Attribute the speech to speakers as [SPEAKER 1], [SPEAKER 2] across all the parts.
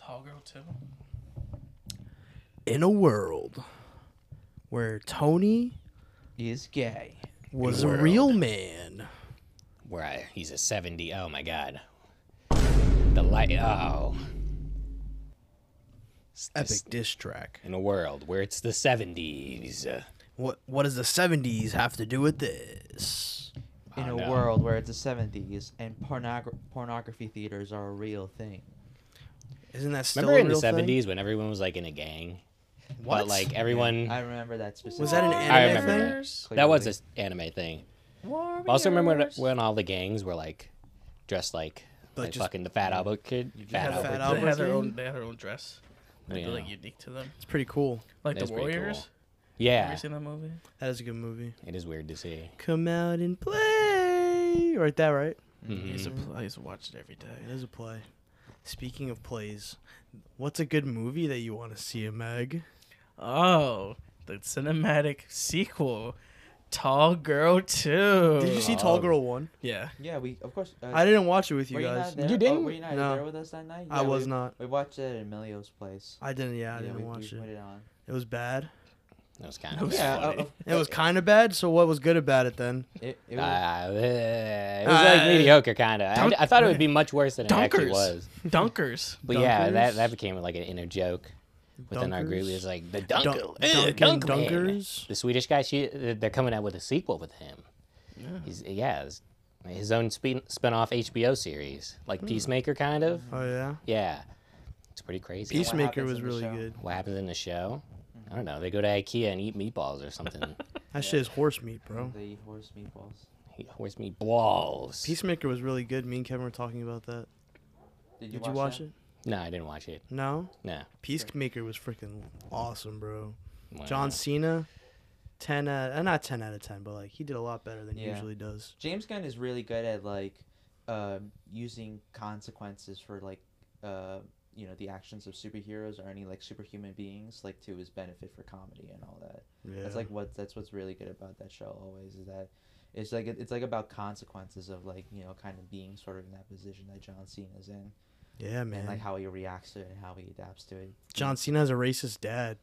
[SPEAKER 1] Cowgirl too.
[SPEAKER 2] in a world where Tony
[SPEAKER 3] Is gay.
[SPEAKER 2] was
[SPEAKER 4] a
[SPEAKER 2] a
[SPEAKER 4] world.
[SPEAKER 2] real man.
[SPEAKER 4] Where I, he's a 70. Oh my god. The light. Oh. It's
[SPEAKER 2] Epic
[SPEAKER 4] this-
[SPEAKER 2] diss track.
[SPEAKER 4] In a world where it's the 70s. Uh,
[SPEAKER 2] What what does the seventies have to do with this?
[SPEAKER 4] I
[SPEAKER 3] in a
[SPEAKER 4] don't know.
[SPEAKER 3] world where it's the 70s and pornogra- pornography theaters are a real thing.
[SPEAKER 2] Isn't that still
[SPEAKER 4] Remember
[SPEAKER 2] a
[SPEAKER 4] in the
[SPEAKER 2] real thing?
[SPEAKER 4] 70s when everyone was like in a gang?
[SPEAKER 2] What?
[SPEAKER 4] But like everyone.
[SPEAKER 3] I remember that specifically.
[SPEAKER 2] Was that an
[SPEAKER 4] Mm-hmm. I
[SPEAKER 2] anime
[SPEAKER 4] remember
[SPEAKER 2] thing?
[SPEAKER 1] Warriors.
[SPEAKER 4] that was an anime thing.
[SPEAKER 1] Warriors.
[SPEAKER 4] I also remember when, when all the gangs were like dressed like,
[SPEAKER 2] But
[SPEAKER 4] like
[SPEAKER 2] just-
[SPEAKER 4] fucking the Fat Albert kid. Fat
[SPEAKER 2] had Fat
[SPEAKER 4] Albert. kid.
[SPEAKER 1] they had their
[SPEAKER 2] Albert
[SPEAKER 1] own. They had their own dress. They'd
[SPEAKER 4] Yeah.
[SPEAKER 1] be like unique to them,
[SPEAKER 2] It's pretty cool.
[SPEAKER 1] like
[SPEAKER 4] That's
[SPEAKER 1] the
[SPEAKER 4] pretty cool.
[SPEAKER 1] Warriors. Have
[SPEAKER 4] Yeah,
[SPEAKER 1] you seen that movie?
[SPEAKER 2] That is a good movie.
[SPEAKER 4] it is weird to see.
[SPEAKER 2] Come out and play. Right that right?
[SPEAKER 1] I, used to,
[SPEAKER 4] Mhm.
[SPEAKER 1] pl- I used to watch it every
[SPEAKER 2] It
[SPEAKER 1] day.
[SPEAKER 2] is a play. Speaking of plays, what's a good movie that you want to see, Meg?
[SPEAKER 1] Oh, the cinematic sequel, Tall Girl Two.
[SPEAKER 2] Did you see
[SPEAKER 4] Um,
[SPEAKER 2] Tall Girl One?
[SPEAKER 1] Yeah.
[SPEAKER 3] Yeah, we of course. Uh,
[SPEAKER 2] I didn't watch it with you
[SPEAKER 3] were
[SPEAKER 2] guys.
[SPEAKER 3] not there?
[SPEAKER 4] You
[SPEAKER 3] Oh,
[SPEAKER 4] didn't?
[SPEAKER 3] were you not
[SPEAKER 2] No.
[SPEAKER 3] there with us that night?
[SPEAKER 2] I
[SPEAKER 3] Yeah,
[SPEAKER 2] was
[SPEAKER 3] we,
[SPEAKER 2] not.
[SPEAKER 3] We watched it at Emilio's place.
[SPEAKER 2] I didn't. Yeah, I
[SPEAKER 3] yeah,
[SPEAKER 2] didn't
[SPEAKER 3] we,
[SPEAKER 2] watch
[SPEAKER 3] we
[SPEAKER 2] it.
[SPEAKER 3] Put it on.
[SPEAKER 2] It was bad.
[SPEAKER 4] That was kind
[SPEAKER 1] It
[SPEAKER 4] of
[SPEAKER 1] was
[SPEAKER 3] Yeah,
[SPEAKER 1] funny.
[SPEAKER 3] uh, of-
[SPEAKER 2] It was kind of bad. So what was good about it then?
[SPEAKER 3] It, it
[SPEAKER 4] Uh, eh,
[SPEAKER 3] was,
[SPEAKER 4] it was like
[SPEAKER 2] Uh,
[SPEAKER 4] mediocre, kind of. I,
[SPEAKER 1] Dunk-
[SPEAKER 4] I thought it would be much worse than it actually
[SPEAKER 1] Dunkers.
[SPEAKER 4] was.
[SPEAKER 1] Dunkers.
[SPEAKER 4] But yeah, that,
[SPEAKER 2] Dunkers?
[SPEAKER 4] that became like an inner joke within our group. It was like the
[SPEAKER 2] Dun-
[SPEAKER 4] Dunker, eh,
[SPEAKER 2] Duncan
[SPEAKER 4] Dunkman.
[SPEAKER 2] Dunkers?
[SPEAKER 4] The Swedish guy. She, they're coming out with a sequel with him.
[SPEAKER 1] Yeah.
[SPEAKER 4] He's yeah, his, his own spin spin-off HBO series, like Peacemaker, kind of.
[SPEAKER 2] Oh yeah.
[SPEAKER 4] Yeah, it's pretty crazy.
[SPEAKER 3] Peace-
[SPEAKER 4] What,
[SPEAKER 2] Peacemaker
[SPEAKER 3] happens
[SPEAKER 2] was
[SPEAKER 3] in the
[SPEAKER 2] really
[SPEAKER 3] show.
[SPEAKER 2] good.
[SPEAKER 4] what happens in the show? I don't know. They go to IKEA and eat meatballs or something.
[SPEAKER 2] That shit is horse meat, bro.
[SPEAKER 3] the horse meatballs.
[SPEAKER 4] he horse meatballs.
[SPEAKER 2] Peacemaker was really good. Me and Kevin were talking about that. Did
[SPEAKER 3] Did you
[SPEAKER 2] you
[SPEAKER 3] watch,
[SPEAKER 2] watch
[SPEAKER 3] that?
[SPEAKER 2] it?
[SPEAKER 4] No, I didn't watch it.
[SPEAKER 2] No.
[SPEAKER 4] No.
[SPEAKER 2] Peacemaker was freaking awesome, bro.
[SPEAKER 3] Oh,
[SPEAKER 4] Wow.
[SPEAKER 2] John Cena, ten out, uh, not ten out of ten, but like he did a lot better than he
[SPEAKER 3] Yeah.
[SPEAKER 2] usually does.
[SPEAKER 3] James Gunn is really good at like um using consequences for like uh, you know the actions of superheroes or any like superhuman beings like to his benefit for comedy and all that.
[SPEAKER 2] Yeah.
[SPEAKER 3] That's like what that's what's really good about that show always is that it's like it's like about consequences of like you know kind of being sort of in that position that John Cena is in
[SPEAKER 2] yeah, man.
[SPEAKER 3] and like how he reacts to it and how he adapts to it.
[SPEAKER 2] John Cena has a racist dad.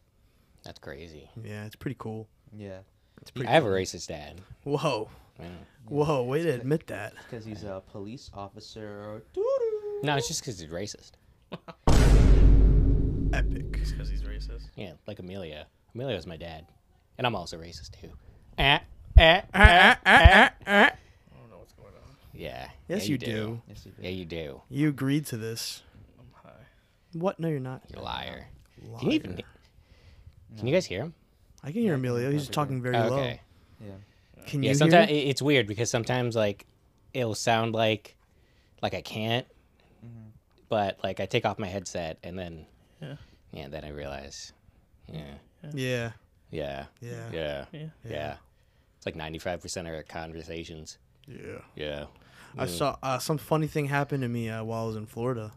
[SPEAKER 4] That's crazy.
[SPEAKER 2] Yeah, it's pretty cool.
[SPEAKER 3] Yeah,
[SPEAKER 2] It's pretty.
[SPEAKER 4] I have a racist dad.
[SPEAKER 2] Whoa,
[SPEAKER 4] Wow.
[SPEAKER 2] whoa, way to admit that.
[SPEAKER 3] because he's a police officer.
[SPEAKER 4] No, it's just because he's racist.
[SPEAKER 2] Epic.
[SPEAKER 1] Just because he's racist.
[SPEAKER 4] Yeah, like Amelia. Amelia's my dad, and I'm also racist too. Eh, eh, eh, eh.
[SPEAKER 1] I don't know what's going on.
[SPEAKER 4] Yeah.
[SPEAKER 2] Yes,
[SPEAKER 4] yeah,
[SPEAKER 2] you, do.
[SPEAKER 3] Yes, he did.
[SPEAKER 4] Yeah, you do.
[SPEAKER 2] You agreed to this.
[SPEAKER 1] I'm high.
[SPEAKER 2] What? No, you're not.
[SPEAKER 4] You're a liar.
[SPEAKER 2] Liar.
[SPEAKER 4] Can you even? Can you guys hear him?
[SPEAKER 2] I can hear
[SPEAKER 3] Yeah,
[SPEAKER 2] Emilio. He's just
[SPEAKER 3] probably
[SPEAKER 2] talking very
[SPEAKER 4] Okay.
[SPEAKER 3] yeah.
[SPEAKER 2] low. Can
[SPEAKER 4] Yeah.
[SPEAKER 2] you hear?
[SPEAKER 4] Sometimes
[SPEAKER 2] him?
[SPEAKER 4] it's weird because sometimes like it'll sound like like I can't,
[SPEAKER 3] Mhm.
[SPEAKER 4] but like I take off my headset and then
[SPEAKER 1] Yeah.
[SPEAKER 4] yeah, then I realize yeah,
[SPEAKER 2] Yeah,
[SPEAKER 4] yeah,
[SPEAKER 2] yeah, yeah.
[SPEAKER 4] yeah,
[SPEAKER 1] Yeah.
[SPEAKER 4] yeah. It's like ninety five percent of our conversations.
[SPEAKER 2] yeah.
[SPEAKER 4] Yeah. Mm.
[SPEAKER 2] I saw uh, some funny thing happen to me uh, while I was in Florida.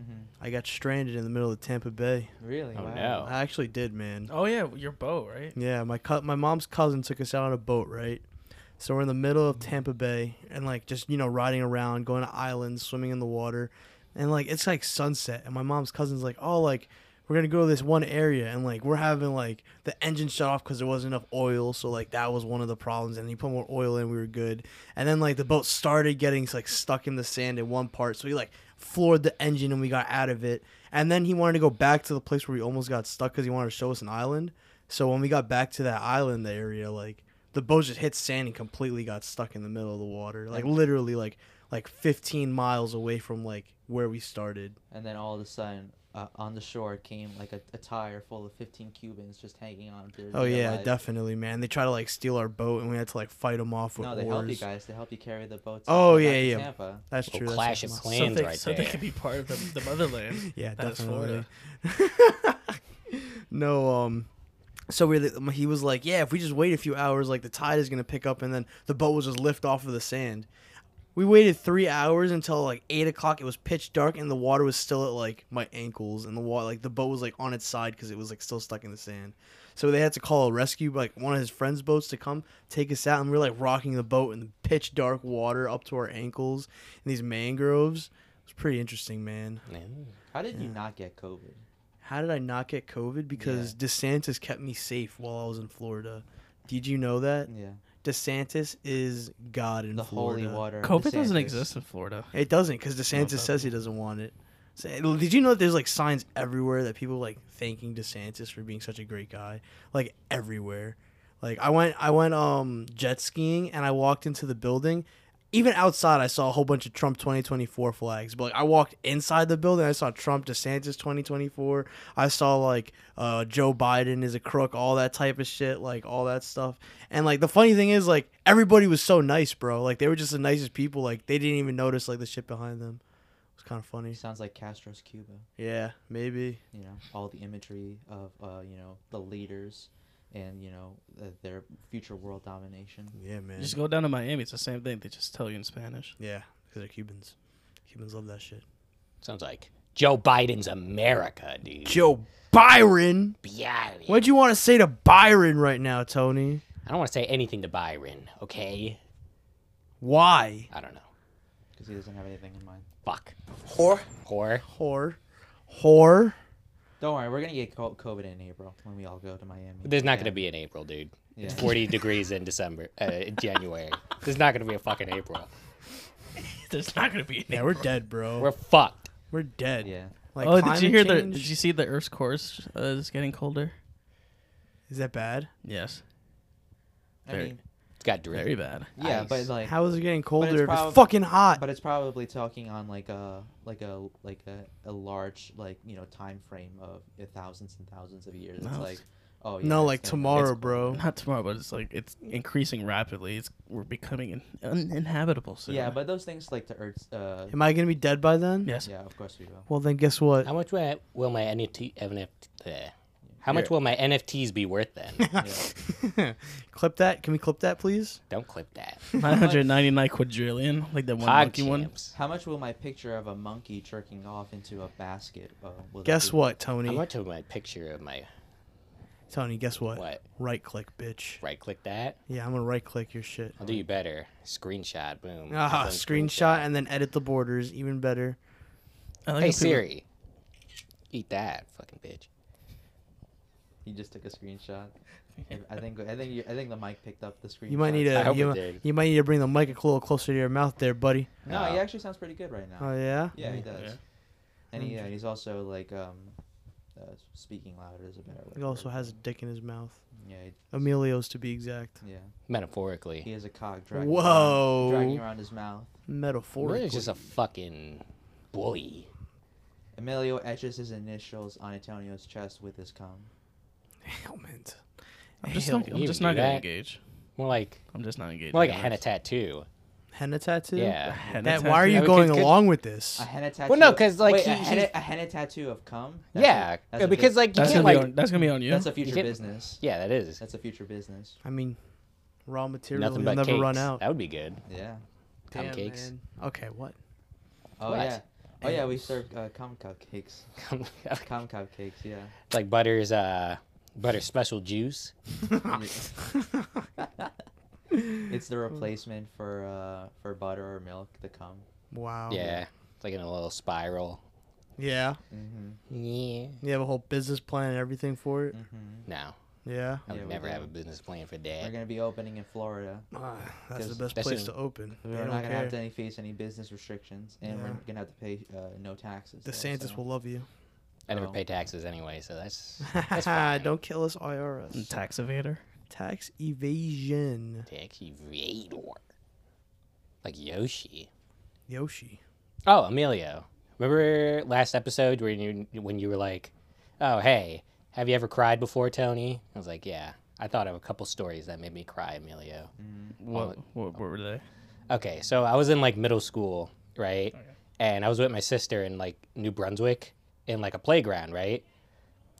[SPEAKER 3] Mhm.
[SPEAKER 2] I got stranded in the middle of Tampa Bay.
[SPEAKER 3] Really?
[SPEAKER 4] Oh
[SPEAKER 3] wow.
[SPEAKER 4] no.
[SPEAKER 2] I actually did, man.
[SPEAKER 1] Oh yeah, your bow, right?
[SPEAKER 2] Yeah, my co- my mom's cousin took us out on a boat, right? So we're in the middle
[SPEAKER 3] Mm-hmm.
[SPEAKER 2] of Tampa Bay and like just you know riding around, going to islands, swimming in the water, and like it's like sunset. And my mom's cousin's like, oh, like we're gonna go to this one area, and like we're having like the engine shut off because there wasn't enough oil, so like that was one of the problems. And you put more oil in, we were good. And then like the boat started getting like stuck in the sand in one part, so we like floored the engine and we got out of it. And then he wanted to go back to the place where we almost got stuck because he wanted to show us an island. So when we got back to that island area, like the boat just hit sand and completely got stuck in the middle of the water. Like literally like like 15 miles away from like where we started.
[SPEAKER 3] And then all of a sudden, uh, on the shore came like a, a tire full of 15 Cubans just hanging on. To
[SPEAKER 2] Oh
[SPEAKER 3] their
[SPEAKER 2] yeah,
[SPEAKER 3] lives.
[SPEAKER 2] definitely, man. They try to like steal our boat and we had to like fight them off with
[SPEAKER 3] No, they help you
[SPEAKER 2] oars.
[SPEAKER 3] guys. They help you carry the boat.
[SPEAKER 2] Oh,
[SPEAKER 3] back
[SPEAKER 2] yeah,
[SPEAKER 3] to
[SPEAKER 2] yeah.
[SPEAKER 3] Tampa.
[SPEAKER 2] That's
[SPEAKER 4] Little
[SPEAKER 2] true. that's
[SPEAKER 4] clash
[SPEAKER 2] what
[SPEAKER 4] of
[SPEAKER 2] I'm-
[SPEAKER 4] clans
[SPEAKER 1] so they,
[SPEAKER 4] right
[SPEAKER 1] so they
[SPEAKER 4] there.
[SPEAKER 1] could be part of the, the motherland.
[SPEAKER 2] Yeah,
[SPEAKER 1] That is
[SPEAKER 2] definitely.
[SPEAKER 1] Florida.
[SPEAKER 2] no, um, so we he was like, yeah, if we just wait a few hours, like the tide is gonna pick up, and then the boat will just lift off of the sand. We waited three hours until like eight o'clock. It was pitch dark, and the water was still at like my ankles, and the water like the boat was like on its side because it was like still stuck in the sand. So they had to call a rescue, like one of his friends' boats, to come take us out, and we were like rocking the boat in the pitch dark water up to our ankles in these mangroves. It's pretty interesting, man.
[SPEAKER 4] Mm.
[SPEAKER 3] How did you
[SPEAKER 2] Yeah.
[SPEAKER 3] not get COVID?
[SPEAKER 2] How did I not get COVID? Because DeSantis kept me safe while I was in Florida. Did you know that?
[SPEAKER 3] Yeah,
[SPEAKER 2] DeSantis is God in
[SPEAKER 3] the
[SPEAKER 2] Florida.
[SPEAKER 3] holy water. of
[SPEAKER 1] COVID doesn't
[SPEAKER 3] DeSantis.
[SPEAKER 1] exist in Florida.
[SPEAKER 2] It doesn't, because
[SPEAKER 1] No, it
[SPEAKER 2] DeSantis
[SPEAKER 1] doesn't.
[SPEAKER 2] says he doesn't want it. So, eh, did you know that there's like signs everywhere that people like thanking DeSantis for being such a great guy? Like everywhere. Like I went, I went um jet skiing and I walked into the building. Even outside, I saw a whole bunch of Trump 2024 flags. But like, I walked inside the building, I saw Trump DeSantis 2024. I saw like uh, Joe Biden is a crook, all that type of shit, like all that stuff. And like the funny thing is, like everybody was so nice, bro. Like they were just the nicest people. Like they didn't even notice like the shit behind them. It was kind of funny.
[SPEAKER 3] Sounds like Castro's Cuba.
[SPEAKER 2] Yeah, maybe.
[SPEAKER 3] You know, all the imagery of uh, you know the leaders, and you know th their future world domination.
[SPEAKER 2] Yeah, man.
[SPEAKER 1] Just go down to Miami. It's the same thing. They just tell you in Spanish.
[SPEAKER 2] Yeah, because they're Cubans. Cubans love that shit.
[SPEAKER 4] Sounds like Joe Biden's America, dude.
[SPEAKER 2] Joe Byron.
[SPEAKER 4] Yeah.
[SPEAKER 2] What'd you want to say to Byron right now, Tony?
[SPEAKER 4] I don't want to say anything to Byron, okay?
[SPEAKER 2] Why?
[SPEAKER 4] I don't know.
[SPEAKER 3] Because he doesn't have anything in mind.
[SPEAKER 4] Fuck.
[SPEAKER 5] Whore.
[SPEAKER 4] Whore.
[SPEAKER 2] Whore. Whore.
[SPEAKER 3] Don't worry, we're gonna get co- COVID in April when we all go to Miami.
[SPEAKER 4] There's not going to
[SPEAKER 3] Yeah.
[SPEAKER 4] be an April, dude. It's
[SPEAKER 3] Yeah.
[SPEAKER 4] 40 degrees in December, uh, in January. There's not going to be a fucking April.
[SPEAKER 1] There's not gonna be.
[SPEAKER 2] Yeah, we're dead, bro.
[SPEAKER 4] We're
[SPEAKER 2] We're,
[SPEAKER 4] fucked.
[SPEAKER 2] dead.
[SPEAKER 3] Yeah.
[SPEAKER 2] Like,
[SPEAKER 1] oh, did you
[SPEAKER 2] climate
[SPEAKER 1] hear the?
[SPEAKER 2] change-
[SPEAKER 1] Did you see the Earth's course uh, is getting colder?
[SPEAKER 2] Is that bad?
[SPEAKER 1] Yes,
[SPEAKER 3] I
[SPEAKER 1] Very-
[SPEAKER 3] mean,
[SPEAKER 4] It's got drift.
[SPEAKER 1] very bad.
[SPEAKER 3] yeah, but
[SPEAKER 4] Ice.
[SPEAKER 3] like,
[SPEAKER 2] How is it getting colder? If
[SPEAKER 3] prob-
[SPEAKER 2] it's fucking hot.
[SPEAKER 3] but it's probably talking on like a like a like a, a large like you know time frame of uh, thousands and thousands of years. It's
[SPEAKER 1] No.
[SPEAKER 3] like, oh yeah.
[SPEAKER 2] no,
[SPEAKER 3] it's
[SPEAKER 2] like
[SPEAKER 3] gonna-
[SPEAKER 2] tomorrow,
[SPEAKER 3] it's-
[SPEAKER 2] bro.
[SPEAKER 1] Not tomorrow, but it's like it's increasing rapidly. It's we're becoming in, uninhabitable soon.
[SPEAKER 3] Yeah, but those things like the Earth's. Uh,
[SPEAKER 2] Am I gonna be dead by then?
[SPEAKER 1] yes,
[SPEAKER 3] yeah, of course we will.
[SPEAKER 2] Well, then guess what?
[SPEAKER 4] How much will I- will my NFT, NFT uh, how much will my NFTs be worth then?
[SPEAKER 2] clip that. Can we clip that, please?
[SPEAKER 4] Don't clip that.
[SPEAKER 1] 999 quadrillion, like that one monkey one.
[SPEAKER 4] Podcamps.
[SPEAKER 3] How much will my picture of a monkey jerking off into a basket? Uh, will that
[SPEAKER 2] Guess
[SPEAKER 3] be-
[SPEAKER 2] what,
[SPEAKER 4] How
[SPEAKER 2] Tony?
[SPEAKER 4] much of my picture of my
[SPEAKER 2] Tony, guess what?
[SPEAKER 4] what?
[SPEAKER 2] Right click, bitch.
[SPEAKER 4] Right click that.
[SPEAKER 2] Yeah, I'm gonna right click your shit.
[SPEAKER 4] I'll do you better. Screenshot. Boom.
[SPEAKER 2] Ah,
[SPEAKER 4] Done
[SPEAKER 2] screenshot and then edit the borders. Even better.
[SPEAKER 1] I like
[SPEAKER 4] Hey
[SPEAKER 1] how people-
[SPEAKER 4] Siri. Eat that, fucking bitch.
[SPEAKER 3] He just took a screenshot. I think I think you, I think the mic picked up the screen.
[SPEAKER 2] You might need
[SPEAKER 4] I
[SPEAKER 2] to.
[SPEAKER 4] hope
[SPEAKER 2] You,
[SPEAKER 4] it
[SPEAKER 2] mi-
[SPEAKER 4] did.
[SPEAKER 2] you might need to bring the mic a little closer to your mouth, there, buddy.
[SPEAKER 3] No, he
[SPEAKER 4] Uh,
[SPEAKER 3] actually sounds pretty good right now.
[SPEAKER 2] Oh yeah. Mm.
[SPEAKER 3] yeah, he
[SPEAKER 1] Yeah.
[SPEAKER 3] does.
[SPEAKER 1] Yeah.
[SPEAKER 3] And he, yeah,
[SPEAKER 2] Interesting.
[SPEAKER 3] he's also like um, uh, speaking louder is a better way.
[SPEAKER 2] He
[SPEAKER 3] for
[SPEAKER 2] also
[SPEAKER 3] it.
[SPEAKER 2] has a dick in his mouth.
[SPEAKER 3] Yeah, he-
[SPEAKER 2] Emilio's, to be exact.
[SPEAKER 3] yeah. He
[SPEAKER 4] Metaphorically.
[SPEAKER 3] has a cock dragging.
[SPEAKER 2] Whoa.
[SPEAKER 3] Around, dragging around his mouth.
[SPEAKER 2] Metaphorically.
[SPEAKER 4] Really just a fucking bully.
[SPEAKER 3] Emilio etches his initials on Antonio's chest with his cum.
[SPEAKER 2] ailment.
[SPEAKER 1] I'm just not,
[SPEAKER 4] Hell,
[SPEAKER 1] I'm
[SPEAKER 4] you
[SPEAKER 1] just
[SPEAKER 4] do
[SPEAKER 1] not gonna
[SPEAKER 4] that.
[SPEAKER 1] engage.
[SPEAKER 4] More like
[SPEAKER 1] I'm just not engaged.
[SPEAKER 4] more like a
[SPEAKER 1] Yeah,
[SPEAKER 4] henna
[SPEAKER 1] that's-
[SPEAKER 4] tattoo.
[SPEAKER 2] Henna tattoo.
[SPEAKER 1] a
[SPEAKER 4] Yeah.
[SPEAKER 1] henna
[SPEAKER 2] That, why are
[SPEAKER 1] tattoo?
[SPEAKER 2] you
[SPEAKER 4] could-
[SPEAKER 2] going
[SPEAKER 4] could-
[SPEAKER 2] along with this?
[SPEAKER 3] A henna tattoo.
[SPEAKER 4] Well, no,
[SPEAKER 3] of-
[SPEAKER 4] 'cause, like,
[SPEAKER 3] wait, a,
[SPEAKER 4] he-
[SPEAKER 3] henna,
[SPEAKER 4] he-
[SPEAKER 3] a henna tattoo of cum. That's a-
[SPEAKER 4] yeah. uh,
[SPEAKER 3] that's a
[SPEAKER 4] because
[SPEAKER 3] bus-
[SPEAKER 4] like you
[SPEAKER 1] That's
[SPEAKER 4] can't
[SPEAKER 1] gonna be
[SPEAKER 4] like
[SPEAKER 1] on. That's gonna be on you.
[SPEAKER 3] that's a future
[SPEAKER 4] can't-
[SPEAKER 3] business.
[SPEAKER 4] Yeah, that is.
[SPEAKER 3] That's a future business.
[SPEAKER 2] I mean, raw material will
[SPEAKER 4] Nothing but
[SPEAKER 2] never
[SPEAKER 4] cakes.
[SPEAKER 2] run out.
[SPEAKER 4] That would be good.
[SPEAKER 3] Yeah.
[SPEAKER 4] Damn, cupcakes.
[SPEAKER 2] man. Okay, what?
[SPEAKER 3] Oh
[SPEAKER 4] What?
[SPEAKER 3] yeah. Oh yeah, we served uh, cum cupcakes.
[SPEAKER 4] it's
[SPEAKER 3] Cum cupcakes. Yeah.
[SPEAKER 4] like butter's uh butter special juice.
[SPEAKER 3] It's the replacement for uh, for butter or milk. The cum.
[SPEAKER 2] wow.
[SPEAKER 4] Yeah. It's like in a little spiral.
[SPEAKER 2] Yeah.
[SPEAKER 3] Mm-hmm.
[SPEAKER 4] Yeah.
[SPEAKER 2] You have a whole business plan and everything for
[SPEAKER 4] Mm.
[SPEAKER 2] it.
[SPEAKER 3] Mm-hmm.
[SPEAKER 4] No.
[SPEAKER 2] Yeah.
[SPEAKER 4] I would
[SPEAKER 3] Yeah, we
[SPEAKER 4] never
[SPEAKER 3] do.
[SPEAKER 4] have a business plan for
[SPEAKER 3] We're
[SPEAKER 4] that.
[SPEAKER 3] gonna be opening in Florida.
[SPEAKER 2] Ah, that's the
[SPEAKER 3] Just-
[SPEAKER 2] best
[SPEAKER 4] that's
[SPEAKER 2] place
[SPEAKER 4] in-
[SPEAKER 2] to open. They
[SPEAKER 3] We're
[SPEAKER 2] don't
[SPEAKER 3] not gonna
[SPEAKER 2] care.
[SPEAKER 3] have to any face any business restrictions, and we're
[SPEAKER 2] Yeah.
[SPEAKER 3] gonna have to pay uh, no taxes. there,
[SPEAKER 2] DeSantis
[SPEAKER 3] so-
[SPEAKER 2] will love you.
[SPEAKER 4] I never
[SPEAKER 3] Oh.
[SPEAKER 4] pay taxes anyway, so that's that's fine. Mm.
[SPEAKER 2] don't kill us, IRS.
[SPEAKER 1] tax evader.
[SPEAKER 2] Tax evasion.
[SPEAKER 4] Tax evader. Like Yoshi.
[SPEAKER 2] Yoshi.
[SPEAKER 4] Oh, Emilio. Remember last episode where you when you were like, "Oh, hey, have you ever cried before, Tony?" I was like, "Yeah." I thought of a couple stories that made me cry, Emilio.
[SPEAKER 1] What, what? What were they?
[SPEAKER 4] Okay, so I was in like middle school, right? And I was with my sister in like New Brunswick in like a playground, right?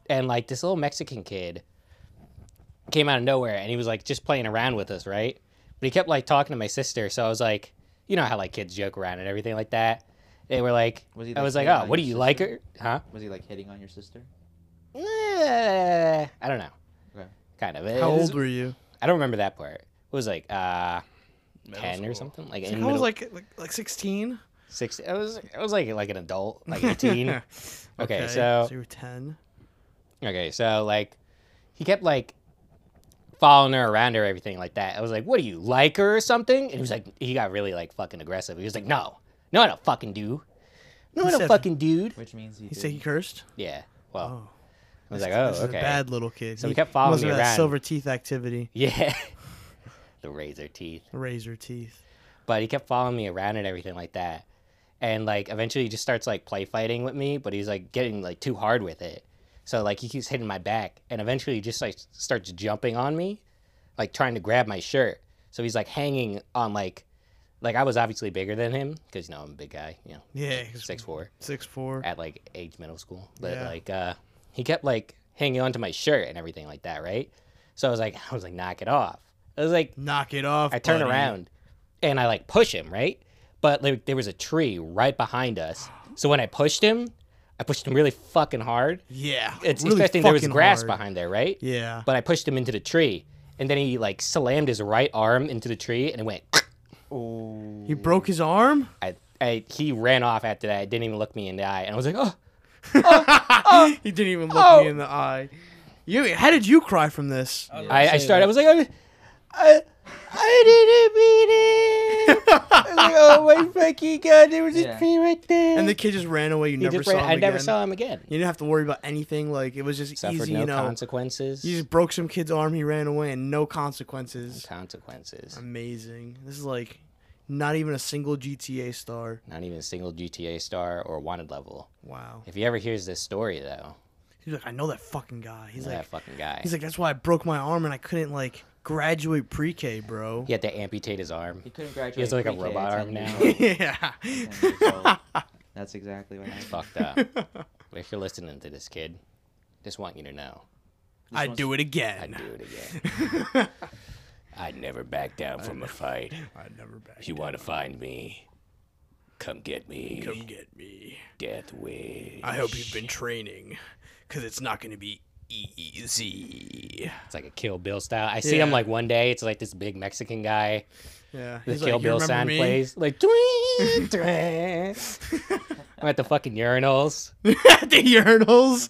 [SPEAKER 4] And like this little Mexican kid came out of nowhere and he was like just playing around with us, right? But he kept like talking to my sister, so I was like, you know how like kids joke around and everything like that. They were like,
[SPEAKER 3] Was he,
[SPEAKER 4] I
[SPEAKER 3] like,
[SPEAKER 4] was like,
[SPEAKER 3] hitting
[SPEAKER 4] oh,
[SPEAKER 3] on
[SPEAKER 4] what do
[SPEAKER 3] your
[SPEAKER 4] you like
[SPEAKER 3] sister?
[SPEAKER 4] her? Huh?
[SPEAKER 3] Was he like hitting on your sister?
[SPEAKER 4] Eh, I don't know.
[SPEAKER 3] Okay.
[SPEAKER 4] Kind of.
[SPEAKER 2] How
[SPEAKER 4] It was-
[SPEAKER 2] old were you?
[SPEAKER 4] I don't remember that part. It was like uh,
[SPEAKER 1] Middle
[SPEAKER 4] ten or
[SPEAKER 1] school.
[SPEAKER 4] something, like
[SPEAKER 2] I
[SPEAKER 4] in
[SPEAKER 2] was
[SPEAKER 4] middle-
[SPEAKER 2] like like like 16.
[SPEAKER 4] six. I was I was like like an adult, like eighteen. okay, so
[SPEAKER 2] you were ten.
[SPEAKER 4] okay, so like he kept like following her around or everything like that. I was like, "What do you like her or something?" And he was like, he got really like fucking aggressive. He was like, "No, no, I don't fucking do. No,
[SPEAKER 2] He
[SPEAKER 4] I don't
[SPEAKER 2] said-
[SPEAKER 4] fucking dude."
[SPEAKER 3] Which means he
[SPEAKER 2] He
[SPEAKER 3] did.
[SPEAKER 2] said he cursed.
[SPEAKER 4] Yeah. Well,
[SPEAKER 2] Oh,
[SPEAKER 4] I was like, "Oh,
[SPEAKER 2] this is
[SPEAKER 4] okay."
[SPEAKER 2] a bad little kid.
[SPEAKER 4] So he kept following
[SPEAKER 2] must
[SPEAKER 4] me
[SPEAKER 2] have that
[SPEAKER 4] around.
[SPEAKER 2] Silver teeth activity,
[SPEAKER 4] Yeah. the razor teeth.
[SPEAKER 2] razor teeth.
[SPEAKER 4] but he kept following me around and everything like that. And like eventually he just starts like play fighting with me, but he's like getting like too hard with it. So like he keeps hitting my back and eventually he just like starts jumping on me, like trying to grab my shirt. So he's like hanging on like like I was obviously bigger than him because you know I'm a big guy, you know,
[SPEAKER 2] Yeah, he's
[SPEAKER 4] six four
[SPEAKER 2] six four.
[SPEAKER 4] at like age middle school. But
[SPEAKER 2] Yeah.
[SPEAKER 4] like uh he kept like hanging onto my shirt and everything like that, right? So I was like I was like knock it off. I was like
[SPEAKER 2] Knock it off.
[SPEAKER 4] I turn
[SPEAKER 2] buddy.
[SPEAKER 4] around and I like push him, right? But like there was a tree right behind us. So when I pushed him, I pushed him really fucking hard.
[SPEAKER 2] Yeah,
[SPEAKER 4] It's
[SPEAKER 2] really
[SPEAKER 4] interesting there was
[SPEAKER 2] fucking
[SPEAKER 4] grass
[SPEAKER 2] hard.
[SPEAKER 4] behind there, right?
[SPEAKER 2] Yeah,
[SPEAKER 4] But I pushed him into the tree. And then he like slammed his right arm into the tree and it went
[SPEAKER 3] Ooh.
[SPEAKER 2] he broke his arm.
[SPEAKER 4] I, I he ran off after that. Didn't even look me in the eye. And I was like, "Oh,
[SPEAKER 2] he didn't even look
[SPEAKER 4] oh.
[SPEAKER 2] me in the eye. You? How did you cry from this?
[SPEAKER 1] was gonna
[SPEAKER 4] I,
[SPEAKER 1] say
[SPEAKER 4] I started. I
[SPEAKER 1] that.
[SPEAKER 4] was like, "Oh, I, I, I didn't mean it. I was like, oh my fucking god, there was
[SPEAKER 3] Yeah.
[SPEAKER 4] a tree right there.
[SPEAKER 2] And the kid just ran away. You
[SPEAKER 4] he
[SPEAKER 2] never
[SPEAKER 4] just
[SPEAKER 2] saw
[SPEAKER 4] ran,
[SPEAKER 2] him
[SPEAKER 4] I never
[SPEAKER 2] again.
[SPEAKER 4] saw him again.
[SPEAKER 2] You didn't have to worry about anything. Like it was just
[SPEAKER 4] Suffered
[SPEAKER 2] easy.
[SPEAKER 4] no
[SPEAKER 2] you know,
[SPEAKER 4] consequences.
[SPEAKER 2] you just broke some kid's arm. He ran away, and no consequences.
[SPEAKER 4] consequences.
[SPEAKER 2] Amazing. This is like not even a single GTA star.
[SPEAKER 4] Not even a single GTA star or wanted level.
[SPEAKER 2] Wow.
[SPEAKER 4] If he ever hears this story, though,
[SPEAKER 2] He's like, I know that fucking guy. He's
[SPEAKER 4] he's that
[SPEAKER 2] like,
[SPEAKER 4] fucking guy.
[SPEAKER 2] he's like, that's why I broke my arm and I couldn't like graduate pre-K, bro.
[SPEAKER 4] he had to amputate his arm.
[SPEAKER 3] He couldn't graduate.
[SPEAKER 4] has, like, a
[SPEAKER 3] pre-K at
[SPEAKER 4] robot
[SPEAKER 3] 10
[SPEAKER 4] arm
[SPEAKER 3] years
[SPEAKER 4] now.
[SPEAKER 3] old.
[SPEAKER 2] Yeah.
[SPEAKER 3] 10 years old. That's exactly what happened.
[SPEAKER 4] Fucked up. But if you're listening to this kid, just want you to know,
[SPEAKER 3] This
[SPEAKER 2] I'd
[SPEAKER 3] one's-
[SPEAKER 2] do it
[SPEAKER 4] I'd
[SPEAKER 2] again.
[SPEAKER 4] do it again. I'd never back down from a fight.
[SPEAKER 2] I'd never back.
[SPEAKER 4] If you want to find me, come get me.
[SPEAKER 2] Come get me.
[SPEAKER 4] Death Wish.
[SPEAKER 2] I hope you've been training, cause it's not gonna be easy.
[SPEAKER 4] It's like a Kill Bill style. I see him
[SPEAKER 2] Yeah.
[SPEAKER 4] like one day. It's like this big Mexican guy.
[SPEAKER 2] Yeah.
[SPEAKER 4] The
[SPEAKER 2] He's
[SPEAKER 4] Kill
[SPEAKER 2] like, "You
[SPEAKER 4] Bill
[SPEAKER 2] remember
[SPEAKER 4] sound
[SPEAKER 2] me?"
[SPEAKER 4] plays like. "Dwing, dwing." I'm at the fucking urinals.
[SPEAKER 2] At the urinals.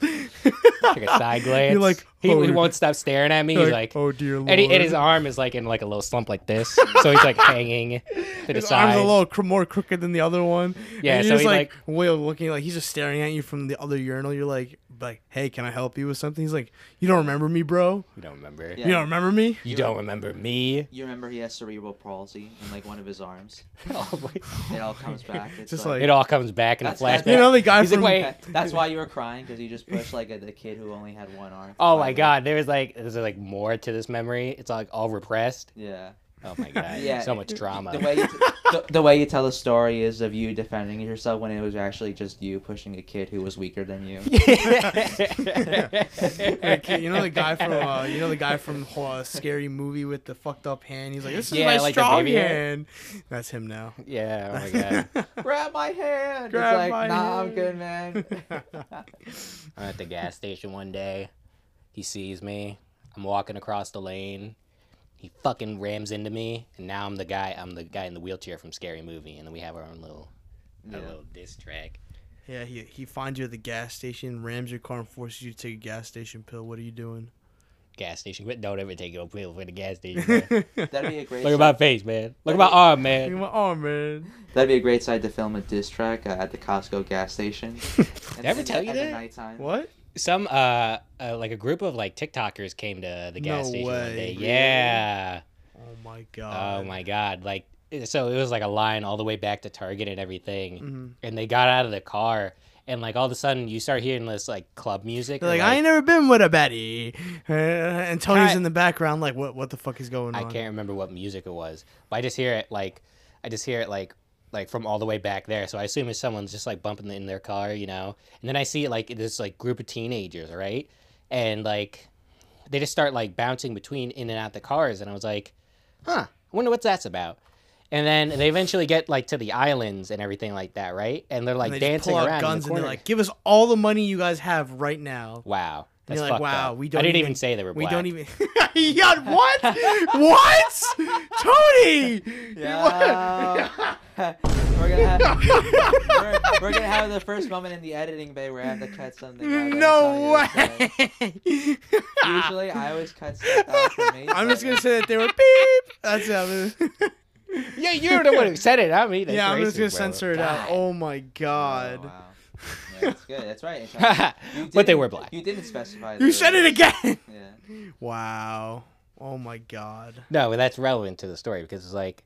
[SPEAKER 4] like a side glance.
[SPEAKER 2] You're like,
[SPEAKER 4] he,
[SPEAKER 2] "Oh,
[SPEAKER 4] he
[SPEAKER 2] you're-
[SPEAKER 4] won't stop staring at me. He's like,
[SPEAKER 2] oh dear lord.
[SPEAKER 4] and, he, and his arm is like in like a little slump like this, so he's like hanging to the
[SPEAKER 2] His
[SPEAKER 4] side.
[SPEAKER 2] arm's a little cr- more crooked than the other one.
[SPEAKER 4] Yeah,
[SPEAKER 2] and
[SPEAKER 4] so
[SPEAKER 2] you're just
[SPEAKER 4] he,
[SPEAKER 2] like, way of looking like he's just staring at you from the other urinal. You're like, like, hey, can I help you with something? He's like, you don't remember me, bro.
[SPEAKER 4] you don't remember.
[SPEAKER 3] Yeah.
[SPEAKER 2] You don't remember me.
[SPEAKER 4] You don't remember me.
[SPEAKER 3] You remember he has cerebral palsy in like one of his arms.
[SPEAKER 4] Oh my-
[SPEAKER 3] It all comes back. It's
[SPEAKER 2] Just
[SPEAKER 3] like,
[SPEAKER 4] it all comes back in a
[SPEAKER 3] That's- that's-
[SPEAKER 4] flashback.
[SPEAKER 2] You know the guy
[SPEAKER 4] He's
[SPEAKER 2] from
[SPEAKER 4] like, wait.
[SPEAKER 3] Okay, that's why you were crying because you just pushed like a, the kid who only had one arm.
[SPEAKER 4] Oh my
[SPEAKER 3] Like,
[SPEAKER 4] god, there's like there's like more to this memory. It's like all repressed.
[SPEAKER 3] Yeah.
[SPEAKER 4] Oh my god,
[SPEAKER 3] Yeah.
[SPEAKER 4] so much drama.
[SPEAKER 3] The way you t- the, the way you tell the story is of you defending yourself when it was actually just you pushing a kid who was weaker than you.
[SPEAKER 2] Like, you know the guy from uh, you know the guy from uh, scary movie with the fucked up hand. He's like, this is
[SPEAKER 4] Yeah,
[SPEAKER 2] my
[SPEAKER 4] like the
[SPEAKER 2] strong
[SPEAKER 4] baby hand.
[SPEAKER 2] hand. That's him now.
[SPEAKER 4] yeah, oh my god.
[SPEAKER 3] Grab my hand.
[SPEAKER 2] Grab
[SPEAKER 3] it's like,
[SPEAKER 2] my
[SPEAKER 3] nah, I'm
[SPEAKER 2] hand."
[SPEAKER 3] good, man.
[SPEAKER 4] I'm at the gas station one day. He sees me. I'm walking across the lane. He fucking rams into me, and now I'm the guy. I'm the guy in the wheelchair from Scary Movie, and then we have our own little, our
[SPEAKER 3] Yeah.
[SPEAKER 4] little diss track.
[SPEAKER 2] yeah, he he finds you at the gas station, rams your car, and forces you to take a gas station pill. What are you doing?
[SPEAKER 4] Gas station. Quit- Don't ever take no pill for the gas station. Man.
[SPEAKER 3] That'd be a great.
[SPEAKER 4] Look at
[SPEAKER 3] side-
[SPEAKER 4] my face, man. Look at my arm, man.
[SPEAKER 2] oh man.
[SPEAKER 3] That'd be a great side to film a diss track uh, at the Costco gas station.
[SPEAKER 4] Did I ever tell you
[SPEAKER 3] at the
[SPEAKER 4] that?
[SPEAKER 3] nighttime.
[SPEAKER 2] What?
[SPEAKER 4] Some uh, uh, like a group of like TikTokers came to the gas
[SPEAKER 2] No
[SPEAKER 4] station one
[SPEAKER 2] way.
[SPEAKER 4] day.
[SPEAKER 2] Really?
[SPEAKER 4] Yeah.
[SPEAKER 2] Oh my god.
[SPEAKER 4] Oh my god. Like so, it was like a line all the way back to Target and everything.
[SPEAKER 2] Mhm.
[SPEAKER 4] and they got out of the car and like all of a sudden you start hearing this like club music
[SPEAKER 2] They're
[SPEAKER 4] and,
[SPEAKER 2] like, I ain't never been with a baddie. Uh, and Tony's
[SPEAKER 4] Cut.
[SPEAKER 2] in the background, like, what what the fuck is going
[SPEAKER 4] I
[SPEAKER 2] on?
[SPEAKER 4] can't remember what music it was but i just hear it like i just hear it like like from all the way back there so i assume it's someone's just like bumping in their car you know and then i see like this like group of teenagers right and like they just start like bouncing between in and out the cars and i was like huh i wonder what that's about and then they eventually get like to the islands and everything like that right and they're like
[SPEAKER 2] and they
[SPEAKER 4] dancing
[SPEAKER 2] just pull out
[SPEAKER 4] around in the
[SPEAKER 2] guns and
[SPEAKER 4] corner.
[SPEAKER 2] they're like, give us all the money you guys have right now.
[SPEAKER 4] Wow. That's
[SPEAKER 2] you're like,
[SPEAKER 4] fucked
[SPEAKER 2] wow,
[SPEAKER 4] up.
[SPEAKER 2] we don't
[SPEAKER 4] I didn't
[SPEAKER 2] even-
[SPEAKER 4] even, say they were
[SPEAKER 2] We
[SPEAKER 4] black.
[SPEAKER 2] don't even. yeah, what? what? Tony!
[SPEAKER 3] Yeah. we're gonna have we're, we're gonna have the first moment in the editing bay where I have to cut something. out that
[SPEAKER 2] No
[SPEAKER 3] Antonio said.
[SPEAKER 2] way!
[SPEAKER 3] Usually, I always cut stuff out for me.
[SPEAKER 2] I'm just
[SPEAKER 3] but-
[SPEAKER 2] gonna say that they were beep. That's it. I'm gonna-
[SPEAKER 4] yeah, you're the one who said it. I mean,
[SPEAKER 2] yeah, I'm just gonna censor it out. Oh my
[SPEAKER 3] Oh,
[SPEAKER 2] god!
[SPEAKER 3] wow. Yeah, that's good. That's right. Antonio. You
[SPEAKER 4] But they
[SPEAKER 3] didn't-
[SPEAKER 4] were black.
[SPEAKER 3] You didn't specify.
[SPEAKER 2] You said it again.
[SPEAKER 3] again. Yeah.
[SPEAKER 2] Wow. Oh my god.
[SPEAKER 4] No, but that's relevant to the story because it's like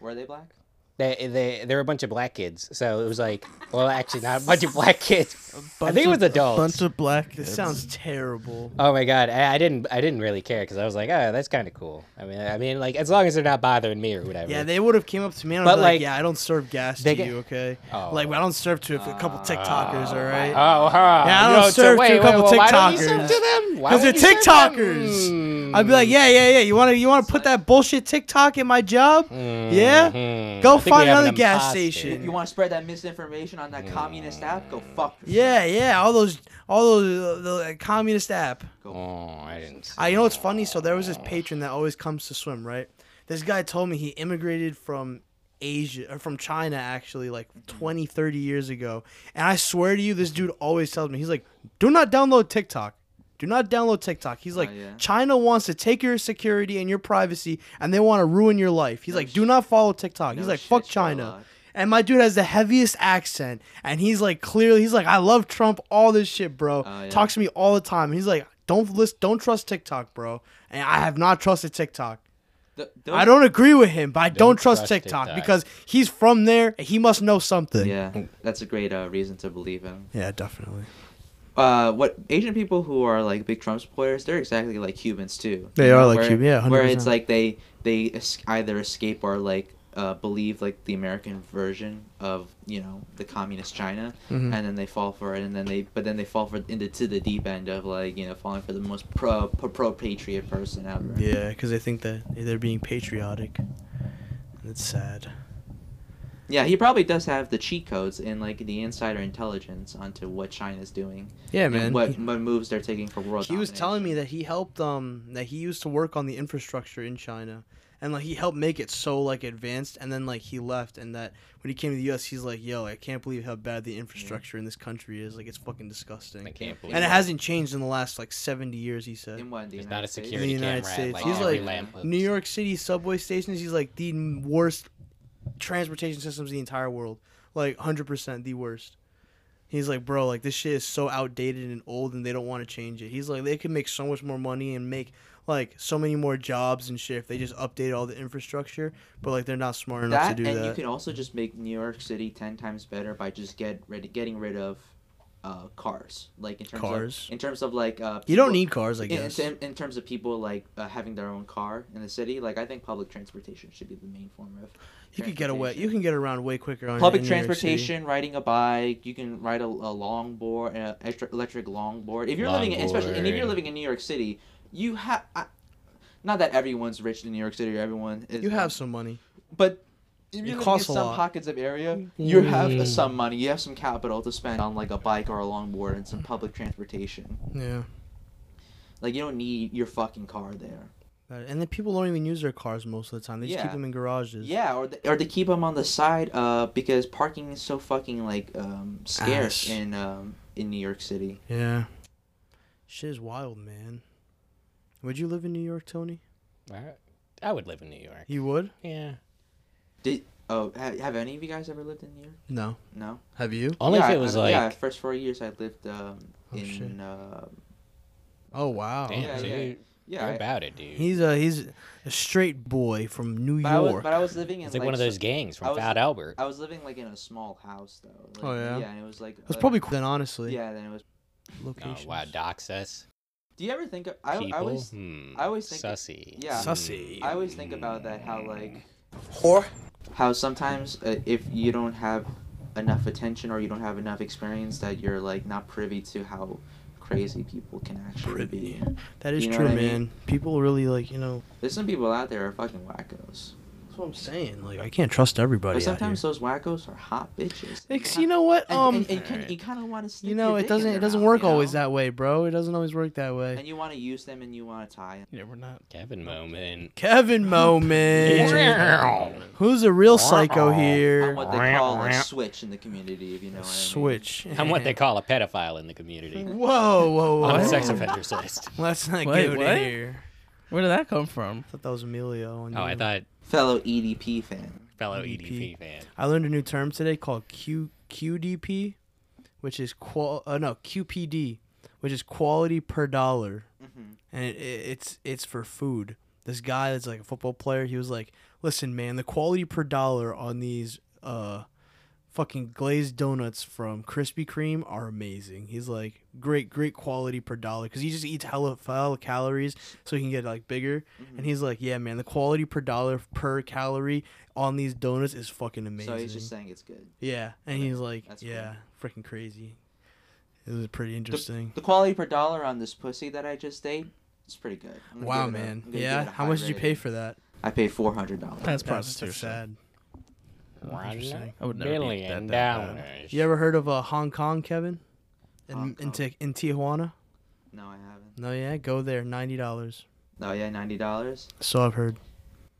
[SPEAKER 3] Were they black?
[SPEAKER 4] they they there were a bunch of black kids, so it was like, well, actually not a bunch of black kids. I
[SPEAKER 1] Bunch
[SPEAKER 4] think it was
[SPEAKER 1] of- a
[SPEAKER 4] adults.
[SPEAKER 1] Bunch of black.
[SPEAKER 2] This
[SPEAKER 1] kids.
[SPEAKER 2] sounds terrible.
[SPEAKER 4] Oh my god, I, I didn't I didn't really care because I was like, oh, that's kind of cool. I mean, I mean, like as long as they're not bothering me or whatever.
[SPEAKER 2] Yeah, they would have came up to me and
[SPEAKER 4] But,
[SPEAKER 2] I'd be like,
[SPEAKER 4] like,
[SPEAKER 2] "Yeah, I don't serve gas to
[SPEAKER 4] they get-
[SPEAKER 2] you, okay?
[SPEAKER 4] Oh.
[SPEAKER 2] Like, I don't serve to a couple TikTokers,
[SPEAKER 4] Oh,
[SPEAKER 2] all right?
[SPEAKER 4] Oh, huh.
[SPEAKER 2] Yeah, I don't
[SPEAKER 4] No,
[SPEAKER 2] serve to a couple
[SPEAKER 4] Why don't you
[SPEAKER 2] TikTokers.
[SPEAKER 4] serve to them? Why
[SPEAKER 2] Because they're
[SPEAKER 4] would you serve them?
[SPEAKER 2] TikTokers.
[SPEAKER 4] Mm.
[SPEAKER 2] I'd be like, yeah, yeah, yeah. You want to, you want to put that bullshit TikTok in my job?
[SPEAKER 4] Mm.
[SPEAKER 2] Yeah?
[SPEAKER 4] Mhm.
[SPEAKER 2] Go
[SPEAKER 4] I think we
[SPEAKER 2] find
[SPEAKER 4] have an
[SPEAKER 2] another gas
[SPEAKER 4] imposter.
[SPEAKER 2] station.
[SPEAKER 3] You want to spread that misinformation on that communist app? Go fuck. yourself.
[SPEAKER 2] Yeah, yeah. All those, all those, uh, the uh, communist app.
[SPEAKER 4] Oh, I didn't. See.
[SPEAKER 2] I you know it's funny. So there was this patron that always comes to swim, right? This guy told me he immigrated from Asia or from China actually like
[SPEAKER 3] Mm-hmm.
[SPEAKER 2] 20, 30 years ago. And I swear to you, this dude always tells me, he's like, do not download TikTok. Do not download TikTok. He's like,
[SPEAKER 3] Oh, yeah.
[SPEAKER 2] China wants to take your security and your privacy and they want to ruin your life. He's like, do not follow TikTok. he's
[SPEAKER 3] no
[SPEAKER 2] like, fuck
[SPEAKER 3] shit,
[SPEAKER 2] China.
[SPEAKER 3] Sherlock.
[SPEAKER 2] And my dude has the heaviest accent. And he's like, clearly, he's like, I love Trump, all this shit, bro.
[SPEAKER 3] Oh, yeah.
[SPEAKER 2] Talks to me all the time. He's like, don't list, don't trust TikTok, bro. And I have not trusted TikTok.
[SPEAKER 3] Th-
[SPEAKER 2] I
[SPEAKER 3] those-
[SPEAKER 2] don't agree with him, but I don't,
[SPEAKER 4] Don't
[SPEAKER 2] trust,
[SPEAKER 4] trust
[SPEAKER 2] TikTok,
[SPEAKER 4] TikTok.
[SPEAKER 2] because he's from there and he must know something.
[SPEAKER 3] Yeah, that's a great uh, reason to believe him.
[SPEAKER 2] Yeah, definitely.
[SPEAKER 3] Uh, what Asian people who are like big Trump supporters, they're exactly like Cubans too.
[SPEAKER 2] They
[SPEAKER 3] You
[SPEAKER 2] are
[SPEAKER 3] know,
[SPEAKER 2] like
[SPEAKER 3] where-
[SPEAKER 2] Cuban, yeah,
[SPEAKER 3] Where
[SPEAKER 2] 100%.
[SPEAKER 3] it's like they they es- either escape or like uh, believe like the American version of you know the communist China,
[SPEAKER 2] Hmm.
[SPEAKER 3] and then they fall for it, and then they but then they fall for into to the deep end of like you know falling for the most pro pro, pro patriot person ever.
[SPEAKER 2] Yeah, because they think that they're being patriotic. It's sad.
[SPEAKER 3] Yeah, he probably does have the cheat codes and like the insider intelligence onto what China's doing
[SPEAKER 2] Yeah,
[SPEAKER 3] and
[SPEAKER 2] man.
[SPEAKER 3] what,
[SPEAKER 2] He-
[SPEAKER 3] what moves they're taking for world.
[SPEAKER 2] he was telling me
[SPEAKER 3] domination.
[SPEAKER 2] that he helped um that he used to work on the infrastructure in China and like he helped make it so like advanced and then like he left and that when he came to the US he's like yo I can't believe how bad the infrastructure in this country is like it's fucking disgusting
[SPEAKER 4] I can't believe
[SPEAKER 2] and it
[SPEAKER 4] it.
[SPEAKER 2] hasn't changed in the last like 70 years he said
[SPEAKER 3] in what in the
[SPEAKER 4] There's
[SPEAKER 3] United
[SPEAKER 4] not a
[SPEAKER 3] States?
[SPEAKER 4] security
[SPEAKER 2] In the United
[SPEAKER 4] camera.
[SPEAKER 2] States.
[SPEAKER 4] At, like,
[SPEAKER 3] He's
[SPEAKER 4] every
[SPEAKER 3] like,
[SPEAKER 4] lamp post.
[SPEAKER 2] New York City subway stations he's like the worst transportation systems in the entire world like 100% the worst He's like, bro, like this shit is so outdated and old, and they don't want to change it. He's like, they could make so much more money and make like so many more jobs and shit if they just update all the infrastructure. But like, they're not smart enough
[SPEAKER 3] that,
[SPEAKER 2] to do
[SPEAKER 3] and you
[SPEAKER 2] that.
[SPEAKER 3] can also just make New York City ten times better by just get rid, getting rid of uh, cars, like in terms
[SPEAKER 2] Cars?
[SPEAKER 3] of in terms of like uh,
[SPEAKER 2] You don't
[SPEAKER 3] people-
[SPEAKER 2] need cars, I
[SPEAKER 3] in- in
[SPEAKER 2] guess.
[SPEAKER 3] term- In, terms of people like uh, having their own car in the city, like I think public transportation should be the main form of.
[SPEAKER 2] You could get away.
[SPEAKER 3] transportation.
[SPEAKER 2] You can get around way quicker on
[SPEAKER 3] Public
[SPEAKER 2] Oh, in New York City.
[SPEAKER 3] transportation, riding a bike, you can ride a, a longboard, an electric, electric longboard. If you're living, in, especially, and if you're
[SPEAKER 4] Longboard.
[SPEAKER 3] living in New York City, you have, not that everyone's rich in New York City or everyone is.
[SPEAKER 2] You have some money.
[SPEAKER 3] But if you live in
[SPEAKER 2] costs a
[SPEAKER 3] some
[SPEAKER 2] lot. Mm.
[SPEAKER 3] pockets of area, you have uh, some money, you have some capital to spend on like a bike or a longboard and some public transportation.
[SPEAKER 2] Yeah.
[SPEAKER 3] Like you don't need your fucking car there.
[SPEAKER 2] Uh, And then people don't even use their cars most of the time. They just keep
[SPEAKER 3] Yeah.
[SPEAKER 2] them in garages.
[SPEAKER 3] Yeah, or th- or to keep them on the side, uh, because parking is so fucking like um scarce
[SPEAKER 2] Ass.
[SPEAKER 3] in um in New York City.
[SPEAKER 2] Yeah. Shit is wild, man. Would you live in New York, Tony?
[SPEAKER 4] I- I would live in New York.
[SPEAKER 2] You would?
[SPEAKER 4] Yeah.
[SPEAKER 3] Did oh have, have any of you guys ever lived in New York?
[SPEAKER 2] No.
[SPEAKER 3] No.
[SPEAKER 2] Have you?
[SPEAKER 4] Only
[SPEAKER 3] yeah,
[SPEAKER 4] if it was
[SPEAKER 3] I,
[SPEAKER 4] like
[SPEAKER 3] yeah. First four years I lived um
[SPEAKER 2] Oh, shit.
[SPEAKER 3] in uh,
[SPEAKER 2] Oh wow.
[SPEAKER 4] Damn,
[SPEAKER 3] Yeah,
[SPEAKER 4] so
[SPEAKER 3] yeah.
[SPEAKER 4] You're,
[SPEAKER 3] yeah.
[SPEAKER 4] you're
[SPEAKER 3] I-
[SPEAKER 4] about it, dude.
[SPEAKER 2] He's a he's a straight boy from New
[SPEAKER 3] but I was
[SPEAKER 2] York.
[SPEAKER 3] but I was living in
[SPEAKER 4] It's like, one of
[SPEAKER 3] so-
[SPEAKER 4] those
[SPEAKER 3] I
[SPEAKER 4] gangs from
[SPEAKER 3] was-
[SPEAKER 4] Fat Albert.
[SPEAKER 3] I was living like in a small house though. Like,
[SPEAKER 2] Oh, yeah?
[SPEAKER 3] Yeah, and it was like.
[SPEAKER 2] That's probably cool then, honestly.
[SPEAKER 3] Yeah, then it was.
[SPEAKER 4] Oh,
[SPEAKER 2] Location.
[SPEAKER 4] wow, dox us.
[SPEAKER 3] Do you ever think of? I,
[SPEAKER 4] people.
[SPEAKER 3] I always,
[SPEAKER 4] hmm.
[SPEAKER 3] I always think-
[SPEAKER 4] sussy. Hmm,
[SPEAKER 3] yeah.
[SPEAKER 2] Sussy.
[SPEAKER 3] I always think about that how like,
[SPEAKER 1] Whore.
[SPEAKER 3] how sometimes uh, if you don't have enough attention or you don't have enough experience that you're like not privy to how crazy people can actually be.
[SPEAKER 2] That is
[SPEAKER 3] You know
[SPEAKER 2] true,
[SPEAKER 3] what I
[SPEAKER 2] man.
[SPEAKER 3] mean?
[SPEAKER 2] People really like you know.
[SPEAKER 3] There's some people out there who are fucking wackos.
[SPEAKER 2] what I'm saying. Like I can't trust everybody.
[SPEAKER 3] But
[SPEAKER 2] out here.
[SPEAKER 3] sometimes those wackos are hot bitches.
[SPEAKER 2] It's- you know what?
[SPEAKER 3] And,
[SPEAKER 2] Um,
[SPEAKER 3] and- and can- you kind of want to.
[SPEAKER 2] you know, it doesn't it doesn't work always that way, bro. It doesn't always work that way.
[SPEAKER 3] And you want to use them, and you want to tie
[SPEAKER 1] Yeah, we're not.
[SPEAKER 4] Kevin moment.
[SPEAKER 2] Kevin Moment, who's a real psycho
[SPEAKER 3] them. I'm
[SPEAKER 2] here?
[SPEAKER 3] what they call a switch in the community, if you know what I mean.
[SPEAKER 2] Switch.
[SPEAKER 4] I'm what they call a pedophile in the community.
[SPEAKER 2] Whoa, whoa,
[SPEAKER 4] I'm a
[SPEAKER 2] whoa!
[SPEAKER 4] sex offender's list.
[SPEAKER 2] Let's not
[SPEAKER 1] Wait,
[SPEAKER 2] go
[SPEAKER 1] what?
[SPEAKER 2] here.
[SPEAKER 1] Where did that come from?
[SPEAKER 2] I thought that was Emilio. and
[SPEAKER 4] Oh, I
[SPEAKER 2] you-
[SPEAKER 4] thought
[SPEAKER 3] Fellow E EDP fan.
[SPEAKER 4] fellow
[SPEAKER 2] EDP.
[SPEAKER 4] EDP fan.
[SPEAKER 2] I learned a new term today called Q QDP, which is qual uh, no QPD, which is quality per dollar,
[SPEAKER 3] Mm-hmm.
[SPEAKER 2] and it, it, it's it's for food. This guy that's like a football player, he was like, "Listen, man, the quality per dollar on these uh, fucking glazed donuts from Krispy Kreme are amazing." He's like, "Great, great quality per dollar," because he just eats hella, hella calories so he can get like bigger.
[SPEAKER 3] Mm-hmm.
[SPEAKER 2] And he's like, "Yeah, man, the quality per dollar per calorie on these donuts is fucking amazing."
[SPEAKER 3] So he's just saying it's good.
[SPEAKER 2] Yeah, and he's like,
[SPEAKER 3] that's cool.
[SPEAKER 2] yeah, freaking crazy. It was pretty interesting.
[SPEAKER 3] The quality per dollar on this pussy that I just ate, it's pretty good. I'm gonna
[SPEAKER 2] wow,
[SPEAKER 3] give it a-
[SPEAKER 2] man.
[SPEAKER 3] I'm gonna
[SPEAKER 2] yeah,
[SPEAKER 3] give it a
[SPEAKER 2] how
[SPEAKER 3] high
[SPEAKER 2] much did you pay
[SPEAKER 3] rating.
[SPEAKER 2] for that?
[SPEAKER 3] I paid four hundred dollars.
[SPEAKER 1] That's
[SPEAKER 2] That's so
[SPEAKER 1] prostitution.
[SPEAKER 2] sad.
[SPEAKER 4] One
[SPEAKER 1] I would never eat
[SPEAKER 4] billion
[SPEAKER 1] that- that bad.
[SPEAKER 4] dollars.
[SPEAKER 2] You ever heard of uh, Hong Kong, Kevin? In
[SPEAKER 3] Hong
[SPEAKER 2] in,
[SPEAKER 3] Kong.
[SPEAKER 2] Ti- in Tijuana?
[SPEAKER 3] No, I haven't.
[SPEAKER 2] No, yeah, go there, ninety dollars.
[SPEAKER 3] Oh yeah, ninety dollars.
[SPEAKER 2] So I've heard.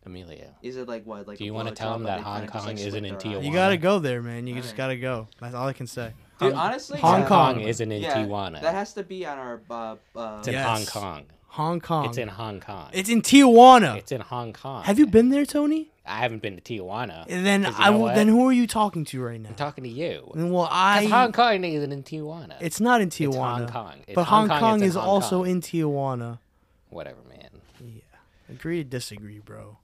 [SPEAKER 4] Emilio.
[SPEAKER 3] Is it like what? Like
[SPEAKER 4] Do
[SPEAKER 3] a
[SPEAKER 4] you wanna
[SPEAKER 3] blowjob,
[SPEAKER 4] tell him
[SPEAKER 3] but
[SPEAKER 4] that
[SPEAKER 3] they
[SPEAKER 4] Hong
[SPEAKER 3] kinda just,
[SPEAKER 4] Kong
[SPEAKER 3] like,
[SPEAKER 4] isn't
[SPEAKER 3] slit
[SPEAKER 4] in
[SPEAKER 3] their eyes?
[SPEAKER 2] You
[SPEAKER 4] Tijuana?
[SPEAKER 2] gotta go there, man. You just
[SPEAKER 3] Alright.
[SPEAKER 2] gotta go. That's all I can say.
[SPEAKER 3] Dude, honestly,
[SPEAKER 2] Hong
[SPEAKER 4] Hong
[SPEAKER 3] yeah,
[SPEAKER 4] Kong isn't in
[SPEAKER 3] yeah,
[SPEAKER 4] Tijuana.
[SPEAKER 3] That has to be on our. Uh, uh,
[SPEAKER 4] it's in
[SPEAKER 2] Yes.
[SPEAKER 4] Hong Kong.
[SPEAKER 2] Hong Kong.
[SPEAKER 4] It's in Hong Kong.
[SPEAKER 2] It's in Tijuana.
[SPEAKER 4] It's in Hong Kong.
[SPEAKER 2] Have you been there, Tony?
[SPEAKER 4] I haven't been to Tijuana.
[SPEAKER 2] And then
[SPEAKER 4] 'cause you
[SPEAKER 2] I
[SPEAKER 4] know
[SPEAKER 2] will-
[SPEAKER 4] what?
[SPEAKER 2] then who are you talking to right now?
[SPEAKER 4] I'm talking to you.
[SPEAKER 2] And well,
[SPEAKER 4] 'Cause
[SPEAKER 2] I
[SPEAKER 4] Hong Kong isn't in Tijuana.
[SPEAKER 2] It's not in Tijuana.
[SPEAKER 4] It's Hong Kong. It's
[SPEAKER 2] but Hong, Kong,
[SPEAKER 4] it's in
[SPEAKER 2] is
[SPEAKER 4] Hong
[SPEAKER 2] also
[SPEAKER 4] Kong.
[SPEAKER 2] in Tijuana.
[SPEAKER 4] Whatever, man.
[SPEAKER 2] Yeah. Agree to disagree, bro.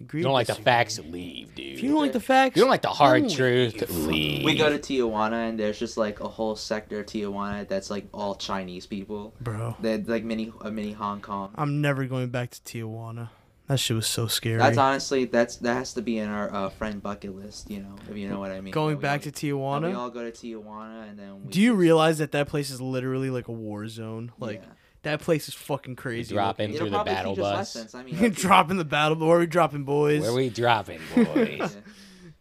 [SPEAKER 2] Agree
[SPEAKER 4] You
[SPEAKER 2] to
[SPEAKER 4] don't like the
[SPEAKER 2] disagree.
[SPEAKER 4] facts, leave, dude.
[SPEAKER 2] If you don't like the facts.
[SPEAKER 4] You don't like the hard
[SPEAKER 2] don't
[SPEAKER 4] truth, leave.
[SPEAKER 3] we go to Tijuana and there's just like a whole sector of Tijuana that's like all Chinese people.
[SPEAKER 2] Bro,
[SPEAKER 3] They're like mini a mini Hong Kong.
[SPEAKER 2] I'm never going back to Tijuana. That shit was so scary.
[SPEAKER 3] That's honestly that's that has to be in our uh, friend bucket list. You know if you know what I mean.
[SPEAKER 2] going
[SPEAKER 3] That we
[SPEAKER 2] back to
[SPEAKER 3] all- that We
[SPEAKER 2] Tijuana.
[SPEAKER 3] all go to Tijuana and then. We
[SPEAKER 2] Do you realize that that place is literally like a war zone? Like
[SPEAKER 3] Yeah.
[SPEAKER 2] that place is fucking crazy.
[SPEAKER 4] drop
[SPEAKER 2] looking.
[SPEAKER 4] in
[SPEAKER 3] It'll
[SPEAKER 4] through the
[SPEAKER 3] probably
[SPEAKER 4] battle
[SPEAKER 3] teach us
[SPEAKER 4] bus.
[SPEAKER 3] lessons. I mean,
[SPEAKER 2] dropping the battle. Where are we dropping, boys?
[SPEAKER 4] Where we dropping, boys?
[SPEAKER 3] Yeah.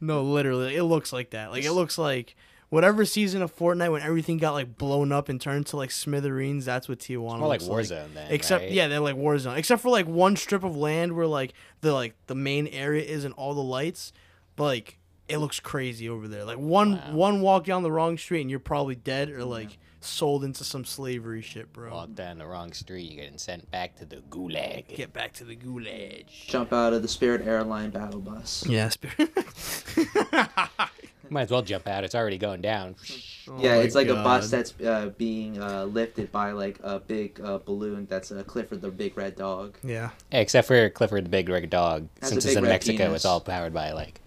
[SPEAKER 2] No, literally, it looks like that. Like it looks like whatever season of Fortnite when everything got like blown up and turned to like smithereens. That's what Tijuana.
[SPEAKER 4] More like
[SPEAKER 2] looks
[SPEAKER 4] Warzone then.
[SPEAKER 2] Except
[SPEAKER 4] right?
[SPEAKER 2] yeah, they're like Warzone. Except for like one strip of land where like the like the main area is and all the lights, like it looks crazy over there. Like one
[SPEAKER 4] Wow.
[SPEAKER 2] one walk down the wrong street and you're probably dead or like sold into some slavery shit, bro.
[SPEAKER 4] Walk down the wrong street, you're getting sent back to the gulag.
[SPEAKER 2] Get back to the gulag.
[SPEAKER 3] Jump out of the Spirit Airline battle bus.
[SPEAKER 2] Yeah,
[SPEAKER 4] Might as well jump out. It's already going down.
[SPEAKER 2] Oh
[SPEAKER 3] yeah, it's like a bus
[SPEAKER 2] that.
[SPEAKER 3] that's uh, being uh, lifted by like a big uh, balloon that's uh, Clifford the Big Red Dog.
[SPEAKER 2] Yeah.
[SPEAKER 4] Except for Clifford the Big Red Dog.
[SPEAKER 3] That's
[SPEAKER 4] Since
[SPEAKER 3] a
[SPEAKER 4] it's
[SPEAKER 3] big
[SPEAKER 4] in
[SPEAKER 3] red
[SPEAKER 4] Mexico,
[SPEAKER 3] penis.
[SPEAKER 4] it's all powered by like.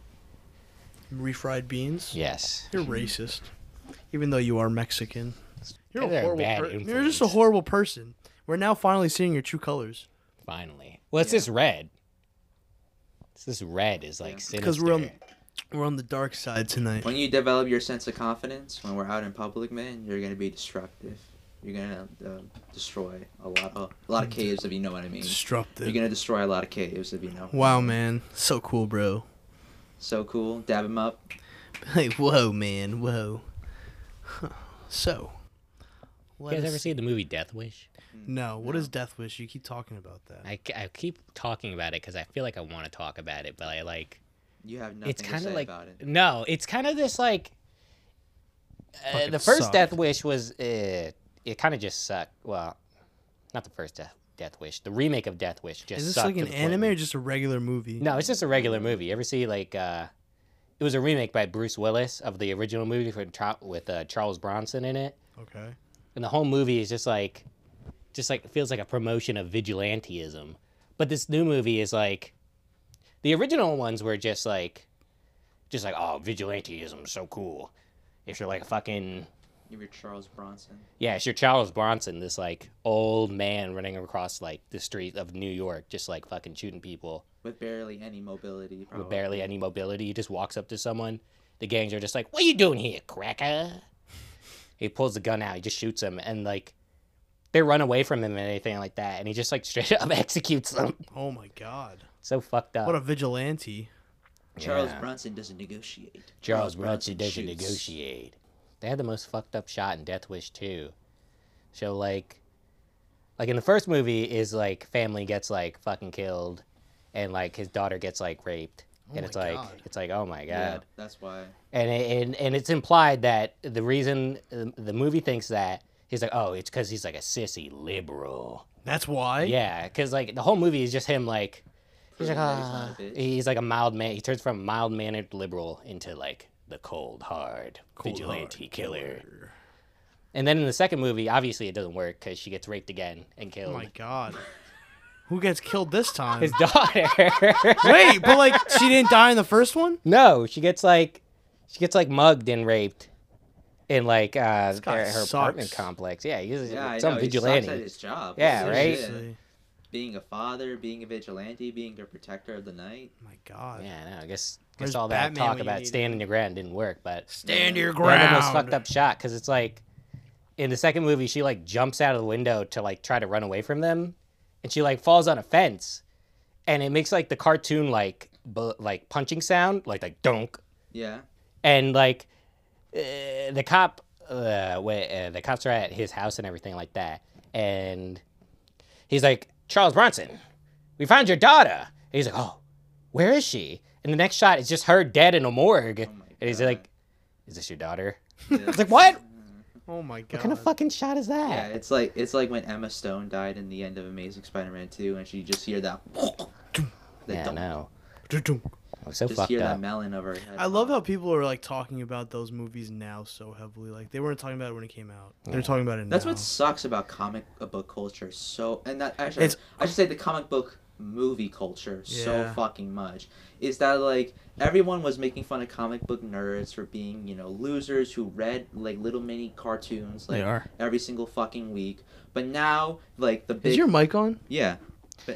[SPEAKER 2] refried beans.
[SPEAKER 4] Yes.
[SPEAKER 2] You're racist, even though you are Mexican. You're
[SPEAKER 4] They're
[SPEAKER 2] a
[SPEAKER 4] a
[SPEAKER 2] horrible.
[SPEAKER 4] bad
[SPEAKER 2] Per- you're
[SPEAKER 4] influence.
[SPEAKER 2] just a horrible person. We're now finally seeing your true colors
[SPEAKER 4] Finally. Well, it's
[SPEAKER 3] Yeah.
[SPEAKER 4] this red. It's this red is like sinister.
[SPEAKER 2] because we're on we're on the dark side tonight.
[SPEAKER 3] When you develop your sense of confidence, when we're out in public, man, you're gonna be destructive. You're gonna uh, destroy a lot of a lot of caves, if you know what I mean. You're
[SPEAKER 2] Disrupted.
[SPEAKER 3] gonna destroy a lot of caves, if you know.
[SPEAKER 2] Wow, man, so cool, bro.
[SPEAKER 3] So cool. Dab him up.
[SPEAKER 2] Hey, whoa, man, whoa. Huh. So,
[SPEAKER 4] You
[SPEAKER 2] what
[SPEAKER 4] guys
[SPEAKER 2] is-
[SPEAKER 4] ever seen the movie Death Wish?
[SPEAKER 2] no? What is Death Wish? You keep talking about that.
[SPEAKER 4] I, I keep talking about it because I feel like I want to talk about it, but I like.
[SPEAKER 3] You have nothing
[SPEAKER 4] it's
[SPEAKER 3] to
[SPEAKER 4] kind
[SPEAKER 3] say
[SPEAKER 4] of like
[SPEAKER 3] about it.
[SPEAKER 4] no, it's kind of this like uh,
[SPEAKER 2] Fucking
[SPEAKER 4] the first
[SPEAKER 2] sucked.
[SPEAKER 4] Death Wish was uh, it kind of just sucked. Well, not the first Death Death Wish, the remake of Death Wish just
[SPEAKER 2] Is this
[SPEAKER 4] sucked
[SPEAKER 2] like
[SPEAKER 4] to
[SPEAKER 2] an
[SPEAKER 4] the point
[SPEAKER 2] anime
[SPEAKER 4] where-
[SPEAKER 2] or just a regular movie?
[SPEAKER 4] No, it's just a regular movie. You ever see like uh, it was a remake by Bruce Willis of the original movie from Tra- with uh, Charles Bronson in it,
[SPEAKER 2] Okay.
[SPEAKER 4] and the whole movie is just like just like feels like a promotion of vigilantism. But this new movie is like the original ones were just like just like oh vigilantism is so cool. If you're like a fucking
[SPEAKER 3] You're Charles Bronson.
[SPEAKER 4] yeah, it's your Charles Bronson, this like old man running across like the street of New York, just like fucking shooting people
[SPEAKER 3] With barely any mobility.
[SPEAKER 4] with
[SPEAKER 3] probably.
[SPEAKER 4] barely any mobility. He just walks up to someone. The gangs are just like, "What you doing here, cracker?" He pulls the gun out. He just shoots him, and like, they run away from him and anything like that, and he just like straight up executes them.
[SPEAKER 2] Oh my god.
[SPEAKER 4] So fucked up.
[SPEAKER 2] What a vigilante.
[SPEAKER 3] Charles
[SPEAKER 4] Yeah.
[SPEAKER 3] Bronson doesn't negotiate.
[SPEAKER 4] Charles Bronson doesn't
[SPEAKER 3] shoots.
[SPEAKER 4] negotiate. They had the most fucked up shot in Death Wish too. So like, like in the first movie is like family gets like fucking killed, and like his daughter gets like raped, and
[SPEAKER 2] my
[SPEAKER 4] it's like
[SPEAKER 2] God.
[SPEAKER 4] it's like oh my god,
[SPEAKER 3] Yeah, that's why.
[SPEAKER 4] and it, and and it's implied that the reason the the movie thinks that he's like oh it's because he's like a sissy liberal.
[SPEAKER 2] That's why.
[SPEAKER 4] Yeah, because like the whole movie is just him like he's like
[SPEAKER 3] Proving that he's not a
[SPEAKER 4] "Ah."
[SPEAKER 3] bitch.
[SPEAKER 4] he's like a mild man. He turns from mild mannered liberal into like the cold hard vigilante killer. And then in the second movie, obviously it doesn't work because she gets raped again and
[SPEAKER 2] Oh
[SPEAKER 4] killed.
[SPEAKER 2] my god. Who gets killed this time?
[SPEAKER 4] His daughter.
[SPEAKER 2] Wait, but like she didn't die in the first one?
[SPEAKER 4] no, she gets like she gets like mugged and raped. In like uh,
[SPEAKER 2] guy
[SPEAKER 4] her, her apartment
[SPEAKER 2] sucks.
[SPEAKER 4] complex, yeah, he's
[SPEAKER 3] Yeah, I
[SPEAKER 4] some
[SPEAKER 3] know. He
[SPEAKER 4] vigilante.
[SPEAKER 3] sucks at his job.
[SPEAKER 4] Yeah,
[SPEAKER 3] Holy
[SPEAKER 4] right?
[SPEAKER 3] shit.
[SPEAKER 2] Seriously.
[SPEAKER 3] Being a father, being a vigilante, being a protector of the night.
[SPEAKER 2] My god.
[SPEAKER 4] Yeah, no, I guess guess
[SPEAKER 2] Where's
[SPEAKER 4] all that
[SPEAKER 2] Batman when
[SPEAKER 4] talk
[SPEAKER 2] you
[SPEAKER 4] about
[SPEAKER 2] need
[SPEAKER 4] standing your ground didn't work, but
[SPEAKER 2] Stand your
[SPEAKER 4] One
[SPEAKER 2] ground.
[SPEAKER 4] of the most fucked up shot because it's like in the second movie she like jumps out of the window to like try to run away from them, and she like falls on a fence, and it makes like the cartoon like bu- like punching sound like like dunk,
[SPEAKER 3] Yeah.
[SPEAKER 4] and like uh, the cop uh, where, uh, the cops are at his house and everything like that, and he's like Charles Bronson, we found your daughter. And he's like, oh, where is she? And the next shot is just her dead in a morgue,
[SPEAKER 3] Oh my
[SPEAKER 4] and he's
[SPEAKER 3] God.
[SPEAKER 4] like, is this your daughter?
[SPEAKER 3] Yeah.
[SPEAKER 4] It's like, what?
[SPEAKER 2] Oh my god.
[SPEAKER 4] What kind of fucking shot is
[SPEAKER 3] Yeah,
[SPEAKER 4] that?
[SPEAKER 3] it's like it's like when Emma Stone died in the end of Amazing Spider-Man 2, and she just hear that. that
[SPEAKER 4] Yeah,
[SPEAKER 3] dunk.
[SPEAKER 4] no.
[SPEAKER 2] Dun-dun.
[SPEAKER 4] I'm so
[SPEAKER 3] Just
[SPEAKER 4] fucked
[SPEAKER 3] hear
[SPEAKER 4] up.
[SPEAKER 3] that melon over her head.
[SPEAKER 2] I love how people are like talking about those movies now so heavily. Like they weren't talking about it when it came out. They're talking about it now.
[SPEAKER 3] That's what sucks about comic book culture so, and that actually,
[SPEAKER 2] It's-
[SPEAKER 3] I should say the comic book movie culture so
[SPEAKER 2] Yeah.
[SPEAKER 3] fucking much is that like everyone was making fun of comic book nerds for being you know losers who read like little mini cartoons
[SPEAKER 1] They
[SPEAKER 3] like
[SPEAKER 1] are.
[SPEAKER 3] every single fucking week. But now like the big
[SPEAKER 2] Is your mic on?
[SPEAKER 3] yeah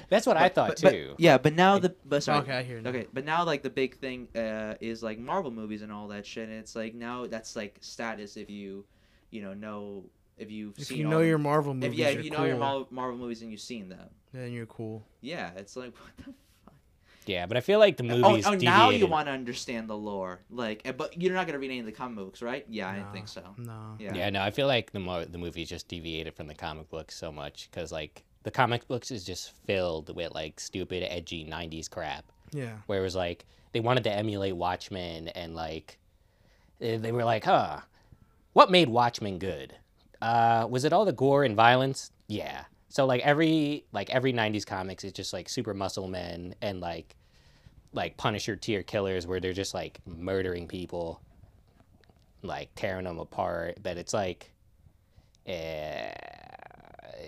[SPEAKER 4] That's what I
[SPEAKER 3] but-
[SPEAKER 4] thought
[SPEAKER 3] but-
[SPEAKER 4] too.
[SPEAKER 3] But, yeah, but now the but sorry.
[SPEAKER 2] Okay, I hear you now.
[SPEAKER 3] Okay, but now like the big thing uh, is like Marvel movies and all that shit, and it's like now that's like status if you, you know, know if you've
[SPEAKER 2] If
[SPEAKER 3] seen
[SPEAKER 2] you
[SPEAKER 3] all
[SPEAKER 2] know
[SPEAKER 3] the-
[SPEAKER 2] your Marvel movies,
[SPEAKER 3] if yeah if
[SPEAKER 2] you're
[SPEAKER 3] you know
[SPEAKER 2] cool.
[SPEAKER 3] your Marvel, Marvel movies and you've seen them.
[SPEAKER 2] then you're cool.
[SPEAKER 3] Yeah, it's like what the fuck.
[SPEAKER 4] Yeah, but I feel like the movie
[SPEAKER 3] Oh,
[SPEAKER 4] is
[SPEAKER 3] oh now you
[SPEAKER 4] deviated.
[SPEAKER 3] want to understand the lore, like, eh, but you're not gonna read any of the comic books, right? Yeah, I didn't think so.
[SPEAKER 2] No.
[SPEAKER 3] Yeah.
[SPEAKER 4] Yeah, no, I feel like the mo- the movie just deviated from the comic books so much because like the comic books is just filled with like stupid, edgy '90s crap.
[SPEAKER 2] Yeah.
[SPEAKER 4] Where it was like they wanted to emulate Watchmen and like eh, they were like, huh, what made Watchmen good? Uh, was it all the gore and violence? Yeah. So like every like every '90s comics is just like super muscle men and like like Punisher tier killers where they're just like murdering people, like tearing them apart. But it's like, eh,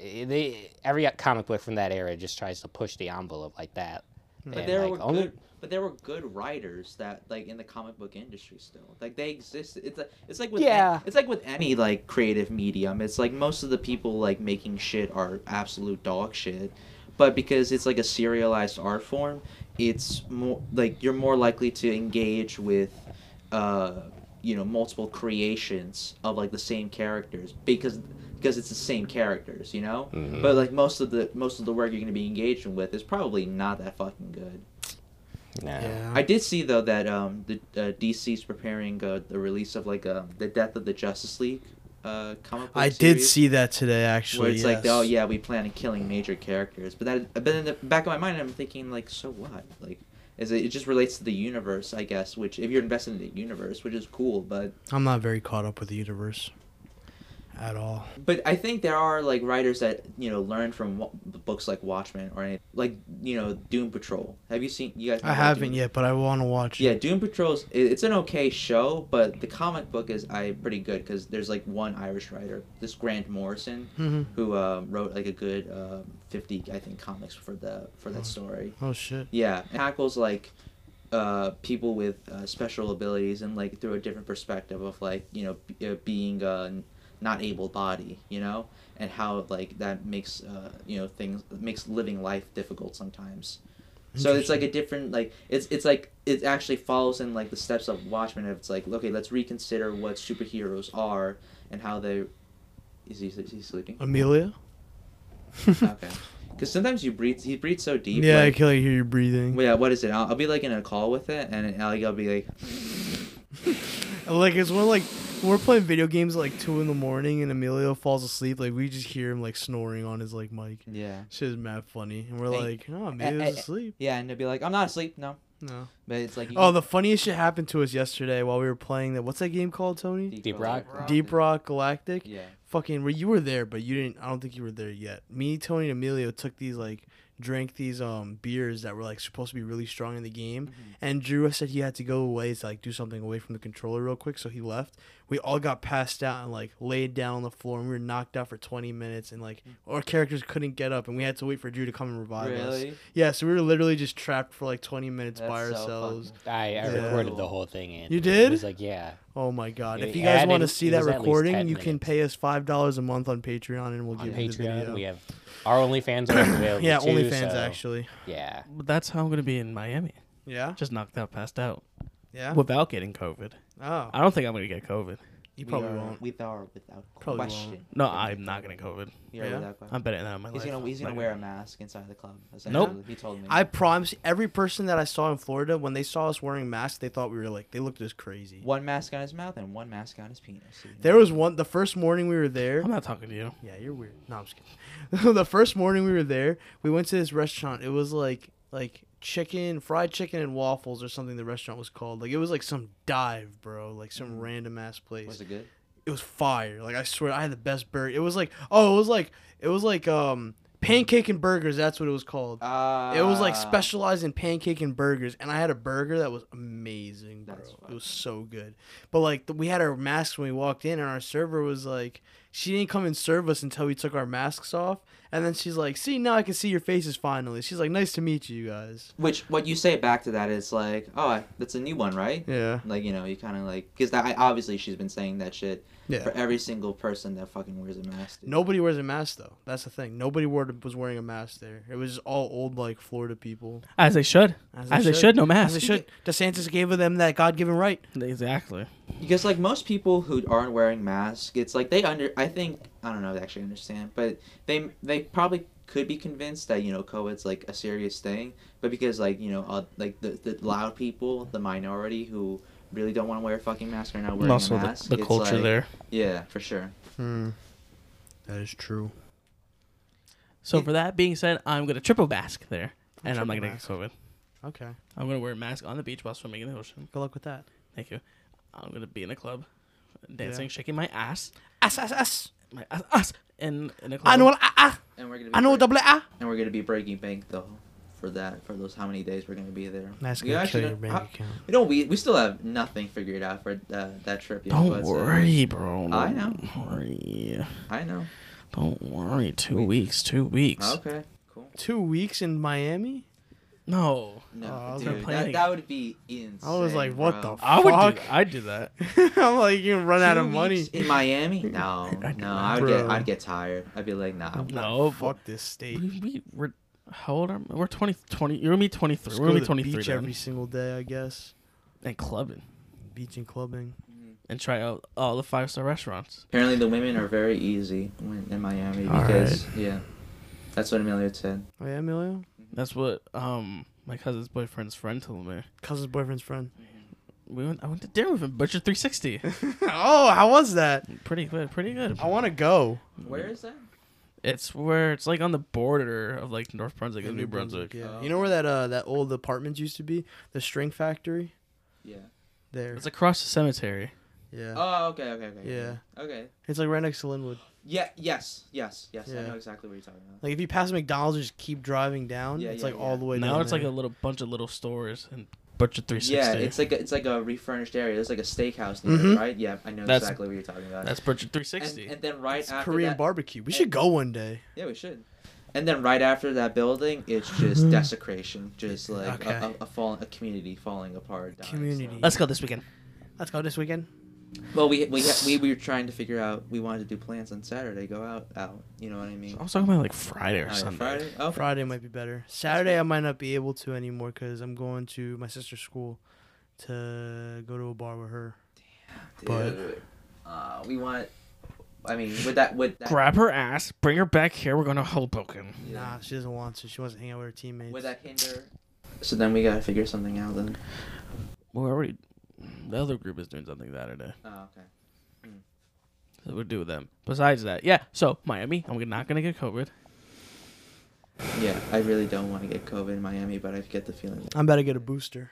[SPEAKER 4] they every comic book from that era just tries to push the envelope like that.
[SPEAKER 3] But
[SPEAKER 4] And,
[SPEAKER 3] there
[SPEAKER 4] like,
[SPEAKER 3] were
[SPEAKER 4] only-
[SPEAKER 3] good, but there were good writers that like in the comic book industry still. Like they exist. It's like it's like with
[SPEAKER 4] Yeah.
[SPEAKER 3] it's like with any like creative medium. It's like most of the people like making shit are absolute dog shit. But because it's like a serialized art form, it's more like you're more likely to engage with uh you know multiple creations of like the same characters because because it's the same characters, you know?
[SPEAKER 2] Mm-hmm.
[SPEAKER 3] But like most of the most of the work you're going to be engaging with is probably not that fucking good.
[SPEAKER 4] No.
[SPEAKER 2] Yeah.
[SPEAKER 3] I did see though that um, the uh, DC's preparing uh, the release of like um, the Death of the Justice League uh, comic book
[SPEAKER 2] I did
[SPEAKER 3] series,
[SPEAKER 2] see that today actually.
[SPEAKER 3] where it's like
[SPEAKER 2] yes.
[SPEAKER 3] oh yeah we plan on killing major characters, but that but in the back of my mind I'm thinking like so what like is it, it just relates to the universe I guess which if you're invested in the universe which is cool but
[SPEAKER 2] I'm not very caught up with the universe at all.
[SPEAKER 3] But I think there are like writers that you know learn from wa- books like Watchmen or any, like you know Doom Patrol. Have you seen you guys? know
[SPEAKER 2] I
[SPEAKER 3] about
[SPEAKER 2] haven't
[SPEAKER 3] Doom-
[SPEAKER 2] yet, but I want to watch
[SPEAKER 3] Yeah,
[SPEAKER 2] it.
[SPEAKER 3] Doom Patrol's i- it's an okay show, but the comic book is I pretty good because there's like one Irish writer, this Grant Morrison,
[SPEAKER 2] Mhm.
[SPEAKER 3] who um, wrote like a good um, fifty I think comics for the for that story.
[SPEAKER 2] Oh shit.
[SPEAKER 3] Yeah, and tackles like uh, people with uh, special abilities and like through a different perspective of like you know b- uh, being uh, n- not able body, you know, and how like that makes uh, you know things makes living life difficult sometimes. So it's like a different like it's it's like it actually follows in like the steps of Watchmen. It's like okay, let's reconsider what superheroes are and how they. Is he, is he sleeping?
[SPEAKER 2] Amelia?
[SPEAKER 3] It's not bad. Because sometimes you breathe, he breathes so deep.
[SPEAKER 2] Yeah, I
[SPEAKER 3] like,
[SPEAKER 2] can like, hear you breathing.
[SPEAKER 3] well, yeah, what is it? I'll, I'll be like in a call with it, and I'll, I'll be like,
[SPEAKER 2] Like it's when like when we're playing video games at like two in the morning and Emilio falls asleep. Like we just hear him like snoring on his like mic.
[SPEAKER 3] yeah,
[SPEAKER 2] Shit is mad funny, and we're
[SPEAKER 3] Hey,
[SPEAKER 2] like, oh, Emilio's
[SPEAKER 3] eh,
[SPEAKER 2] asleep.
[SPEAKER 3] yeah, and they'll be like, I'm not asleep, no.
[SPEAKER 2] No.
[SPEAKER 3] But it's like, you
[SPEAKER 2] Oh, the funniest shit happened to us yesterday while we were playing that. What's that game called, Tony?
[SPEAKER 4] Deep Rock.
[SPEAKER 2] Deep Rock Galactic.
[SPEAKER 3] Yeah.
[SPEAKER 2] Fucking, where you were there, but you didn't. I don't think you were there yet. Me, Tony, and Emilio took these like drank these um beers that were like supposed to be really strong in the game.
[SPEAKER 3] Mm-hmm.
[SPEAKER 2] And Drew said he had to go away to like do something away from the controller real quick, so he left. We all got passed out and like laid down on the floor, and we were knocked out for twenty minutes, and like our characters couldn't get up, and we had to wait for Drew to come and revive us.
[SPEAKER 3] Mm. Really?
[SPEAKER 2] Yeah, so we were literally just trapped for like twenty minutes
[SPEAKER 3] That's
[SPEAKER 2] by
[SPEAKER 3] so
[SPEAKER 2] ourselves.
[SPEAKER 3] fucking-
[SPEAKER 4] I, I recorded the whole thing. Anthony. It
[SPEAKER 2] did?
[SPEAKER 4] was like, yeah.
[SPEAKER 2] Oh my god!
[SPEAKER 4] It
[SPEAKER 2] If you guys
[SPEAKER 4] added-
[SPEAKER 2] want to see
[SPEAKER 4] it
[SPEAKER 2] that
[SPEAKER 4] was at least
[SPEAKER 2] recording,
[SPEAKER 4] 10
[SPEAKER 2] you can
[SPEAKER 4] minutes.
[SPEAKER 2] pay us five dollars a month on Patreon, and we'll
[SPEAKER 4] On
[SPEAKER 2] give you the video.
[SPEAKER 4] Patreon, we have our OnlyFans are available.
[SPEAKER 2] yeah,
[SPEAKER 4] too,
[SPEAKER 2] OnlyFans
[SPEAKER 4] so,
[SPEAKER 2] actually.
[SPEAKER 4] Yeah.
[SPEAKER 1] But that's how I'm gonna be in Miami.
[SPEAKER 2] Yeah,
[SPEAKER 1] Just knocked out, passed out,
[SPEAKER 2] yeah.
[SPEAKER 1] without getting COVID.
[SPEAKER 2] Oh,
[SPEAKER 1] I don't think I'm gonna get COVID.
[SPEAKER 2] you
[SPEAKER 3] We
[SPEAKER 2] probably
[SPEAKER 3] are-
[SPEAKER 2] won't.
[SPEAKER 3] We are without
[SPEAKER 2] Probably won't.
[SPEAKER 3] question.
[SPEAKER 1] No, I'm not getting COVID.
[SPEAKER 3] We are
[SPEAKER 2] Yeah?
[SPEAKER 3] without question.
[SPEAKER 1] I'm better than that in my
[SPEAKER 3] He's
[SPEAKER 1] life.
[SPEAKER 3] gonna he's
[SPEAKER 1] Not
[SPEAKER 3] gonna wear a mask inside the club.
[SPEAKER 1] Nope.
[SPEAKER 3] essentially. He told me.
[SPEAKER 2] I promise. Every person that I saw in Florida, when they saw us wearing masks, they thought we were like they looked at us crazy.
[SPEAKER 3] one mask on his mouth and one mask on his penis. so you know.
[SPEAKER 2] There was one the first morning we were there.
[SPEAKER 1] I'm not talking to you.
[SPEAKER 2] Yeah, you're weird. No, I'm just kidding. the first morning we were there, we went to this restaurant. It was like like chicken, fried chicken and waffles or something the restaurant was called. Like it was like some dive, bro, like some random ass place.
[SPEAKER 3] Mm. was it good?
[SPEAKER 2] it was fire. Like I swear, I had the best burger. It was like oh, it was like it was like um pancake and burgers. That's what it was called.
[SPEAKER 3] Uh,
[SPEAKER 2] it was like specialized in pancake and burgers, and I had a burger that was amazing, bro.
[SPEAKER 3] That's
[SPEAKER 2] It was so good. But like th- we had our masks when we walked in, and our server was like, she didn't come and serve us until we took our masks off, and then she's like, see now I can see your faces finally. She's like, nice to meet you guys.
[SPEAKER 3] Which what you say back to that is like, oh, I- that's a new one, right?
[SPEAKER 2] Yeah,
[SPEAKER 3] Like you know, you kind of like because I obviously she's been saying that shit
[SPEAKER 2] yeah.
[SPEAKER 3] for every single person that fucking wears a mask. dude.
[SPEAKER 2] Nobody wears a mask though. That's the thing. Nobody wore, was wearing a mask there. It was just all old like Florida people.
[SPEAKER 1] As they should.
[SPEAKER 2] As
[SPEAKER 1] As,
[SPEAKER 2] they
[SPEAKER 1] they,
[SPEAKER 2] should.
[SPEAKER 1] should. No mask.
[SPEAKER 2] As they should. DeSantis gave them that God given right.
[SPEAKER 1] Exactly.
[SPEAKER 3] Because like most people who aren't wearing masks, it's like they under I think I don't know if they actually understand, but they they probably could be convinced that you know COVID's like a serious thing, but because like you know uh, like the, the loud people, the minority who really don't want to wear a fucking mask are now wearing
[SPEAKER 1] And also
[SPEAKER 3] a
[SPEAKER 1] the,
[SPEAKER 3] mask.
[SPEAKER 1] the
[SPEAKER 3] it's
[SPEAKER 1] culture
[SPEAKER 3] like-
[SPEAKER 1] there.
[SPEAKER 3] Yeah, for sure.
[SPEAKER 2] That is true.
[SPEAKER 1] So for that being said, I'm gonna triple mask there, and I'm not
[SPEAKER 2] Triple
[SPEAKER 1] gonna get COVID.
[SPEAKER 2] Okay.
[SPEAKER 1] I'm gonna wear a mask on the beach while swimming in the ocean.
[SPEAKER 2] Good luck with that.
[SPEAKER 1] Thank you. I'm gonna be in a club, dancing, shaking my ass,
[SPEAKER 2] Ass, ass, ass.
[SPEAKER 1] my ass, ass in, in a club.
[SPEAKER 2] I know, ah, ah.
[SPEAKER 3] And we're gonna be
[SPEAKER 2] I know,
[SPEAKER 3] break-
[SPEAKER 2] double ah.
[SPEAKER 3] and we're gonna be breaking bank though for that for those how many days we're gonna be there.
[SPEAKER 2] That's
[SPEAKER 3] We
[SPEAKER 2] gonna
[SPEAKER 3] actually
[SPEAKER 2] kill your
[SPEAKER 3] don't-
[SPEAKER 2] bank
[SPEAKER 3] I-
[SPEAKER 2] account.
[SPEAKER 3] You know we we still have nothing figured out for uh, that trip. yet,
[SPEAKER 1] Don't
[SPEAKER 3] but, uh,
[SPEAKER 1] worry, bro.
[SPEAKER 3] I know.
[SPEAKER 1] Don't worry.
[SPEAKER 3] I know.
[SPEAKER 1] Don't worry. Two weeks. Two weeks.
[SPEAKER 3] Okay. Cool.
[SPEAKER 2] Two weeks in Miami.
[SPEAKER 1] No.
[SPEAKER 3] No,
[SPEAKER 2] Oh, I was
[SPEAKER 3] dude, that,
[SPEAKER 1] complaining.
[SPEAKER 3] that would be insane.
[SPEAKER 2] I was like, what
[SPEAKER 3] bro.
[SPEAKER 2] the
[SPEAKER 1] I would.
[SPEAKER 2] Fuck.
[SPEAKER 1] Do, I'd do that.
[SPEAKER 2] I'm like, you can run out of
[SPEAKER 3] Two
[SPEAKER 2] money.
[SPEAKER 3] weeks in Miami? No,
[SPEAKER 1] I-
[SPEAKER 3] no, I'd
[SPEAKER 2] Bro.
[SPEAKER 3] get, I'd get tired. I'd be like, nah.
[SPEAKER 1] No. Fuck.
[SPEAKER 2] Fuck this state.
[SPEAKER 1] We, we we're how old are we? We're 20, 20 You're gonna be twenty three.
[SPEAKER 2] Just
[SPEAKER 1] We're
[SPEAKER 2] go
[SPEAKER 1] gonna
[SPEAKER 2] to the
[SPEAKER 1] be twenty three
[SPEAKER 2] beach every single day, I guess.
[SPEAKER 1] and clubbing
[SPEAKER 2] Beach and clubbing.
[SPEAKER 1] and try out all the five star restaurants.
[SPEAKER 3] Apparently, the women are very easy when, in Miami
[SPEAKER 2] All
[SPEAKER 3] because yeah, that's what Amelia said.
[SPEAKER 2] Oh yeah, Emilio.
[SPEAKER 1] That's what um my cousin's boyfriend's friend told me.
[SPEAKER 2] Cousin's boyfriend's friend.
[SPEAKER 1] We went. I went to dinner with him. Butcher three sixty.
[SPEAKER 2] oh, how was that?
[SPEAKER 1] pretty good. Pretty good.
[SPEAKER 2] I want to go.
[SPEAKER 3] Where is that?
[SPEAKER 1] It's where it's like on the border of like North Brunswick and New Brunswick.
[SPEAKER 2] Yeah.
[SPEAKER 3] Oh.
[SPEAKER 2] You know where that uh that old apartments used to be? The string factory.
[SPEAKER 3] Yeah.
[SPEAKER 2] There.
[SPEAKER 1] It's across the cemetery.
[SPEAKER 2] yeah.
[SPEAKER 3] Oh, okay, okay, okay.
[SPEAKER 2] Yeah.
[SPEAKER 3] Okay.
[SPEAKER 2] It's like right next to Linwood.
[SPEAKER 3] Yeah. Yes. Yes. Yes.
[SPEAKER 2] Yeah.
[SPEAKER 3] I know exactly what you're talking about.
[SPEAKER 2] Like if you pass McDonald's, you just keep driving down.
[SPEAKER 3] Yeah,
[SPEAKER 2] it's
[SPEAKER 3] yeah,
[SPEAKER 2] like all
[SPEAKER 3] yeah.
[SPEAKER 2] the way down.
[SPEAKER 1] now it's like
[SPEAKER 2] there.
[SPEAKER 1] a little bunch of little stores and Butcher three sixty.
[SPEAKER 3] Yeah, it's like a, it's like a refurnished area. There's like a steakhouse near
[SPEAKER 2] Mhm.
[SPEAKER 3] it, right? Yeah, I know
[SPEAKER 1] Mm-hmm. That's-
[SPEAKER 3] exactly what you're talking about.
[SPEAKER 1] that's Butcher three
[SPEAKER 3] and,
[SPEAKER 1] sixty.
[SPEAKER 3] and then right
[SPEAKER 2] It's
[SPEAKER 3] after
[SPEAKER 2] Korean
[SPEAKER 3] that,
[SPEAKER 2] barbecue. We should go one day.
[SPEAKER 3] Yeah, we should. And then right after that building, it's just
[SPEAKER 1] Mm-hmm.
[SPEAKER 3] desecration, just like a,
[SPEAKER 2] Okay.
[SPEAKER 3] a, a falling a community falling apart. dying, so-
[SPEAKER 2] Community.
[SPEAKER 1] Let's go this weekend.
[SPEAKER 2] Let's go this weekend.
[SPEAKER 3] Well, we we, ha- we we were trying to figure out. We wanted to do plans on Saturday. Go out, out. You know what I mean?
[SPEAKER 1] I was talking about like Friday or
[SPEAKER 3] Uh,
[SPEAKER 1] Sunday.
[SPEAKER 3] Friday. Oh,
[SPEAKER 2] Friday might be better. Saturday I might not be able to anymore because I'm going to my sister's school to go to a bar with her.
[SPEAKER 3] dude. Uh, we want. I mean, with that, with that,
[SPEAKER 1] Grab her ass, bring her back here. We're going to Hoboken.
[SPEAKER 3] yeah.
[SPEAKER 2] Nah, she doesn't want to. She wants to hang out with her teammates.
[SPEAKER 3] would that hinder? So then we gotta figure something out. Then.
[SPEAKER 1] Well, we already. The other group is doing something Saturday.
[SPEAKER 3] Oh, okay.
[SPEAKER 1] So we'll do with them. Besides that, yeah. So Miami, I'm not gonna get COVID.
[SPEAKER 3] Yeah, I really don't want to get COVID in Miami, but I get the feeling.
[SPEAKER 2] I'm about to get a booster.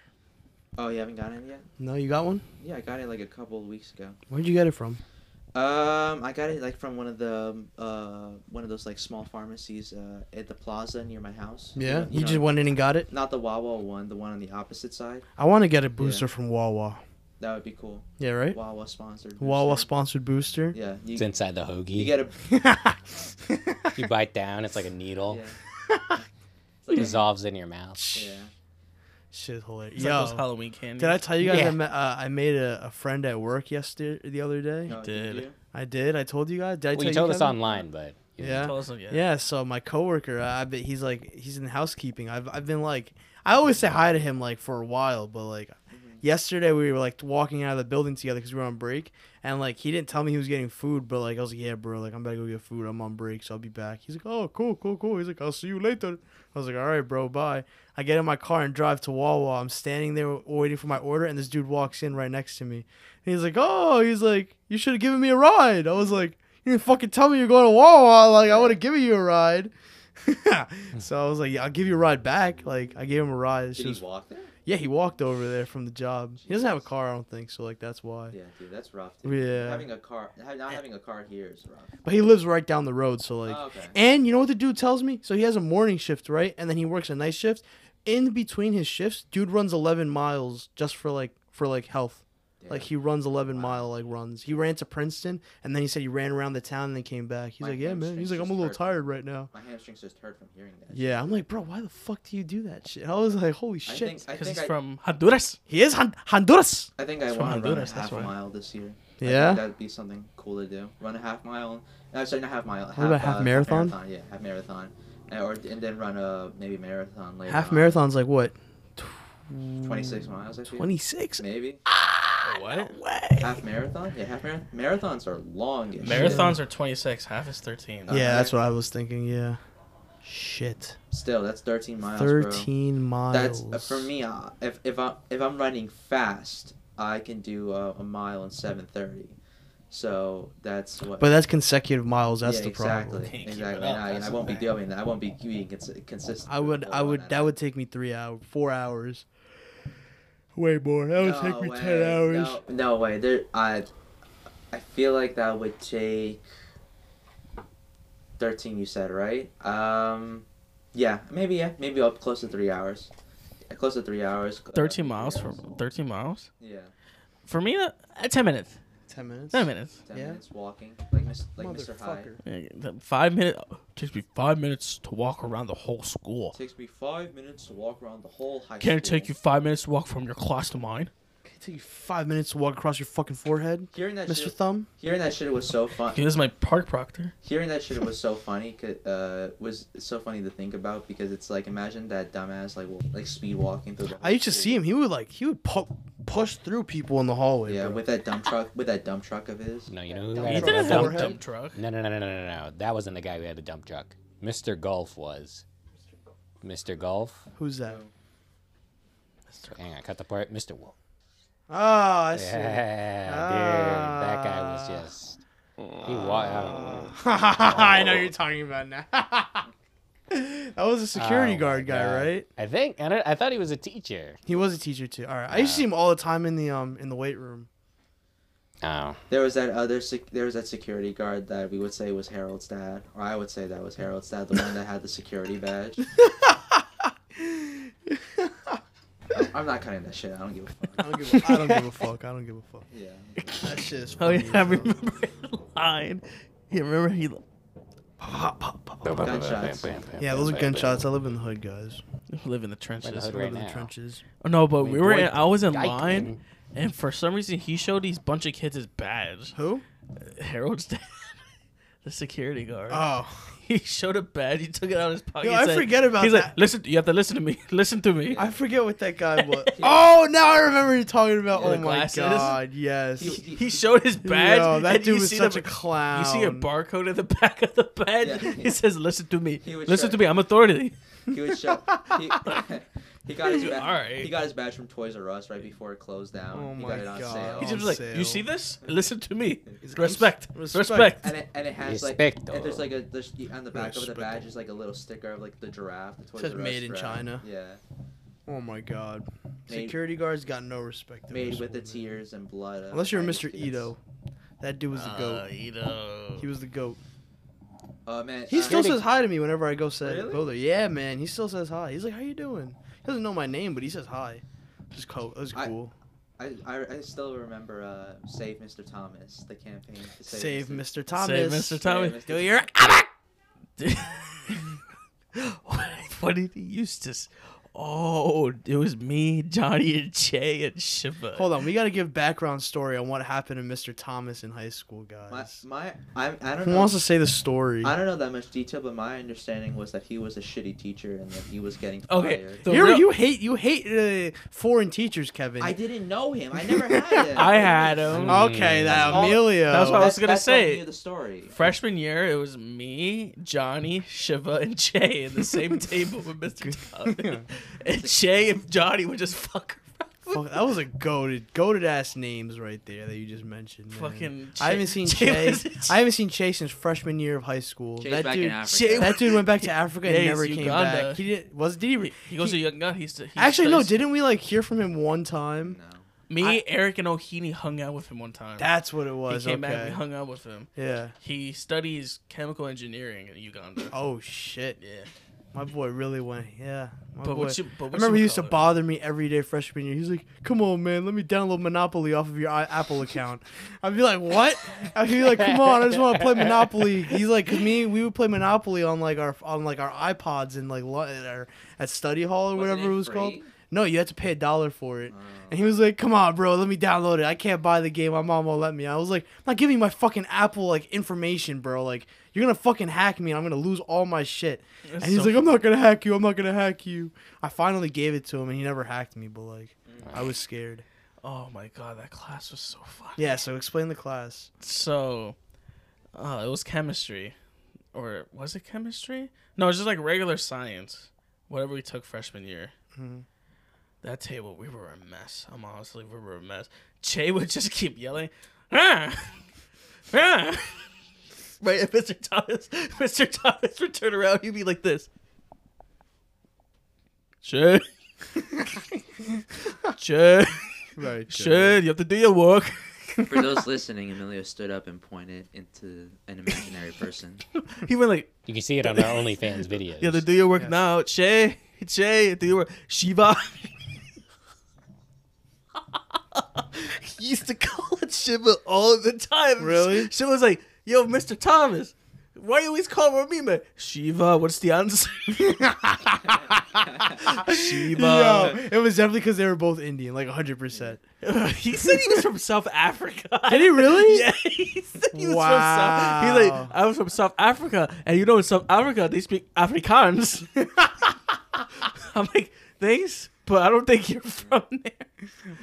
[SPEAKER 3] Oh, you haven't gotten it yet?
[SPEAKER 2] No, you got one?
[SPEAKER 3] Yeah, I got it like a couple of weeks ago.
[SPEAKER 2] Where'd you get it from?
[SPEAKER 3] Um, I got it like from one of the um, uh one of those like small pharmacies uh at the plaza near my house.
[SPEAKER 2] Yeah,
[SPEAKER 3] you,
[SPEAKER 2] you
[SPEAKER 3] know,
[SPEAKER 2] just went in and got it.
[SPEAKER 3] not the Wawa one, the one on the opposite side.
[SPEAKER 2] I want to get a booster from Wawa.
[SPEAKER 3] That would be cool.
[SPEAKER 2] Yeah, right.
[SPEAKER 3] Wawa sponsored. booster.
[SPEAKER 2] Wawa sponsored booster.
[SPEAKER 3] Yeah, you,
[SPEAKER 4] It's inside the hoagie.
[SPEAKER 3] you get a
[SPEAKER 4] You bite down, it's like a needle.
[SPEAKER 3] yeah.
[SPEAKER 4] It dissolves in your mouth.
[SPEAKER 3] yeah.
[SPEAKER 2] Shit, hilarious.
[SPEAKER 1] It's like those
[SPEAKER 2] Yo,
[SPEAKER 1] Halloween candy.
[SPEAKER 2] did I tell you guys
[SPEAKER 4] Yeah.
[SPEAKER 2] I, met, uh, I made a, a friend at work yesterday, the other day?
[SPEAKER 3] Oh,
[SPEAKER 1] did.
[SPEAKER 3] you?
[SPEAKER 2] I did. I told you guys. Did I
[SPEAKER 4] Well,
[SPEAKER 2] tell
[SPEAKER 4] you told us
[SPEAKER 2] Kevin?
[SPEAKER 4] online, but you know,
[SPEAKER 2] Yeah.
[SPEAKER 1] Tell us again.
[SPEAKER 2] Yeah, so my coworker, I bet he's like he's in housekeeping. I've I've been like I always say hi to him like for a while, but like yesterday we were like walking out of the building together because we were on break, and like he didn't tell me he was getting food, but like I was like, yeah, bro, like I'm about to go get food. I'm on break, so I'll be back. He's like, oh, cool, cool, cool. He's like, I'll see you later. I was like, all right, bro, bye. I get in my car and drive to Wawa. I'm standing there waiting for my order, and this dude walks in right next to me. And he's like, oh, he's like, you should have given me a ride. I was like, you didn't fucking tell me you're going to Wawa. Like, I would have given you a ride. so I was like, yeah, I'll give you a ride back. Like, I gave him a ride. She
[SPEAKER 3] Did
[SPEAKER 2] was-
[SPEAKER 3] he walk there?
[SPEAKER 2] yeah, he walked over there from the job. He doesn't have a car, I don't think. So, like, that's why.
[SPEAKER 3] Yeah, dude, that's rough. Dude.
[SPEAKER 2] Yeah.
[SPEAKER 3] Having a car, ha- not having a car here is rough.
[SPEAKER 2] But he lives right down the road. So, like,
[SPEAKER 3] Oh, okay.
[SPEAKER 2] And you know what the dude tells me? So he has a morning shift, right? And then he works a night shift. In between his shifts, dude runs 11 miles just for like for like health.
[SPEAKER 3] Yeah.
[SPEAKER 2] Like he runs 11 mile like runs. He ran to Princeton and then he said he ran around the town and then came back. He's
[SPEAKER 3] My
[SPEAKER 2] like, "Yeah, man." He's
[SPEAKER 3] hamstrings
[SPEAKER 2] like, "I'm
[SPEAKER 3] just
[SPEAKER 2] a little
[SPEAKER 3] hurt.
[SPEAKER 2] tired right now."
[SPEAKER 3] My hamstrings just hurt from hearing that.
[SPEAKER 2] Yeah, I'm like, "Bro, why the fuck do you do that shit?" I was like, "Holy
[SPEAKER 3] I
[SPEAKER 2] shit."
[SPEAKER 3] think I
[SPEAKER 1] Because
[SPEAKER 3] think
[SPEAKER 1] he's
[SPEAKER 3] I,
[SPEAKER 1] from Honduras.
[SPEAKER 2] he is Hon- Honduras.
[SPEAKER 3] I think I
[SPEAKER 1] It's from
[SPEAKER 3] want to run a
[SPEAKER 1] Honduras, that's
[SPEAKER 3] half
[SPEAKER 1] why.
[SPEAKER 3] mile this year. I think
[SPEAKER 2] Yeah.
[SPEAKER 3] that'd be something cool to do. Run a half mile. No, sorry, not half mile. Half,
[SPEAKER 2] about half marathon?
[SPEAKER 3] Yeah, half marathon, and, or and then run a maybe marathon later.
[SPEAKER 2] Half
[SPEAKER 3] on.
[SPEAKER 2] marathon's like what?
[SPEAKER 3] Twenty six miles. I think.
[SPEAKER 2] 26.
[SPEAKER 3] Maybe
[SPEAKER 1] What?
[SPEAKER 2] Way.
[SPEAKER 3] half marathon. Yeah, half marathon. Marathons are long. as shit.
[SPEAKER 1] Marathons are 26. Half is 13.
[SPEAKER 3] Uh,
[SPEAKER 2] Yeah, that's what I was thinking, yeah. Shit.
[SPEAKER 3] Still, that's thirteen miles. Bro.
[SPEAKER 2] 13 miles.
[SPEAKER 3] That's uh, for me. Uh, if if I if I'm running fast, I can do uh, a mile in seven thirty. So that's what.
[SPEAKER 2] But that's consecutive miles. That's
[SPEAKER 3] yeah,
[SPEAKER 2] the problem.
[SPEAKER 3] Exactly.
[SPEAKER 1] Can't keep
[SPEAKER 3] Exactly.
[SPEAKER 1] it up,
[SPEAKER 3] And I, and
[SPEAKER 1] that's
[SPEAKER 3] I
[SPEAKER 1] the
[SPEAKER 3] won't be
[SPEAKER 1] thing.
[SPEAKER 3] doing that. I won't be being cons- consistent.
[SPEAKER 2] I would, I would, that would take me three hours, four hours. Way more. That would take me ten hours.
[SPEAKER 3] No, no way. There, I, I feel like that would take. Thirteen, you said right? Um, yeah, maybe yeah, maybe up close to three hours. Yeah, Close to three hours. uh,
[SPEAKER 1] 13
[SPEAKER 3] three
[SPEAKER 1] miles
[SPEAKER 3] hours.
[SPEAKER 1] from 13 miles.
[SPEAKER 3] Yeah,
[SPEAKER 1] For me, uh, uh, 10 minutes.
[SPEAKER 2] Ten minutes.
[SPEAKER 1] 10 minutes.
[SPEAKER 3] ten
[SPEAKER 2] Yeah.
[SPEAKER 3] minutes walking, like Mr. Like Mr. High.
[SPEAKER 2] Motherfucker.
[SPEAKER 1] Yeah, the Five minutes. Takes me five minutes to walk around the whole school.
[SPEAKER 3] Takes me five minutes to walk around the whole high
[SPEAKER 1] Can it
[SPEAKER 3] school.
[SPEAKER 1] take you five minutes to walk from your class to mine?
[SPEAKER 2] It take you five minutes to walk across your fucking forehead,
[SPEAKER 3] Hearing that
[SPEAKER 2] Mr.
[SPEAKER 3] shit,
[SPEAKER 2] Thumb.
[SPEAKER 3] hearing that shit was so fun.
[SPEAKER 1] Okay, this is my park proctor.
[SPEAKER 3] Hearing that shit was so funny. 'cause, Uh, was so funny to think about because it's like imagine that dumbass like w- like speed walking through. The
[SPEAKER 2] I used to see him. He would like, he would pu- push through people in the hallway.
[SPEAKER 3] Yeah,
[SPEAKER 2] bro.
[SPEAKER 3] with that dump truck, with that dump truck of his.
[SPEAKER 4] no, you know who
[SPEAKER 3] You
[SPEAKER 4] had
[SPEAKER 1] You
[SPEAKER 4] a
[SPEAKER 1] didn't
[SPEAKER 4] dump
[SPEAKER 1] have a
[SPEAKER 2] forehead.
[SPEAKER 1] dump truck.
[SPEAKER 4] No, no, no, no, no, no, no. That wasn't the guy who had the dump truck. Mr. Golf was. Mr. Golf.
[SPEAKER 2] Who's that?
[SPEAKER 4] Hang on, cut the part. Mr. Wolf.
[SPEAKER 2] Oh, I see.
[SPEAKER 4] Yeah, dude, that guy was just. He wa-
[SPEAKER 2] I know what you're talking about now. that was a security
[SPEAKER 4] Oh my
[SPEAKER 2] guard guy,
[SPEAKER 4] God.
[SPEAKER 2] right?
[SPEAKER 4] I think I, don't, I thought he was a teacher.
[SPEAKER 2] He was a teacher too. All right, I used to see him all the time in the um in the weight room.
[SPEAKER 4] Oh,
[SPEAKER 3] There was that other sec- there was that security guard that we would say was Harold's dad, or I would say that was Harold's dad, the one that had the security badge. I- I'm not cutting that shit. I don't give a
[SPEAKER 2] I
[SPEAKER 3] fuck.
[SPEAKER 2] don't give a, I don't give a fuck. I don't give a fuck.
[SPEAKER 3] Yeah.
[SPEAKER 2] That shit is
[SPEAKER 1] Oh
[SPEAKER 2] funny.
[SPEAKER 1] yeah, I remember his line. You remember he?
[SPEAKER 3] Gunshots.
[SPEAKER 2] Yeah, those are gunshots. I live in the hood, guys.
[SPEAKER 1] live in the
[SPEAKER 4] We're in the
[SPEAKER 1] trenches.
[SPEAKER 4] hood
[SPEAKER 2] Live
[SPEAKER 4] right
[SPEAKER 2] in the
[SPEAKER 4] now.
[SPEAKER 2] trenches.
[SPEAKER 1] Oh, no, but
[SPEAKER 4] Wait,
[SPEAKER 1] we were.
[SPEAKER 4] boy,
[SPEAKER 1] In, I was in
[SPEAKER 4] Geiken.
[SPEAKER 1] line, and for some reason he showed these bunch of kids his badge.
[SPEAKER 2] Who?
[SPEAKER 1] Harold's dad. the security guard.
[SPEAKER 2] Oh,
[SPEAKER 1] he showed a bed. He took it out of his pocket.
[SPEAKER 2] Yo,
[SPEAKER 1] He
[SPEAKER 2] I
[SPEAKER 1] said-
[SPEAKER 2] forget about
[SPEAKER 1] He's like,
[SPEAKER 2] that.
[SPEAKER 1] listen. You have to listen to me. listen to me.
[SPEAKER 2] I forget what that guy was. oh, now I remember you talking about.
[SPEAKER 1] Yeah, the
[SPEAKER 2] oh my
[SPEAKER 1] glasses.
[SPEAKER 2] god, yes.
[SPEAKER 3] You-
[SPEAKER 1] he showed his badge.
[SPEAKER 2] Yo, that
[SPEAKER 1] and you
[SPEAKER 2] dude was
[SPEAKER 1] see
[SPEAKER 2] such
[SPEAKER 1] the-
[SPEAKER 2] a clown.
[SPEAKER 1] You see a barcode at the back of the badge.
[SPEAKER 3] Yeah.
[SPEAKER 1] It says, "Listen to me.
[SPEAKER 3] He would
[SPEAKER 1] Listen
[SPEAKER 3] try-
[SPEAKER 1] to me. I'm authority."
[SPEAKER 3] He would show. He, he got his ba-
[SPEAKER 1] Alright.
[SPEAKER 3] he got his badge from Toys R Us right before it closed down.
[SPEAKER 2] Oh
[SPEAKER 3] he
[SPEAKER 2] my
[SPEAKER 3] got it on
[SPEAKER 2] God.
[SPEAKER 1] He
[SPEAKER 3] sale.
[SPEAKER 1] just
[SPEAKER 2] On
[SPEAKER 1] was like,
[SPEAKER 2] sale.
[SPEAKER 1] "You see this? Listen to me.
[SPEAKER 2] He's like,
[SPEAKER 1] Respect.
[SPEAKER 2] respect."
[SPEAKER 1] Respect."
[SPEAKER 3] and it, and it has like
[SPEAKER 4] Respecto.
[SPEAKER 3] and there's like a there's, on the back of the
[SPEAKER 2] Respecto.
[SPEAKER 3] badge is like a little sticker of like the giraffe. The Toys
[SPEAKER 2] Says
[SPEAKER 3] R Us
[SPEAKER 2] made in
[SPEAKER 3] giraffe.
[SPEAKER 2] China.
[SPEAKER 3] Yeah,
[SPEAKER 2] Oh my god.
[SPEAKER 3] Made-
[SPEAKER 2] Security guards got no respect. in
[SPEAKER 3] made
[SPEAKER 2] this
[SPEAKER 3] with the
[SPEAKER 2] world, man.
[SPEAKER 3] tears and blood. of
[SPEAKER 2] Unless you're
[SPEAKER 3] fighting
[SPEAKER 2] Mr.
[SPEAKER 3] kids.
[SPEAKER 2] Ito. That dude
[SPEAKER 1] Uh,
[SPEAKER 2] was the goat. Uh, He was the goat.
[SPEAKER 3] Oh man,
[SPEAKER 2] He still
[SPEAKER 3] uh,
[SPEAKER 4] Security-
[SPEAKER 2] says hi to me whenever I go say
[SPEAKER 3] Really?
[SPEAKER 2] go there. Yeah, man. He still says hi. He's like, "How you doing?" He doesn't know my name, but he says hi. Just co- that's
[SPEAKER 3] I-
[SPEAKER 2] cool.
[SPEAKER 3] I, I, I still remember uh, Save Mr. Thomas, the campaign to
[SPEAKER 2] Save, Mr. Thomas.
[SPEAKER 1] Save Mr. Thomas.
[SPEAKER 3] Mr.
[SPEAKER 1] Do your what did he use to? s- Oh, it was me, Johnny, and Che, and Shiva.
[SPEAKER 2] Hold on, we got to give background story on what happened to Mr. Thomas in high school,
[SPEAKER 3] My,
[SPEAKER 2] guys.
[SPEAKER 3] my I, I don't
[SPEAKER 2] Who
[SPEAKER 3] know.
[SPEAKER 2] wants to say the story?
[SPEAKER 3] I don't know that much detail, but my understanding was that he was a shitty teacher and that he was getting fired.
[SPEAKER 1] Okay, the
[SPEAKER 2] You're,
[SPEAKER 1] real-
[SPEAKER 2] you hate you hate uh, foreign teachers, Kevin.
[SPEAKER 3] I didn't know him. I never had him.
[SPEAKER 1] I had him.
[SPEAKER 2] okay, that
[SPEAKER 3] That's all-
[SPEAKER 2] Emilio.
[SPEAKER 1] That's what I was gonna
[SPEAKER 3] that's how I
[SPEAKER 1] say.
[SPEAKER 3] knew the story.
[SPEAKER 1] Freshman year, it was me, Johnny, Shiva, and Che in the same table with Mr. Thomas. and Che and Johnny would just fuck around.
[SPEAKER 2] Fuck, that was a goaded, goaded ass names right there that you just mentioned. man.
[SPEAKER 1] Fucking
[SPEAKER 2] I haven't
[SPEAKER 1] Che-
[SPEAKER 2] seen
[SPEAKER 1] Che
[SPEAKER 2] Che.
[SPEAKER 1] was-
[SPEAKER 2] I haven't seen Che since freshman year of high school.
[SPEAKER 3] Jay's
[SPEAKER 2] that
[SPEAKER 3] back
[SPEAKER 2] dude,
[SPEAKER 3] in Africa.
[SPEAKER 1] Jay-
[SPEAKER 2] that dude went back to Africa and
[SPEAKER 1] Yeah, he's
[SPEAKER 2] never came
[SPEAKER 1] Uganda.
[SPEAKER 2] back. He did. Was did he? re-
[SPEAKER 1] he goes
[SPEAKER 2] he-
[SPEAKER 1] to Young Gun. He's, he's
[SPEAKER 2] actually, no.
[SPEAKER 1] he's-
[SPEAKER 2] Didn't we like hear from him one time?
[SPEAKER 3] no.
[SPEAKER 1] me,
[SPEAKER 2] I-
[SPEAKER 1] Eric, and Ohini hung out with him one time.
[SPEAKER 2] That's what it
[SPEAKER 1] he
[SPEAKER 2] was.
[SPEAKER 1] came back.
[SPEAKER 2] okay.
[SPEAKER 1] We hung out with him.
[SPEAKER 2] yeah.
[SPEAKER 1] He studies chemical engineering in Uganda.
[SPEAKER 2] Oh shit.
[SPEAKER 1] Yeah,
[SPEAKER 2] My boy really went. Yeah. My
[SPEAKER 1] but
[SPEAKER 2] boy.
[SPEAKER 1] what you, but
[SPEAKER 2] I
[SPEAKER 1] what
[SPEAKER 2] remember
[SPEAKER 1] you
[SPEAKER 2] he used to
[SPEAKER 1] call
[SPEAKER 2] bother me every day freshman year. He's like, "Come on, man, let me download Monopoly off of your i- Apple account." I'd be like, "What?" I'd be like, "Come on, I just want to play Monopoly." He's like, "Cause me, we would play Monopoly on like our on like our iPods and like lu- at, our, at study hall or
[SPEAKER 3] Wasn't
[SPEAKER 2] whatever it,
[SPEAKER 3] it
[SPEAKER 2] was called."
[SPEAKER 3] free?
[SPEAKER 2] No, you had to pay a dollar for it. And he was like, "Come on, bro, let me download it. I can't buy the game. My mom won't let me." I was like, "I'm not giving you my fucking Apple like information, bro. Like, you're gonna fucking hack me, and I'm gonna lose all my shit."
[SPEAKER 1] That's
[SPEAKER 2] and he's
[SPEAKER 1] so
[SPEAKER 2] like, "I'm not gonna hack you. I'm not gonna hack you." I finally gave it to him, and he never hacked me, but like, I was scared.
[SPEAKER 1] it. Oh my god, that class was so fun.
[SPEAKER 2] Yeah. So explain the class.
[SPEAKER 1] So, uh, it was chemistry, or was it chemistry? No, it was just like regular science, whatever we took freshman year.
[SPEAKER 2] Mhm.
[SPEAKER 1] That table, we were a mess. I'm honestly, we were a mess. Che would just keep yelling, ah, ah. right? And Mr. Thomas, Mr. Thomas would turn around. He'd be like this. Che, Che,
[SPEAKER 2] Right.
[SPEAKER 1] Che, you have to do your work.
[SPEAKER 3] For those listening, Emilio stood up and pointed into an imaginary person.
[SPEAKER 1] He went like.
[SPEAKER 4] You can see it on our OnlyFans videos.
[SPEAKER 1] Yeah, the do your work
[SPEAKER 2] Yes.
[SPEAKER 1] now. Che, Che, do your work. Shiva. he used to call it Shiva all the time.
[SPEAKER 2] Really?
[SPEAKER 1] Sh- Shiva's like, yo, Mr. Thomas, why you always call on me, man? Shiva, what's the answer?
[SPEAKER 2] Yo,
[SPEAKER 1] Shiva.
[SPEAKER 2] it was definitely because they were both Indian, like 100. percent
[SPEAKER 1] he said he was from South Africa.
[SPEAKER 2] Did he really?
[SPEAKER 1] Yeah, he said he was
[SPEAKER 2] Wow.
[SPEAKER 1] from South. He's like, I was from South Africa, and you know, in South Africa they speak Afrikaans. I'm like, thanks, but I don't think you're from there.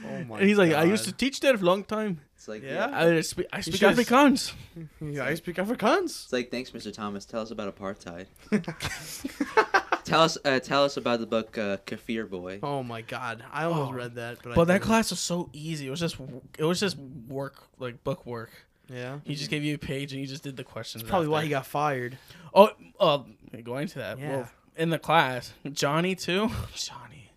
[SPEAKER 2] Oh my.
[SPEAKER 1] And he's like, I
[SPEAKER 2] God.
[SPEAKER 1] used to teach there for a long time.
[SPEAKER 3] It's like
[SPEAKER 2] Yeah.
[SPEAKER 1] I speak, I speak
[SPEAKER 2] should've-
[SPEAKER 1] Afrikaans.
[SPEAKER 2] Yeah, I speak Afrikaans.
[SPEAKER 3] It's like thanks, Mr. Thomas. Tell us about apartheid. tell us, uh, tell us about the book uh, Kafir Boy.
[SPEAKER 2] Oh my God. I almost
[SPEAKER 1] Oh.
[SPEAKER 2] read that, but I
[SPEAKER 1] But that
[SPEAKER 2] didn't.
[SPEAKER 1] class was so easy. It was just, it was just work, like book work.
[SPEAKER 2] Yeah.
[SPEAKER 1] He just gave you a page and you just did the questions.
[SPEAKER 2] Probably why
[SPEAKER 1] after.
[SPEAKER 2] he got fired.
[SPEAKER 1] Oh, uh, going to that.
[SPEAKER 2] Yeah.
[SPEAKER 1] Well, in the class, Johnny too. Johnny.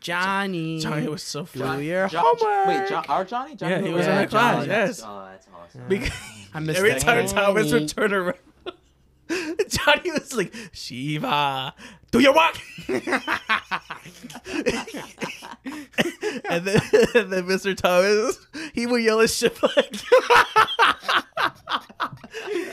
[SPEAKER 2] Johnny.
[SPEAKER 1] Johnny was so funny.
[SPEAKER 2] Do your
[SPEAKER 3] Jo-
[SPEAKER 2] homework.
[SPEAKER 3] wait, jo- our Johnny? Johnny
[SPEAKER 1] Yeah, he
[SPEAKER 3] who
[SPEAKER 1] was
[SPEAKER 2] in
[SPEAKER 3] that?
[SPEAKER 2] our class,
[SPEAKER 3] Johnny.
[SPEAKER 1] yes.
[SPEAKER 3] Oh, that's awesome.
[SPEAKER 1] Because
[SPEAKER 2] I missed
[SPEAKER 1] Every
[SPEAKER 2] that.
[SPEAKER 1] time
[SPEAKER 2] class.
[SPEAKER 1] Thomas would turn around, Johnny was like, Shiva, do your work. and, then, and then Mr. Thomas, he would yell at Shiva.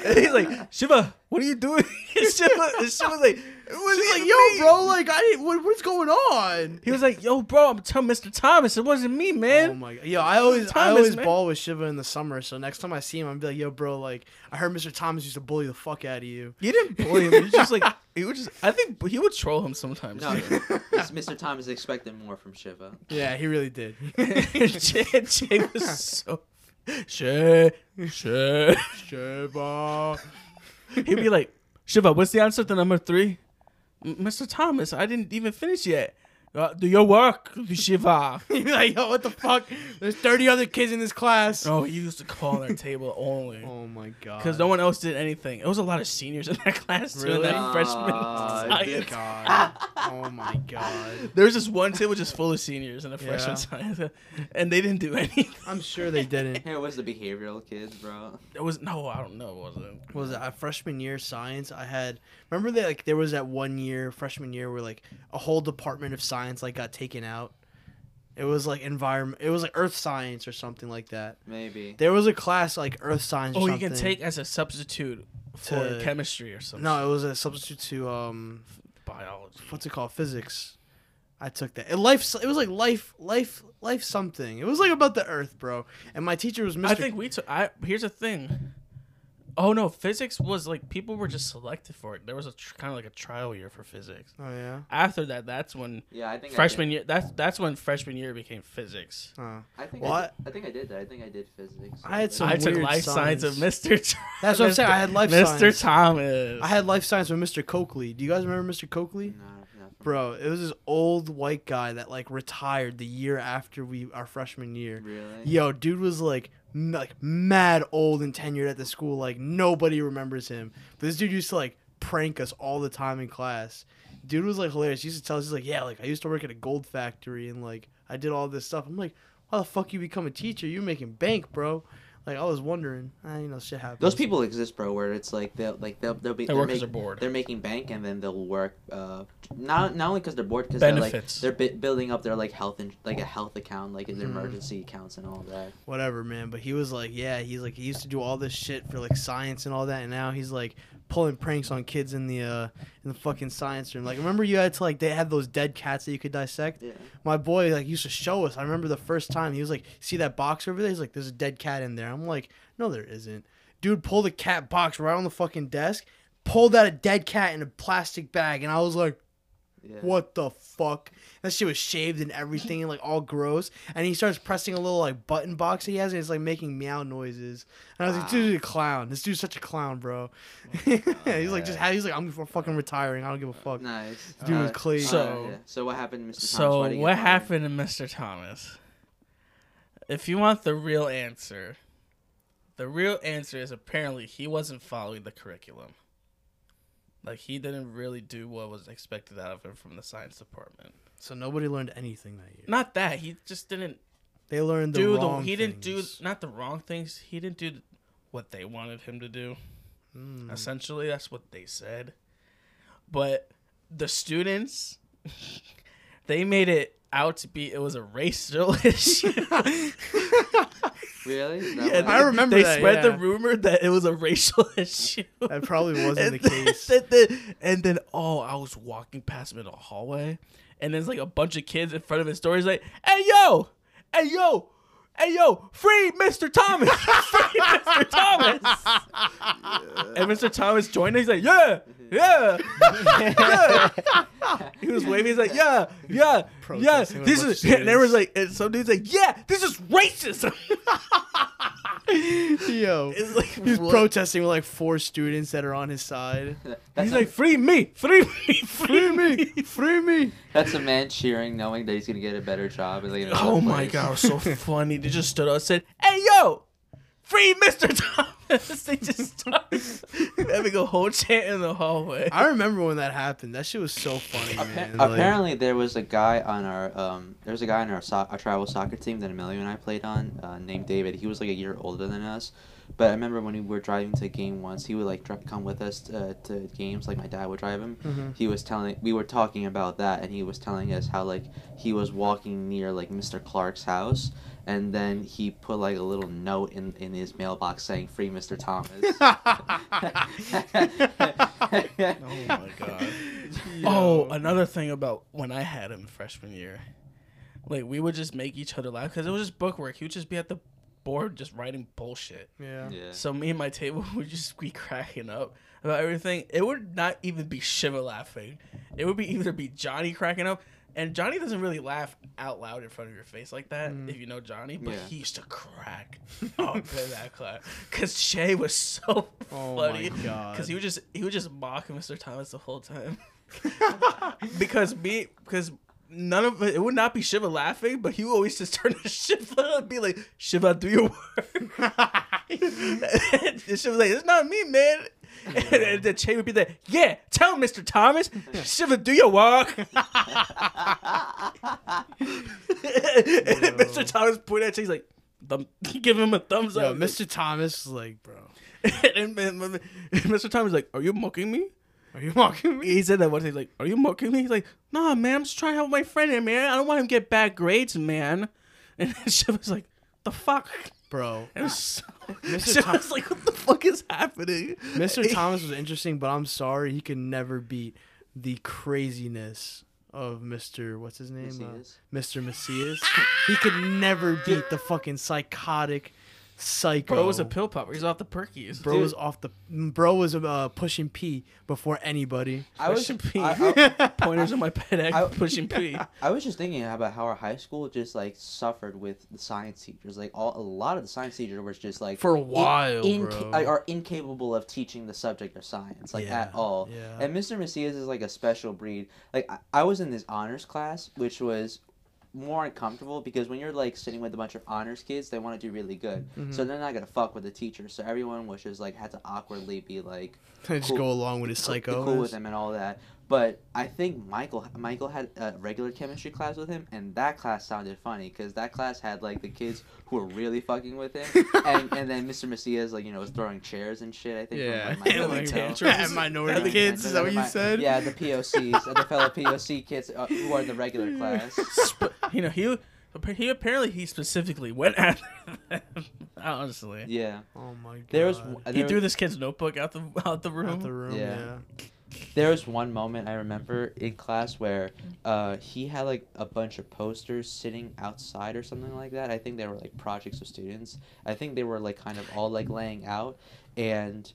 [SPEAKER 1] and he's like, Shiva, what are you doing? And she was, and she was like, it wasn't
[SPEAKER 2] She's like,
[SPEAKER 1] even
[SPEAKER 2] yo,
[SPEAKER 1] me."
[SPEAKER 2] bro, like, I didn't, what, what's going on?
[SPEAKER 1] He was like, yo, bro, I'm telling Mr. Thomas, it wasn't me, man.
[SPEAKER 2] Oh my god, yo! I always, I
[SPEAKER 1] Thomas,
[SPEAKER 2] always
[SPEAKER 1] man.
[SPEAKER 2] ball with Shiva in the summer. So next time I see him, I'm be like, yo, bro, like, I heard Mr. Thomas used to bully the fuck out of you.
[SPEAKER 1] You didn't bully him. You just like he would just. I think he would troll him sometimes.
[SPEAKER 3] No, Mr. Thomas expected more from Shiva.
[SPEAKER 2] Yeah, he really did.
[SPEAKER 1] Jay, Jay was so. Shay, Shay.
[SPEAKER 2] Shiva.
[SPEAKER 1] He'd be like, Shiva, what's the answer to number three? "M- Mr. Thomas, I didn't even finish yet. "Uh, do your work, Shiva.
[SPEAKER 2] He'd be like, yo, what the fuck? There's 30 other kids in this class.
[SPEAKER 1] Oh, he used to call our table only.
[SPEAKER 2] Oh my god.
[SPEAKER 1] Because no one else did anything. It was a lot of seniors in that class, too, and
[SPEAKER 2] Really?
[SPEAKER 1] then freshmen.
[SPEAKER 3] Ah,
[SPEAKER 1] science.
[SPEAKER 2] Oh God. oh my god.
[SPEAKER 1] There was just one table just full of seniors and a freshman
[SPEAKER 2] Yeah.
[SPEAKER 1] science, and they didn't do anything.
[SPEAKER 2] I'm sure they didn't.
[SPEAKER 3] Here was the behavioral kids, bro.
[SPEAKER 1] It was no, I don't know, was it?
[SPEAKER 2] What was it uh, freshman year science? I had remember that like there was that one year freshman year where like a whole department of science like got taken out. It was like environment. It was like earth science or something like that.
[SPEAKER 3] Maybe.
[SPEAKER 2] There was a class like earth science.
[SPEAKER 1] Oh,
[SPEAKER 2] or
[SPEAKER 1] you can
[SPEAKER 2] something.
[SPEAKER 1] take as a substitute for
[SPEAKER 2] To-
[SPEAKER 1] chemistry or something.
[SPEAKER 2] No, it was a substitute to um,
[SPEAKER 1] biology.
[SPEAKER 2] what's it called? Physics. I took that. It life. It was like life, life, life something. It was like about the earth, bro. And my teacher was Mr.
[SPEAKER 1] I think we took. I here's the thing. Oh no, physics was like people were just selected for it. There was a tr- kind of like a trial year for physics.
[SPEAKER 2] Oh yeah.
[SPEAKER 1] After that, that's when
[SPEAKER 3] Yeah, I think
[SPEAKER 1] freshman year. That's that's when freshman year became physics.
[SPEAKER 2] Oh.
[SPEAKER 3] I did, I think I,
[SPEAKER 2] What?
[SPEAKER 3] did, I think I did that. I think I did physics.
[SPEAKER 2] I had some
[SPEAKER 1] I took
[SPEAKER 2] weird
[SPEAKER 1] life science of Mr. Ch-
[SPEAKER 2] That's what I'm saying. I
[SPEAKER 1] Mr.
[SPEAKER 2] had life
[SPEAKER 1] Mr.
[SPEAKER 2] science.
[SPEAKER 1] Thomas.
[SPEAKER 2] I had life science with Mr. Coakley. Do you guys remember Mr. Coakley?
[SPEAKER 3] No, nothing.
[SPEAKER 2] Bro, it was this old white guy that like retired the year after we our freshman year.
[SPEAKER 3] Really?
[SPEAKER 2] Yo, dude was like m- like mad old and tenured at the school. Like nobody remembers him. But this dude used to like prank us all the time in class. Dude was like hilarious. He used to tell us he's like, yeah, like I used to work at a gold factory and like I did all this stuff. I'm like, how the fuck you become a teacher? You're making bank, bro. Like I was wondering. I you know shit happens.
[SPEAKER 3] Those people exist, bro. Where it's like they'll like they'll they'll be
[SPEAKER 1] Their
[SPEAKER 3] they're
[SPEAKER 1] workers
[SPEAKER 3] make-
[SPEAKER 1] are bored.
[SPEAKER 3] They're making bank, and then they'll work. Uh, not not only because they're bored, because
[SPEAKER 1] Benefits.
[SPEAKER 3] they're like they're bi- building up their like health and like a health account, like his
[SPEAKER 2] Mm-hmm.
[SPEAKER 3] emergency accounts and all that.
[SPEAKER 2] whatever, man. But he was like, yeah, he's like, he used to do all this shit for like science and all that, and now he's like pulling pranks on kids in the uh in the fucking science room. Like, remember you had to like they had those dead cats that you could dissect.
[SPEAKER 3] Yeah.
[SPEAKER 2] My boy like used to show us. I remember the first time he was like, see that box over there? He's like, there's a dead cat in there. I'm like, no, there isn't. Dude pulled the cat box right on the fucking desk, pulled out a dead cat in a plastic bag, and I was like.
[SPEAKER 3] Yeah.
[SPEAKER 2] What the fuck? That shit was shaved and everything, and like all gross. And he starts pressing a little like button box he has, and it's like making meow noises. And I was like,
[SPEAKER 3] Wow.
[SPEAKER 2] dude, a clown. This dude's such a clown, bro.
[SPEAKER 1] Oh
[SPEAKER 2] he's like, just how he's like, I'm fucking retiring. I don't give a fuck.
[SPEAKER 3] Nice.
[SPEAKER 2] Dude was clean.
[SPEAKER 1] Uh, So-
[SPEAKER 3] yeah. so what happened, to Mr. Thomas? Why'd
[SPEAKER 1] So
[SPEAKER 3] he get
[SPEAKER 1] what
[SPEAKER 3] fired?
[SPEAKER 1] happened to Mr. Thomas? If you want the real answer, the real answer is apparently he wasn't following the curriculum. Like he didn't really do what was expected out of him from the science department.
[SPEAKER 2] So nobody learned anything that year.
[SPEAKER 1] Not that he just didn't
[SPEAKER 2] They learned the
[SPEAKER 1] do the
[SPEAKER 2] wrong
[SPEAKER 1] he didn't do
[SPEAKER 2] things.
[SPEAKER 1] not the wrong things. He didn't do what they wanted him to do.
[SPEAKER 2] Mm.
[SPEAKER 1] Essentially, that's what they said. But the students, they made it out to be it was a racial issue.
[SPEAKER 3] Really? Is
[SPEAKER 1] Yeah,
[SPEAKER 3] that what
[SPEAKER 2] I
[SPEAKER 1] they-
[SPEAKER 3] happened?
[SPEAKER 2] remember
[SPEAKER 1] they
[SPEAKER 2] that,
[SPEAKER 1] spread the
[SPEAKER 2] yeah.
[SPEAKER 1] rumor that it was a racial issue.
[SPEAKER 2] That probably wasn't
[SPEAKER 1] And
[SPEAKER 2] the
[SPEAKER 1] then-
[SPEAKER 2] case.
[SPEAKER 1] And then, and then, oh, I was walking past him in a hallway, and there's like a bunch of kids in front of his door. He's like, "Hey yo, hey yo, hey yo, free Mr. Thomas, free Mr. Thomas." and Mr. Thomas joined. He's like, "Yeah, yeah, yeah." he
[SPEAKER 2] Oh
[SPEAKER 1] was waving. He's like, "Yeah, yeah, yeah."
[SPEAKER 2] Protesting with
[SPEAKER 1] This
[SPEAKER 2] a bunch
[SPEAKER 1] is.
[SPEAKER 2] of
[SPEAKER 1] And there was
[SPEAKER 2] students.
[SPEAKER 1] like, and some dude's like, "Yeah, this is racism."
[SPEAKER 2] Yo,
[SPEAKER 1] it's like
[SPEAKER 2] he's
[SPEAKER 1] what?
[SPEAKER 2] protesting with like four students that are on his side.
[SPEAKER 3] That's
[SPEAKER 1] He's
[SPEAKER 3] a-
[SPEAKER 1] like, "Free me, free me, free me."
[SPEAKER 2] Free me.
[SPEAKER 3] That's a man cheering, knowing that he's gonna get a better job. And like, another
[SPEAKER 1] Oh my
[SPEAKER 3] place.
[SPEAKER 1] god, it was so funny. They just stood up and said, Hey yo, free Mr. Thomas. They just started having a whole chant in the hallway.
[SPEAKER 2] I remember when that happened. That shit was so funny, man. Like,
[SPEAKER 3] Apparently, there was a guy on our um, there was a guy on our, so- our travel soccer team that Emilio and I played on, uh, named David. He was like a year older than us, But I remember when we were driving to a game once, he would like dri- come with us uh, to games. Like my dad would drive him.
[SPEAKER 2] Mm-hmm.
[SPEAKER 3] He was telling we were talking about that, and he was telling us how like he was walking near like Mr. Clark's house, and then he put like a little note in in his mailbox saying "Free Mr. Thomas."
[SPEAKER 1] Oh my god. Oh, another thing about when I had him freshman year, like we would just make each other laugh because it was just book work. He would just be at the board just writing bullshit.
[SPEAKER 2] yeah.
[SPEAKER 3] yeah.
[SPEAKER 1] So me and my table would just be cracking up about everything. It would not even be Shiva laughing. It would be either be Johnny cracking up, and Johnny doesn't really laugh out loud in front of your face like that
[SPEAKER 2] Mm.
[SPEAKER 1] if you know Johnny. But
[SPEAKER 3] Yeah.
[SPEAKER 1] he used to crack up in that class because Shay was so
[SPEAKER 2] Oh my
[SPEAKER 1] funny.
[SPEAKER 2] God.
[SPEAKER 1] Because he would just he would just mock Mr. Thomas the whole time. because me because. None of it would not be Shiva laughing, but he would always just turn to Shiva and be like, "Shiva, do your work." and she was like, "It's not me, man." And, and the chain would be like, "Yeah, tell Mr. Thomas, Shiva, do your work." and then Mr. Thomas pointed at Chase like, thumb, "Give him a thumbs
[SPEAKER 2] Yo,
[SPEAKER 1] up,
[SPEAKER 2] Mr. Thomas is like, bro,
[SPEAKER 1] and, and- and- and Mr. Thomas is like, "Are you mocking me?"
[SPEAKER 2] are you mocking me?
[SPEAKER 1] He said that one. He's like, "Are you mocking me?" He's like, "Nah, man, I'm just trying to help my friend here, man. I don't want him to get bad grades, man." And Shiva's like, "The fuck."
[SPEAKER 2] Bro,
[SPEAKER 1] It was so-
[SPEAKER 2] Mr.
[SPEAKER 1] Shiva's
[SPEAKER 2] Thomas-
[SPEAKER 1] like, "What the fuck is happening?"
[SPEAKER 2] Mr. Thomas was interesting, but I'm sorry he can never beat the craziness of Mr. What's his name? Uh,
[SPEAKER 3] Macias.
[SPEAKER 2] Mr. Macias. he could never beat the fucking psychotic psycho.
[SPEAKER 1] Bro was a pill popper. He's off the perkies.
[SPEAKER 2] Bro was off the. Bro was uh, pushing P before anybody.
[SPEAKER 3] I was
[SPEAKER 1] pushing P.
[SPEAKER 3] I- I-
[SPEAKER 1] Pointers on my ped
[SPEAKER 3] I-
[SPEAKER 1] pushing P.
[SPEAKER 3] I was just thinking about how our high school just like suffered with the science teachers. Like all, a lot of the science teachers were just like
[SPEAKER 2] For a while,
[SPEAKER 3] in,
[SPEAKER 2] bro.
[SPEAKER 3] inca- are incapable of teaching the subject of science like at
[SPEAKER 1] Yeah,
[SPEAKER 3] all.
[SPEAKER 2] yeah.
[SPEAKER 3] And Mr. Macias is like a special breed. Like I, I was in this honors class, which was more uncomfortable because when you're like sitting with a bunch of honors kids, they want to do really good,
[SPEAKER 2] Mm-hmm.
[SPEAKER 3] so they're not gonna fuck with the teacher. So everyone was just like had to awkwardly be like
[SPEAKER 2] just
[SPEAKER 3] cool-
[SPEAKER 2] go along with his
[SPEAKER 3] be
[SPEAKER 2] psycho.
[SPEAKER 3] cool with him and all that. But I think Michael Michael had a regular chemistry class with him, and that class sounded funny because that class had like the kids who were really fucking with him, and, and then Mr. Macias like you know was throwing chairs and shit. I think.
[SPEAKER 2] Yeah.
[SPEAKER 3] from, like, Michael
[SPEAKER 1] Like
[SPEAKER 3] Mattel.
[SPEAKER 1] tantrums.
[SPEAKER 2] Yeah, minority
[SPEAKER 3] Yeah,
[SPEAKER 2] kids.
[SPEAKER 3] yeah,
[SPEAKER 2] Is that what you
[SPEAKER 3] mi-
[SPEAKER 2] said?
[SPEAKER 3] Yeah, the POCs, uh, the fellow POC kids uh, who are the regular class.
[SPEAKER 1] Sp- you know he he apparently he specifically went after them. Honestly,
[SPEAKER 3] Yeah,
[SPEAKER 2] Oh my god.
[SPEAKER 3] there was
[SPEAKER 1] he
[SPEAKER 3] there,
[SPEAKER 1] threw this kid's notebook out the out the room.
[SPEAKER 2] Out the room.
[SPEAKER 3] Yeah.
[SPEAKER 2] Yeah.
[SPEAKER 3] there was one moment I remember in class where uh, he had like a bunch of posters sitting outside or something like that. I think they were like projects of students. I think they were like kind of all like laying out, and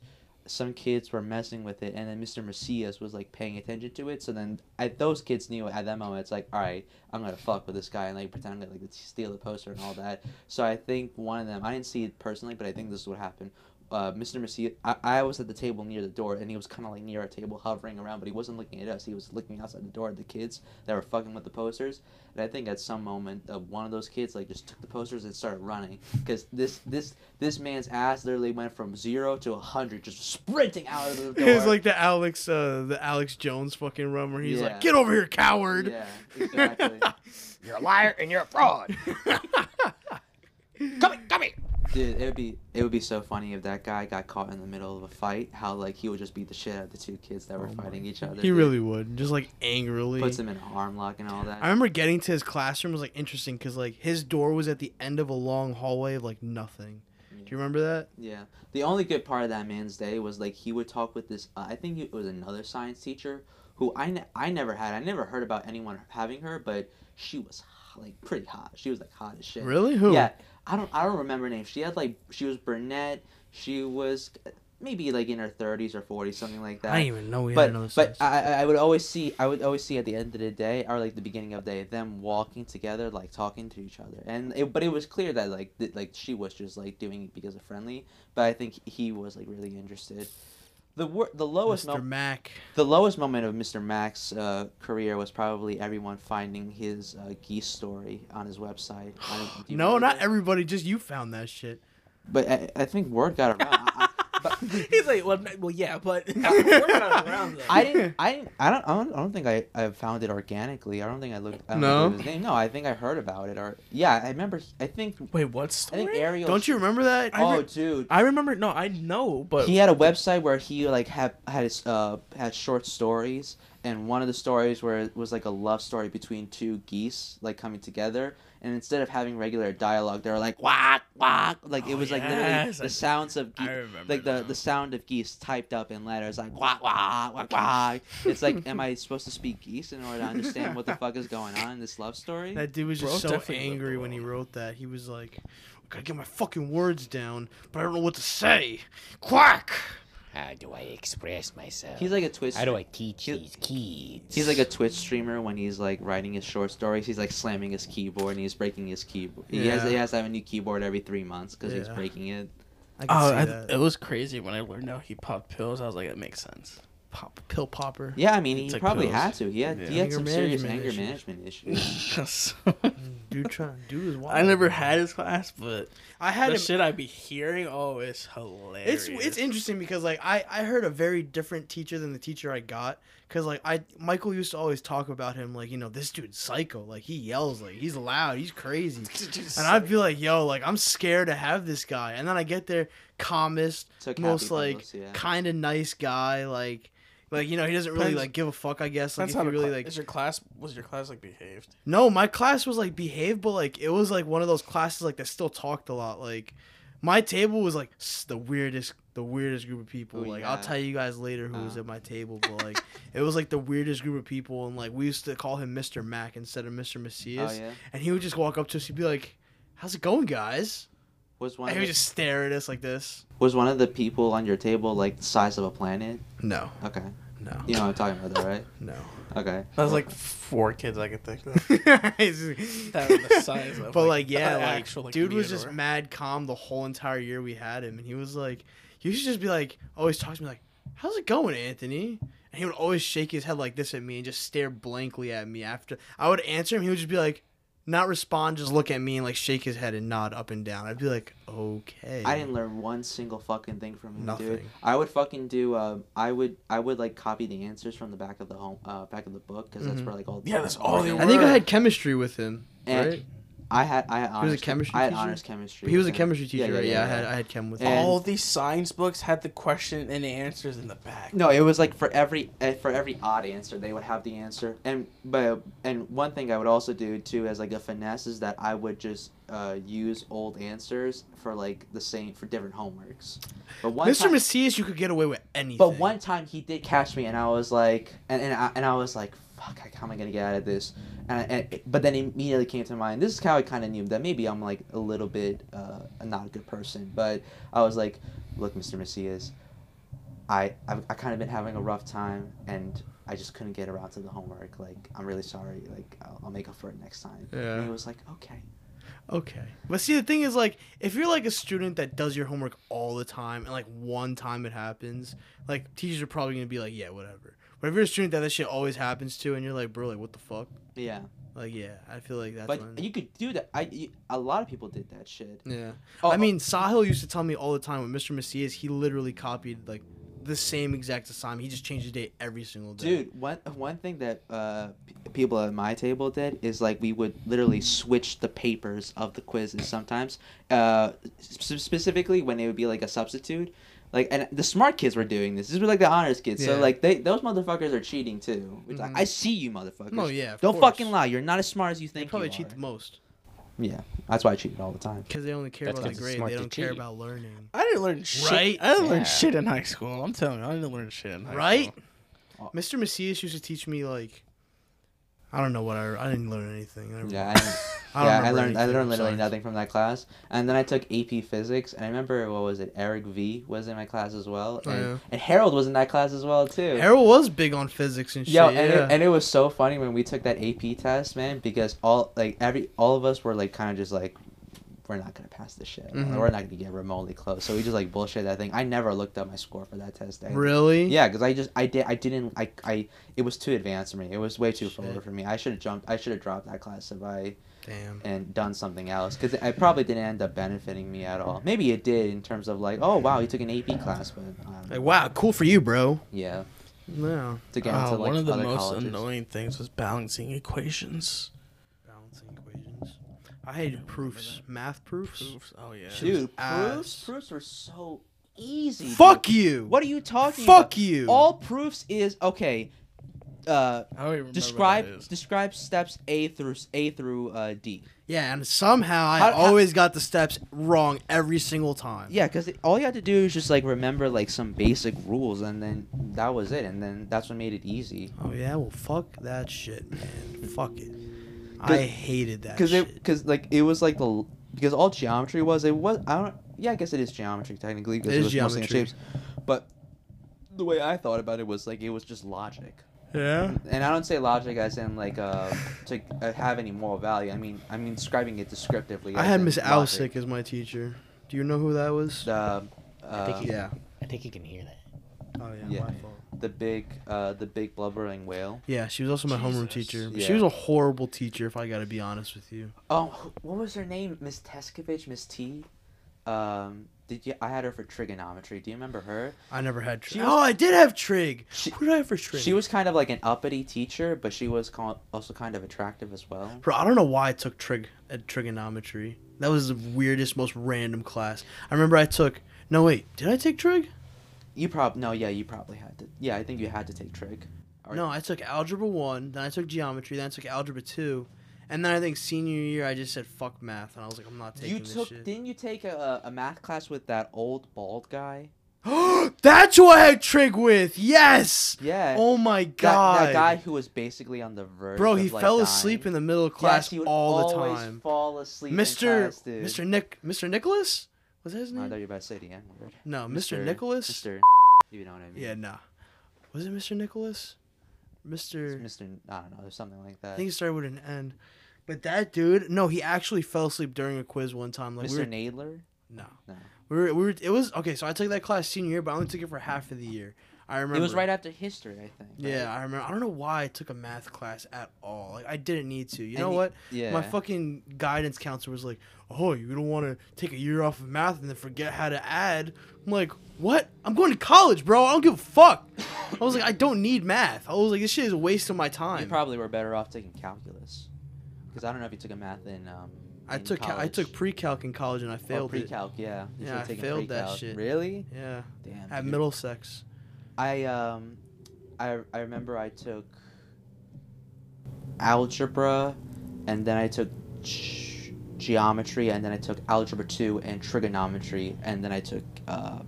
[SPEAKER 3] some kids were messing with it, and then Mr. Macias was like paying attention to it. So then I, those kids knew at that moment it's like, all right, I'm gonna fuck with this guy and like pretend I'm gonna like steal the poster and all that. So I think one of them, I didn't see it personally, but I think this is what happened uh, Mr. Macias, I, I was at the table near the door, and he was kind of like near our table, hovering around, but he wasn't looking at us. He was looking outside the door at the kids that were fucking with the posters. And I think at some moment, uh, one of those kids like just took the posters and started running, because this this this man's ass literally went from zero to a hundred, just sprinting out of the door.
[SPEAKER 2] It was like the Alex, uh, the Alex Jones fucking run where he's
[SPEAKER 3] Yeah.
[SPEAKER 2] like, "Get over here, coward!"
[SPEAKER 3] yeah, exactly.
[SPEAKER 4] You're a liar and you're a fraud. come here, come here.
[SPEAKER 3] Dude, it would be it would be so funny if that guy got caught in the middle of a fight. How like he would just beat the shit out of the two kids
[SPEAKER 4] Oh
[SPEAKER 3] that were fighting each other.
[SPEAKER 2] He
[SPEAKER 3] dude.
[SPEAKER 2] really would, just like angrily.
[SPEAKER 3] puts him in an arm lock and all that.
[SPEAKER 2] I remember getting to his classroom was like interesting because like his door was at the end of a long hallway of like nothing. Do you remember that?
[SPEAKER 3] Yeah. The only good part of that man's day was like he would talk with this. uh, I think it was another science teacher who I, ne- I never had. I never heard about anyone having her, but she was h- like pretty hot. She was like hot as shit.
[SPEAKER 2] Really? Who?
[SPEAKER 3] Yeah. I don't I don't remember her name. She had like she was brunette. She was maybe like in her thirties or forties, something like that.
[SPEAKER 2] I didn't even know we had
[SPEAKER 3] But
[SPEAKER 2] another.
[SPEAKER 3] but
[SPEAKER 2] science-
[SPEAKER 3] I, I- I would always see I would always see at the end of the day or like the beginning of the day them walking together like talking to each other and it, but it was clear that like that, like she was just like doing it because of friendly but I think he was like really interested. The wor- the lowest
[SPEAKER 2] Mr.
[SPEAKER 3] mo-
[SPEAKER 2] Mac.
[SPEAKER 3] the lowest moment of Mr. Mac's uh, career was probably everyone finding his uh, geese story on his website. I don't- do you
[SPEAKER 2] No,
[SPEAKER 3] remember
[SPEAKER 2] not
[SPEAKER 3] that?
[SPEAKER 2] everybody. Just you found that shit.
[SPEAKER 3] But I, I think word got around. I, I-
[SPEAKER 1] He's like, well, n- well yeah, but we're not around them.
[SPEAKER 3] I didn't. I didn't. I don't. I don't, I don't think I, I found it organically. I don't think I looked. I don't think I
[SPEAKER 2] No?
[SPEAKER 3] looked his name. No, I think I heard about it. Or yeah, I remember. he- I think.
[SPEAKER 1] Wait, what
[SPEAKER 3] I
[SPEAKER 1] story?
[SPEAKER 3] think Ariel.
[SPEAKER 2] Don't you remember that?
[SPEAKER 1] I
[SPEAKER 3] Oh,
[SPEAKER 1] re-
[SPEAKER 3] dude.
[SPEAKER 1] I remember. No, I know, but
[SPEAKER 3] He had a website where he like had had his uh had short stories, and one of the stories where it was like a love story between two geese like coming together, and instead of having regular dialogue, they were like whack whack, like it
[SPEAKER 1] Oh,
[SPEAKER 3] was like
[SPEAKER 1] yes,
[SPEAKER 3] literally
[SPEAKER 1] I-
[SPEAKER 3] the sounds of
[SPEAKER 1] I
[SPEAKER 3] geese,
[SPEAKER 1] remember
[SPEAKER 3] like the
[SPEAKER 1] now.
[SPEAKER 3] the sound of geese typed up in letters like whack whack whack whack. It's like, am I supposed to speak geese in order to understand what the fuck is going on in this love story?
[SPEAKER 2] That dude was just
[SPEAKER 1] Bro
[SPEAKER 2] so
[SPEAKER 1] definitely lived
[SPEAKER 2] angry when he
[SPEAKER 1] alone.
[SPEAKER 2] wrote that. He was like, I gotta get my fucking words down, but I don't know what to say. Quack!
[SPEAKER 4] How do I express myself?
[SPEAKER 3] He's like a twist.
[SPEAKER 4] how do I teach
[SPEAKER 3] He-
[SPEAKER 4] these kids?
[SPEAKER 3] He's like a Twitch streamer when he's like writing his short stories. He's like slamming his keyboard and he's breaking his keyboard. He has
[SPEAKER 2] Yeah.
[SPEAKER 3] he has to have a new keyboard every three months because he's
[SPEAKER 2] Yeah.
[SPEAKER 3] breaking it.
[SPEAKER 2] I can
[SPEAKER 1] Oh,
[SPEAKER 2] see
[SPEAKER 1] I,
[SPEAKER 2] that.
[SPEAKER 1] it was crazy when I learned how he popped pills. I was like, it makes sense.
[SPEAKER 2] Pop, pill popper.
[SPEAKER 3] Yeah, I mean he
[SPEAKER 1] Took
[SPEAKER 3] probably
[SPEAKER 1] pills.
[SPEAKER 3] had to. He had
[SPEAKER 1] Yeah.
[SPEAKER 3] he had
[SPEAKER 2] Anger
[SPEAKER 3] some serious
[SPEAKER 2] management
[SPEAKER 3] anger
[SPEAKER 2] issues.
[SPEAKER 3] management issues.
[SPEAKER 2] Dude, trying. Dude was wild.
[SPEAKER 1] I never had his class, but
[SPEAKER 2] I had
[SPEAKER 1] the
[SPEAKER 2] him.
[SPEAKER 1] shit I be hearing, oh, it's hilarious.
[SPEAKER 2] It's it's interesting because like I I heard a very different teacher than the teacher I got because like I Michael used to always talk about him like you know this dude's psycho like he yells like he's loud he's crazy
[SPEAKER 1] Dude's
[SPEAKER 2] and I'd be like yo like I'm scared to have this guy and then I get there calmest
[SPEAKER 3] Took happy
[SPEAKER 2] most like
[SPEAKER 3] bundles, yeah. Oh,
[SPEAKER 2] kind of nice guy like. Like you know, he doesn't really
[SPEAKER 1] Depends-
[SPEAKER 2] like give a fuck. I guess like
[SPEAKER 1] That's
[SPEAKER 2] if
[SPEAKER 1] how the
[SPEAKER 2] you really
[SPEAKER 1] cla-
[SPEAKER 2] like
[SPEAKER 1] is your class was your class like behaved?
[SPEAKER 2] no, my class was like behave, but like it was like one of those classes like that still talked a lot. Like my table was like s- the weirdest, the weirdest group of people.
[SPEAKER 3] Ooh,
[SPEAKER 2] like
[SPEAKER 3] Oh, yeah.
[SPEAKER 2] I'll tell you guys later who was
[SPEAKER 3] Uh.
[SPEAKER 2] at my table, but like it was like the weirdest group of people, and like we used to call him Mister Mac instead of Mister Macias,
[SPEAKER 3] Oh yeah,
[SPEAKER 2] and he would just walk up to us, he'd be like, "How's it going, guys?"
[SPEAKER 3] was one
[SPEAKER 2] And
[SPEAKER 3] of
[SPEAKER 2] he
[SPEAKER 3] the,
[SPEAKER 2] would just stare at us like this.
[SPEAKER 3] was one of the people on your table like the size of a planet?
[SPEAKER 2] No,
[SPEAKER 3] Okay,
[SPEAKER 2] no,
[SPEAKER 3] you know what I'm talking about, though, right?
[SPEAKER 2] no.
[SPEAKER 3] Okay.
[SPEAKER 1] That was like four kids I could think of. That was the
[SPEAKER 2] the
[SPEAKER 1] size of,
[SPEAKER 2] But
[SPEAKER 1] like,
[SPEAKER 2] like, yeah,
[SPEAKER 1] an
[SPEAKER 2] like,
[SPEAKER 1] actual, like,
[SPEAKER 2] dude was just
[SPEAKER 1] meteor.
[SPEAKER 2] mad calm the whole entire year we had him, and he was like, he used to just be like, always talks to me like, "How's it going, Anthony?" And he would always shake his head like this at me and just stare blankly at me. After I would answer him, he would just be like, not respond, just look at me and like shake his head and nod up and down. I'd be like, okay.
[SPEAKER 3] I didn't learn one single fucking thing from him, dude.
[SPEAKER 2] Nothing.
[SPEAKER 3] I would fucking do. Um, I would. I would like copy the answers from the back of the home, uh, back of the book, because that's
[SPEAKER 2] Mhm.
[SPEAKER 3] where like all.
[SPEAKER 1] Yeah, that's all they
[SPEAKER 2] I think I
[SPEAKER 1] were.
[SPEAKER 2] had chemistry with him,
[SPEAKER 3] And-
[SPEAKER 2] right?
[SPEAKER 3] I had. I had honors.
[SPEAKER 2] was a chemistry
[SPEAKER 3] I had
[SPEAKER 2] teacher?
[SPEAKER 3] honors chemistry.
[SPEAKER 2] He was a
[SPEAKER 3] with him.
[SPEAKER 2] chemistry teacher, right? Yeah, I had I had chem with him.
[SPEAKER 3] And-
[SPEAKER 1] All these science books had the question and the answers in the back.
[SPEAKER 3] No, it was like for every eh, for every odd answer, they would have the answer. And but and one thing I would also do too as like a finesse is that I would just uh, use old answers for like the same for different homeworks. But one
[SPEAKER 2] Mr.
[SPEAKER 3] time-
[SPEAKER 2] Macias, you could get away with anything.
[SPEAKER 3] But one time he did catch me, and I was like, and and I, and I was like, fuck, like, how am I gonna get out of this? And, I, and but then immediately came to mind. This is how I kind of knew that maybe I'm like a little bit uh, not a good person. But I was like, look, Mr. Macias, I I've, I kind of been having a rough time, and I just couldn't get around to the homework. Like I'm really sorry. Like I'll, I'll make up for it next time.
[SPEAKER 2] Yeah.
[SPEAKER 3] And he was like, okay.
[SPEAKER 2] Okay. But see, the thing is, like, if you're like a student that does your homework all the time, and like one time it happens, like teachers are probably gonna be like, yeah, whatever. But if you're a student that that shit always happens to, and you're like, bro, like, what the fuck?
[SPEAKER 3] Yeah.
[SPEAKER 2] Like, yeah, I feel like that's.
[SPEAKER 3] But
[SPEAKER 2] when-
[SPEAKER 3] you could do that. I you, a lot of people did that shit.
[SPEAKER 2] yeah.
[SPEAKER 3] Oh,
[SPEAKER 2] I mean, Sahil used to tell me all the time with Mr. Macias, he literally copied like the same exact assignment. He just changed the date every single day.
[SPEAKER 3] Dude, one one thing that uh, p- people at my table did is like we would literally switch the papers of the quizzes sometimes. Uh, sp- specifically when it would be like a substitute, like and the smart kids were doing this. This was like the honors kids. So
[SPEAKER 2] Yeah.
[SPEAKER 3] like they those motherfuckers are cheating too. It's like,
[SPEAKER 2] Mhm.
[SPEAKER 3] I see you motherfuckers.
[SPEAKER 2] No, yeah, of
[SPEAKER 3] Don't
[SPEAKER 2] course.
[SPEAKER 3] fucking lie. You're not as smart as you
[SPEAKER 2] They
[SPEAKER 3] think.
[SPEAKER 2] probably
[SPEAKER 3] you
[SPEAKER 2] cheat
[SPEAKER 3] are.
[SPEAKER 2] the most
[SPEAKER 3] Yeah, that's why I cheated all the time.
[SPEAKER 2] because they only care
[SPEAKER 4] That's
[SPEAKER 2] about
[SPEAKER 4] 'cause
[SPEAKER 2] the
[SPEAKER 4] it's
[SPEAKER 2] grade.
[SPEAKER 4] smart
[SPEAKER 2] They
[SPEAKER 4] to
[SPEAKER 2] don't care
[SPEAKER 4] cheat.
[SPEAKER 2] about learning.
[SPEAKER 1] I didn't learn shit.
[SPEAKER 2] Right?
[SPEAKER 1] I didn't
[SPEAKER 4] Yeah.
[SPEAKER 1] learn shit in high school. I'm telling you, I didn't learn shit in high
[SPEAKER 2] Right?
[SPEAKER 1] school.
[SPEAKER 3] Uh,
[SPEAKER 2] Mr. Macias used to teach me like I don't know what I I didn't learn anything. I never-
[SPEAKER 3] Yeah, I,
[SPEAKER 2] I don't
[SPEAKER 3] yeah, I
[SPEAKER 2] remember
[SPEAKER 3] learned I
[SPEAKER 2] anything, I'm
[SPEAKER 3] learned literally
[SPEAKER 2] sorry.
[SPEAKER 3] nothing from that class. And then I took AP Physics, and I remember what was it? Eric V was in my class as well,
[SPEAKER 2] Oh,
[SPEAKER 3] and,
[SPEAKER 2] yeah.
[SPEAKER 3] and Harold was in that class as well too.
[SPEAKER 2] Harold was big on physics and shit.
[SPEAKER 3] Yo,
[SPEAKER 2] yeah.
[SPEAKER 3] and, it, and it was so funny when we took that AP test, man, because all like every all of us were like kind of just like we're not gonna pass this shit.
[SPEAKER 2] Mm-hmm.
[SPEAKER 3] We're not gonna get remotely close. So we just like bullshit that thing. I never looked up my score for that test. I,
[SPEAKER 2] Really?
[SPEAKER 3] Yeah, because I just I did I didn't I I it was too advanced for me. It was way too forward for me. I should have jumped. I should have dropped that class if I
[SPEAKER 2] Damn.
[SPEAKER 3] and done something else because it probably didn't end up benefiting me at all. Maybe it did in terms of like, oh wow, you took an AP class, but um,
[SPEAKER 2] Like wow, cool for you, bro.
[SPEAKER 3] yeah,
[SPEAKER 2] No.
[SPEAKER 3] to get
[SPEAKER 1] Uh,
[SPEAKER 3] into like
[SPEAKER 1] one of the
[SPEAKER 3] other
[SPEAKER 1] most
[SPEAKER 3] colleges.
[SPEAKER 1] annoying things was balancing equations.
[SPEAKER 2] Balancing equations. I hated proofs. Math proofs.
[SPEAKER 1] Proofs. Oh yeah.
[SPEAKER 3] Dude,
[SPEAKER 2] ass.
[SPEAKER 3] proofs, proofs are so easy.
[SPEAKER 2] Fuck
[SPEAKER 3] dude.
[SPEAKER 2] you.
[SPEAKER 3] What are you talking?
[SPEAKER 2] Fuck
[SPEAKER 3] about?
[SPEAKER 2] you.
[SPEAKER 3] All proofs is okay. Uh,
[SPEAKER 1] I don't even remember What that
[SPEAKER 3] describe
[SPEAKER 1] is.
[SPEAKER 3] describe steps A through A through uh, D.
[SPEAKER 2] Yeah, and somehow I
[SPEAKER 3] How- how-
[SPEAKER 2] always got the steps wrong every single time.
[SPEAKER 3] Yeah, because all you had to do is just like remember like some basic rules, and then that was it, and then that's what made it easy.
[SPEAKER 2] Oh yeah, well fuck that shit, man. fuck it. I hated that
[SPEAKER 3] because
[SPEAKER 2] shit.
[SPEAKER 3] it because like it was like the l- because all geometry was it was I don't yeah I guess it is geometry technically because
[SPEAKER 2] It
[SPEAKER 3] it,
[SPEAKER 2] is
[SPEAKER 3] was mostly in
[SPEAKER 2] geometry.
[SPEAKER 3] shapes, but the way I thought about it was like it was just logic,
[SPEAKER 2] yeah.
[SPEAKER 3] and I don't say logic as in like uh to uh, have any moral value. I mean I mean describing it descriptively.
[SPEAKER 2] I
[SPEAKER 3] as
[SPEAKER 2] had
[SPEAKER 3] in
[SPEAKER 2] Miss
[SPEAKER 3] logic.
[SPEAKER 2] Alsick as my teacher. Do you know who that was?
[SPEAKER 3] The uh,
[SPEAKER 4] think he- I think you can hear that.
[SPEAKER 2] Oh yeah,
[SPEAKER 3] Yeah.
[SPEAKER 2] my fault.
[SPEAKER 3] the big uh the big blubbering whale.
[SPEAKER 2] Yeah, she was also my homeroom
[SPEAKER 1] Jesus.
[SPEAKER 2] teacher.
[SPEAKER 3] Yeah.
[SPEAKER 2] She was a horrible teacher, if I gotta be honest with you.
[SPEAKER 3] Oh, wh- what was her name? Miss Teskovich, Miss T. Um, did you? I had her for trigonometry. Do you remember her?
[SPEAKER 2] I never had trig.
[SPEAKER 3] She was-
[SPEAKER 2] oh, I did have trig.
[SPEAKER 3] She-
[SPEAKER 2] what did I have for trig?
[SPEAKER 3] She was kind of like an uppity teacher, but she was co- also kind of attractive as well.
[SPEAKER 2] Bro, I don't know why I took trig at trigonometry. That was the weirdest, most random class. I remember I took. No wait, did I take trig?
[SPEAKER 3] You probably no, yeah, you probably had to. Yeah, I think you had to take trig. Or-
[SPEAKER 2] No, I took algebra one, then I took geometry, then I took algebra two, and then I think senior year I just said fuck math, and I was like, I'm not taking
[SPEAKER 3] you
[SPEAKER 2] this
[SPEAKER 3] took.
[SPEAKER 2] shit.
[SPEAKER 3] Didn't you take a, a math class with that old bald guy?
[SPEAKER 2] That's who I had trig with. Yes.
[SPEAKER 3] Yeah.
[SPEAKER 2] Oh my
[SPEAKER 3] that,
[SPEAKER 2] god.
[SPEAKER 3] that guy who was basically on the verge.
[SPEAKER 2] Bro,
[SPEAKER 3] of,
[SPEAKER 2] he
[SPEAKER 3] like,
[SPEAKER 2] fell
[SPEAKER 3] dying.
[SPEAKER 2] asleep in the middle of
[SPEAKER 3] Yes,
[SPEAKER 2] class
[SPEAKER 3] he would
[SPEAKER 2] all the
[SPEAKER 3] always
[SPEAKER 2] time.
[SPEAKER 3] Fall asleep. in
[SPEAKER 2] Mr.
[SPEAKER 3] class, dude.
[SPEAKER 2] Mr. Nick Mr. Nicholas? Was that his
[SPEAKER 3] No, I
[SPEAKER 2] name?
[SPEAKER 3] thought you were about to say the N word.
[SPEAKER 2] no, Mr. Nicholas?
[SPEAKER 3] Mr. You know what I mean?
[SPEAKER 2] Yeah, nah. Was it Mr. Nicholas?
[SPEAKER 3] It's
[SPEAKER 2] Mr.
[SPEAKER 3] Mr. I don't know. There's something like that.
[SPEAKER 2] I think it started with an N. But that dude, no, he actually fell asleep during a quiz one time. Like we
[SPEAKER 3] Mr.
[SPEAKER 2] were,
[SPEAKER 3] Nadler.
[SPEAKER 2] no,
[SPEAKER 3] No.
[SPEAKER 2] we were, we were, it was okay. So I took that class senior year, but I only took it for half of the year. I remember
[SPEAKER 3] It was right after history, I think.
[SPEAKER 2] Yeah,
[SPEAKER 3] right?
[SPEAKER 2] I remember. I don't know why I took a math class at all. Like I didn't need to. You
[SPEAKER 3] And
[SPEAKER 2] know
[SPEAKER 3] y-
[SPEAKER 2] what?
[SPEAKER 3] yeah.
[SPEAKER 2] My fucking guidance counselor was like, "Oh, you don't want to take a year off of math and then forget how to add." I'm like, "What? I'm going to college, bro. I don't give a fuck." I was like, "I don't need math." I was like, "This shit is a waste of my
[SPEAKER 3] You
[SPEAKER 2] time."
[SPEAKER 3] probably were better off taking calculus, because I don't know if you took a math in. Um,
[SPEAKER 2] I
[SPEAKER 3] in
[SPEAKER 2] took ca- I
[SPEAKER 3] college. Oh,
[SPEAKER 2] took pre-calc in college and I
[SPEAKER 3] Or
[SPEAKER 2] failed it.
[SPEAKER 3] pre-calc. Yeah,
[SPEAKER 2] Yeah,
[SPEAKER 3] you should've
[SPEAKER 2] I
[SPEAKER 3] taken
[SPEAKER 2] failed that shit.
[SPEAKER 3] Really?
[SPEAKER 2] Yeah,
[SPEAKER 3] Damn.
[SPEAKER 2] at
[SPEAKER 3] dude.
[SPEAKER 2] Middlesex.
[SPEAKER 3] I um, I I remember I took algebra, and then I took g- geometry, and then I took algebra two and trigonometry, and then I took uh,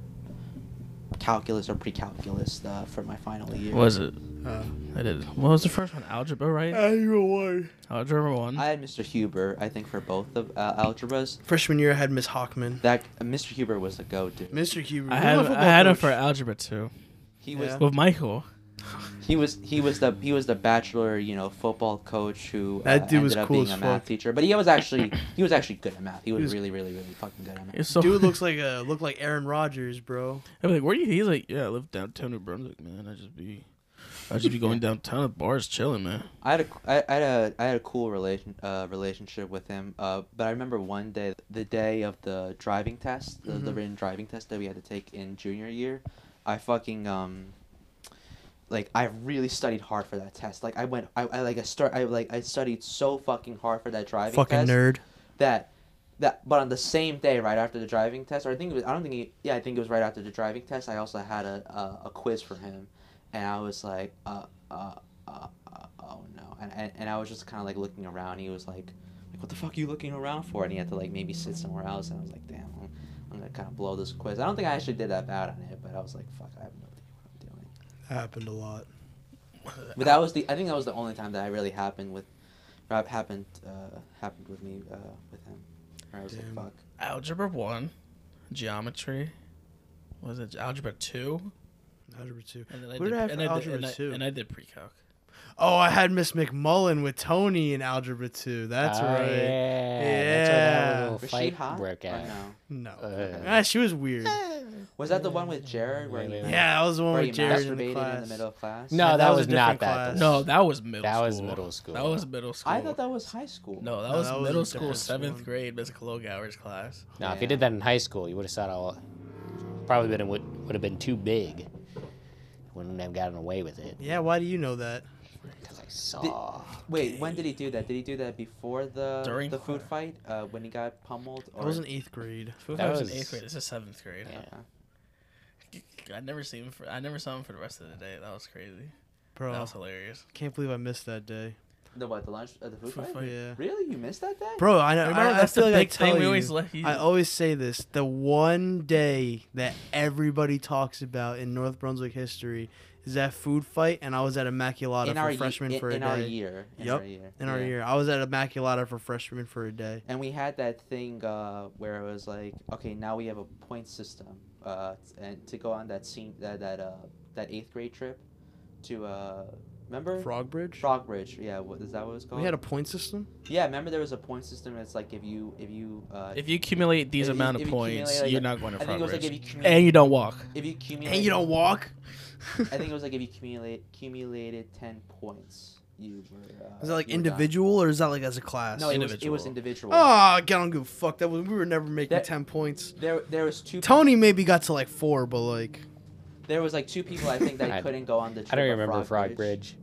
[SPEAKER 3] calculus or pre-calculus uh, for my final year.
[SPEAKER 1] What was it?
[SPEAKER 2] Uh,
[SPEAKER 1] I did. What was the first one? Algebra, right?
[SPEAKER 2] Annual one.
[SPEAKER 1] Algebra one.
[SPEAKER 3] I had Mr. Huber, I think, for both of uh, algebras.
[SPEAKER 2] Freshman year, I had Miss Hockman.
[SPEAKER 3] That Mr. Huber was the go dude.
[SPEAKER 2] Mr. Huber.
[SPEAKER 1] I
[SPEAKER 2] who's my
[SPEAKER 1] had I
[SPEAKER 2] football
[SPEAKER 1] had him
[SPEAKER 2] coach?
[SPEAKER 1] for algebra two
[SPEAKER 3] He was
[SPEAKER 2] Yeah.
[SPEAKER 1] with Michael.
[SPEAKER 3] he was he was the he was the bachelor you know football coach who
[SPEAKER 2] That
[SPEAKER 3] uh,
[SPEAKER 2] dude
[SPEAKER 3] ended
[SPEAKER 2] was
[SPEAKER 3] up
[SPEAKER 2] cool
[SPEAKER 3] being a
[SPEAKER 2] as
[SPEAKER 3] math
[SPEAKER 2] fuck.
[SPEAKER 3] teacher. But he was actually he was actually good at math. He was,
[SPEAKER 2] was-
[SPEAKER 3] really really really fucking good at math.
[SPEAKER 1] It's so
[SPEAKER 2] Dude looks like a look like Aaron Rodgers, bro.
[SPEAKER 1] I'm like, where you? He's like, yeah, I live downtown New Brunswick, man. I just be, I just be going downtown to bars, chilling, man.
[SPEAKER 3] I had a I, I had a I had a cool relation uh, relationship with him. Uh, but I remember one day the day of the driving test, the,
[SPEAKER 2] Mm-hmm.
[SPEAKER 3] the written driving test that we had to take in junior year, I fucking um. Like I really studied hard for that test. Like I went, I, I like I start, I like I studied so fucking hard for that driving
[SPEAKER 2] Fucking
[SPEAKER 3] test.
[SPEAKER 2] nerd.
[SPEAKER 3] that that but on the same day right after the driving test or i think it was i don't think it, yeah i think it was right after the driving test i also had a a, a quiz for him and i was like uh uh uh, uh oh no and, and and i was just kind of like looking around he was like like what the fuck are you looking around for and he had to like maybe sit somewhere else and i was like damn i'm, I'm gonna kind of blow this quiz i don't think i actually did that bad on it but i was like fuck i have no idea what i'm doing
[SPEAKER 2] happened a lot.
[SPEAKER 3] but that was the i think that was the only time that i really happened with rap happened uh happened with me uh with him Where i was
[SPEAKER 2] Damn.
[SPEAKER 3] like fuck
[SPEAKER 1] Algebra one, geometry. Was it algebra two?
[SPEAKER 2] Algebra two.
[SPEAKER 1] And then
[SPEAKER 2] What did I have for
[SPEAKER 1] and I
[SPEAKER 2] algebra
[SPEAKER 1] and I-
[SPEAKER 2] two?
[SPEAKER 1] and I did pre-calc.
[SPEAKER 2] Oh, I had Miss McMullen with Tony in Algebra 2. That's
[SPEAKER 4] Oh,
[SPEAKER 2] right.
[SPEAKER 4] Yeah. That's where that
[SPEAKER 2] Yeah.
[SPEAKER 4] little
[SPEAKER 3] Was she
[SPEAKER 4] fight
[SPEAKER 3] hot?
[SPEAKER 4] broke
[SPEAKER 3] or
[SPEAKER 4] out.
[SPEAKER 3] no?
[SPEAKER 2] No.
[SPEAKER 4] Uh.
[SPEAKER 2] Ah, she was weird.
[SPEAKER 3] Was that the one with Jared where
[SPEAKER 4] Yeah.
[SPEAKER 3] he,
[SPEAKER 2] Yeah, I was the one
[SPEAKER 3] where he
[SPEAKER 2] with Jared in
[SPEAKER 3] masturbated
[SPEAKER 2] the class.
[SPEAKER 3] middle of class?
[SPEAKER 4] No,
[SPEAKER 2] Yeah,
[SPEAKER 4] that,
[SPEAKER 2] that was
[SPEAKER 4] was,
[SPEAKER 2] a
[SPEAKER 4] not
[SPEAKER 2] different
[SPEAKER 4] that.
[SPEAKER 2] class.
[SPEAKER 1] No, that was middle.
[SPEAKER 4] That
[SPEAKER 1] school.
[SPEAKER 4] was middle school.
[SPEAKER 1] That was middle school.
[SPEAKER 3] I thought that was high school.
[SPEAKER 1] No, that
[SPEAKER 2] No,
[SPEAKER 1] was
[SPEAKER 2] that was a
[SPEAKER 1] middle
[SPEAKER 2] different
[SPEAKER 1] school,
[SPEAKER 2] one.
[SPEAKER 1] seventh grade physical hours class.
[SPEAKER 4] No, if you did that in high school, you would have said all. Probably been would would have been too big. Wouldn't have gotten away with it
[SPEAKER 2] Yeah, why do you know that?
[SPEAKER 4] because I saw.
[SPEAKER 3] Wait, when did he do that? Did he do that before the
[SPEAKER 1] During
[SPEAKER 3] the food
[SPEAKER 1] choir.
[SPEAKER 3] fight? Uh, when he got pummeled? Or...
[SPEAKER 2] I was in eighth grade.
[SPEAKER 1] Food
[SPEAKER 4] That
[SPEAKER 1] was, in
[SPEAKER 4] was-
[SPEAKER 1] eighth grade. This is seventh grade.
[SPEAKER 4] Yeah.
[SPEAKER 1] I never seen. Him for, I never saw him for the rest of the day. That was crazy.
[SPEAKER 2] Bro,
[SPEAKER 1] That was hilarious.
[SPEAKER 2] can't believe I missed that day.
[SPEAKER 3] The what? The lunch? Uh, the food,
[SPEAKER 1] Food
[SPEAKER 3] fight?
[SPEAKER 1] fight.
[SPEAKER 2] Yeah.
[SPEAKER 3] Really? You missed that day?
[SPEAKER 2] Bro, I know.
[SPEAKER 1] Remember,
[SPEAKER 2] I, I
[SPEAKER 1] that's
[SPEAKER 2] feel
[SPEAKER 1] the
[SPEAKER 2] like I
[SPEAKER 1] big thing
[SPEAKER 2] tell
[SPEAKER 1] we
[SPEAKER 2] you,
[SPEAKER 1] always let you-
[SPEAKER 2] I always say this: the one day that everybody talks about in North Brunswick history is that food fight, and I was at Immaculata
[SPEAKER 3] in
[SPEAKER 2] for
[SPEAKER 3] ye-
[SPEAKER 2] freshman
[SPEAKER 3] in,
[SPEAKER 2] for a
[SPEAKER 3] in
[SPEAKER 2] day.
[SPEAKER 3] our year. In
[SPEAKER 2] Yup,
[SPEAKER 3] our year.
[SPEAKER 2] In our
[SPEAKER 3] yeah.
[SPEAKER 2] year, I was at Immaculata for freshman for a day.
[SPEAKER 3] And we had that thing uh, where it was like, okay, now we have a point system, uh, and to go on that scene that that uh, that eighth grade trip, to uh, remember
[SPEAKER 2] Frog Bridge.
[SPEAKER 3] Frog Bridge. Yeah, what is that? What it was called?
[SPEAKER 2] We had a point system.
[SPEAKER 3] Yeah, remember there was a point system. It's like if you if you uh,
[SPEAKER 1] If you accumulate these
[SPEAKER 3] If you-
[SPEAKER 1] amount
[SPEAKER 3] if
[SPEAKER 1] of
[SPEAKER 3] you accumulate,
[SPEAKER 1] points,
[SPEAKER 3] like,
[SPEAKER 1] you're not going
[SPEAKER 3] I
[SPEAKER 1] to
[SPEAKER 3] think it was
[SPEAKER 1] progress.
[SPEAKER 3] like if you cumulate,
[SPEAKER 1] and you don't walk.
[SPEAKER 3] if you accumulate,
[SPEAKER 2] And you don't walk.
[SPEAKER 3] I think it was like if you accumulate accumulated ten points, you were. Uh,
[SPEAKER 2] Is that like
[SPEAKER 3] you were done.
[SPEAKER 2] individual or is that like as a class?
[SPEAKER 3] No, it was it was
[SPEAKER 1] Individual.
[SPEAKER 3] individual.
[SPEAKER 2] Oh, God, I don't give a fuck. That was, we were never making
[SPEAKER 3] That-
[SPEAKER 2] ten points.
[SPEAKER 3] There there was two.
[SPEAKER 2] Tony maybe got to like four, but like,
[SPEAKER 3] There was like two people I think that
[SPEAKER 4] I-
[SPEAKER 3] couldn't go on the. Trip
[SPEAKER 4] I don't
[SPEAKER 3] of
[SPEAKER 4] remember Frog Bridge.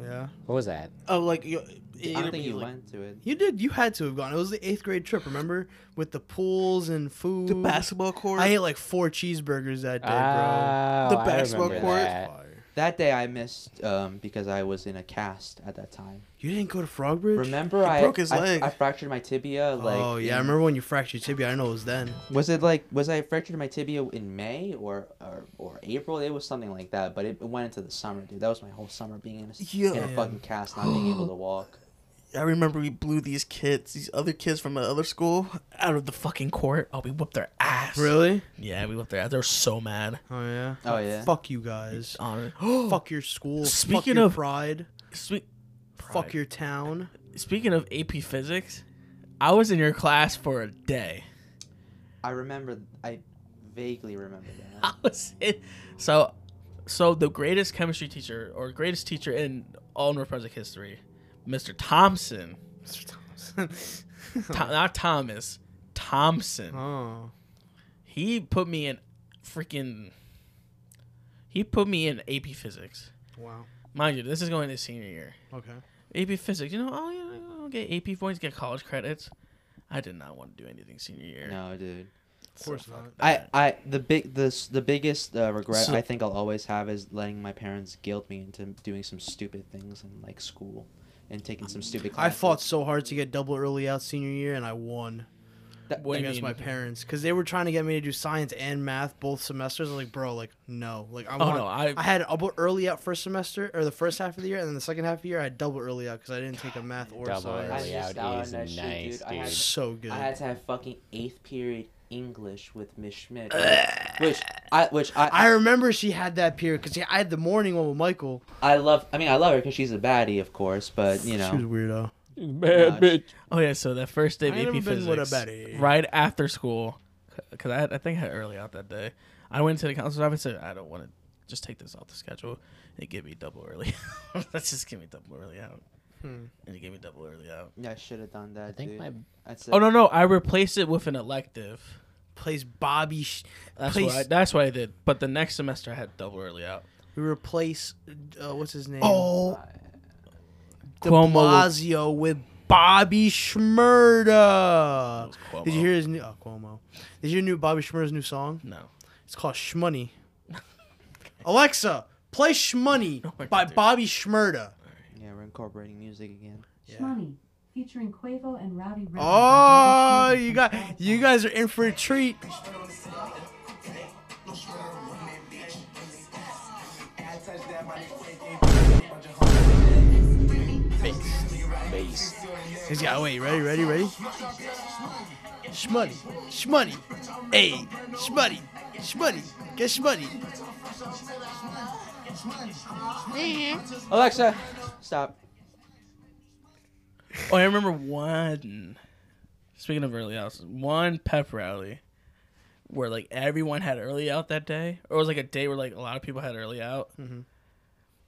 [SPEAKER 2] yeah.
[SPEAKER 4] What was that?
[SPEAKER 2] Oh, like you.
[SPEAKER 3] I don't think you went to it.
[SPEAKER 2] You did. You had to have gone. It was the eighth grade trip, remember? With the pools and food.
[SPEAKER 1] The basketball court.
[SPEAKER 2] I ate like four cheeseburgers that day, bro.
[SPEAKER 3] Ah.
[SPEAKER 4] Oh, I remember that.
[SPEAKER 2] Fire.
[SPEAKER 3] That day I missed um, because I was in a cast at that time.
[SPEAKER 2] You didn't go to Frog Bridge. He
[SPEAKER 3] Remember I
[SPEAKER 2] broke his
[SPEAKER 3] I-
[SPEAKER 2] leg.
[SPEAKER 3] I, fractured my tibia. Like
[SPEAKER 2] oh yeah, I
[SPEAKER 3] in-
[SPEAKER 2] remember when you fractured your tibia. I know it was then.
[SPEAKER 3] Was it like was I fractured my tibia in May or or, or April? It was something like that, but it, it went into the summer, dude. That was my whole summer being in a, s- in a
[SPEAKER 2] Yeah.
[SPEAKER 3] fucking cast, not being able to walk.
[SPEAKER 1] I remember we blew these kids, these other kids from another school, out of the fucking court. Oh, we whipped their ass.
[SPEAKER 2] Really?
[SPEAKER 1] Yeah, we whipped their ass. They were so mad.
[SPEAKER 2] Oh yeah.
[SPEAKER 3] Oh, yeah.
[SPEAKER 2] Fuck you guys.
[SPEAKER 1] Honor.
[SPEAKER 2] fuck your school. fuck
[SPEAKER 1] Speaking
[SPEAKER 2] your
[SPEAKER 1] of-
[SPEAKER 2] pride.
[SPEAKER 1] Sweet.
[SPEAKER 2] Fuck your town.
[SPEAKER 1] Speaking of AP Physics, I was in your class for a day.
[SPEAKER 3] I remember, I vaguely remember that.
[SPEAKER 1] I was in, so so the greatest chemistry teacher or greatest teacher in all North Brunswick history, Mr. Thompson,
[SPEAKER 2] Mr. Thompson.
[SPEAKER 1] Tho- not Thomas, Thompson.
[SPEAKER 2] oh.
[SPEAKER 1] He put me in freaking. He put me in AP Physics.
[SPEAKER 2] Wow.
[SPEAKER 1] Mind you, this is going to senior year.
[SPEAKER 2] Okay.
[SPEAKER 1] AP Physics, you know, oh, yeah, I'll get AP points, get college credits. I did not want to do anything senior
[SPEAKER 2] Ah.
[SPEAKER 1] year.
[SPEAKER 3] No, dude.
[SPEAKER 2] Of course not.
[SPEAKER 3] I, I the big the s- the biggest uh, regret
[SPEAKER 1] So-
[SPEAKER 3] I think I'll always have is letting my parents guilt me into doing some stupid things in like school, and taking some stupid.
[SPEAKER 2] I
[SPEAKER 3] Classes.
[SPEAKER 2] fought so hard to get double early out senior year, and I won.
[SPEAKER 3] That,
[SPEAKER 1] What do you
[SPEAKER 2] against
[SPEAKER 1] mean?
[SPEAKER 2] my parents because they were trying to get me to do science and math both semesters. I was like, bro, like no, like I
[SPEAKER 1] Oh,
[SPEAKER 2] want.
[SPEAKER 1] no, I-
[SPEAKER 2] I had double early out first semester or the first half of the year, and then the second half of the year I had double early out because I didn't take a math or
[SPEAKER 4] double
[SPEAKER 3] I
[SPEAKER 2] science.
[SPEAKER 4] early
[SPEAKER 3] missed
[SPEAKER 4] out
[SPEAKER 3] out on
[SPEAKER 4] is
[SPEAKER 3] that shit,
[SPEAKER 4] nice,
[SPEAKER 3] dude. I had-
[SPEAKER 4] dude.
[SPEAKER 2] So good.
[SPEAKER 3] I had to have fucking eighth period English with Miss Schmidt, which I which I
[SPEAKER 2] I remember she had that period because I had the morning one with Michael.
[SPEAKER 3] I love. I mean, I love her because she's a baddie, of course. But you
[SPEAKER 2] She was
[SPEAKER 3] know,
[SPEAKER 2] a weirdo.
[SPEAKER 4] Bad bitch.
[SPEAKER 1] Oh yeah, so that first day of
[SPEAKER 2] I ain't
[SPEAKER 1] AP
[SPEAKER 2] never
[SPEAKER 1] Physics,
[SPEAKER 2] been with a buddy.
[SPEAKER 1] right after school, because I, had- I think I had early out that day. I went to the counselor's office and said, "I don't want to just take this off the schedule and give me double early. Let's just give me double early out."
[SPEAKER 2] Hmm.
[SPEAKER 1] And he gave me double early out.
[SPEAKER 3] I should have done that.
[SPEAKER 4] I think
[SPEAKER 3] dude.
[SPEAKER 4] my
[SPEAKER 3] That's
[SPEAKER 1] Oh no, no, I replaced it with an elective.
[SPEAKER 2] Plays Bobby. Sh-
[SPEAKER 1] That's
[SPEAKER 2] Please.
[SPEAKER 1] what I, that's what I did. But the next semester I had double early out.
[SPEAKER 2] we replace uh, what's his name?
[SPEAKER 1] Oh,
[SPEAKER 2] De
[SPEAKER 1] Cuomo.
[SPEAKER 2] Blasio with Bobby Schmurda.
[SPEAKER 1] was Cuomo.
[SPEAKER 2] Did you hear his new? Oh, Cuomo. Did you hear new Bobby Schmurda's new song?
[SPEAKER 1] no.
[SPEAKER 2] It's called Shmoney. Alexa, play Shmoney
[SPEAKER 1] my
[SPEAKER 2] by
[SPEAKER 1] God, dude.
[SPEAKER 2] Bobby Schmurda.
[SPEAKER 3] Yeah, we're incorporating music again.
[SPEAKER 5] Shmoney, featuring Quavo and Rowdy Ripper.
[SPEAKER 2] Oh, you got you guys are in for a treat. He's got Oh, wait, ready, ready, ready. Shmoney, Shmoney, hey, Shmoney, Shmoney, get Shmoney.
[SPEAKER 3] Alexa, stop.
[SPEAKER 1] Oh, I remember one. Speaking of early outs, one pep rally where like everyone had early out that day, or it was like a day where like a lot of people had early out.
[SPEAKER 2] Mm-hmm.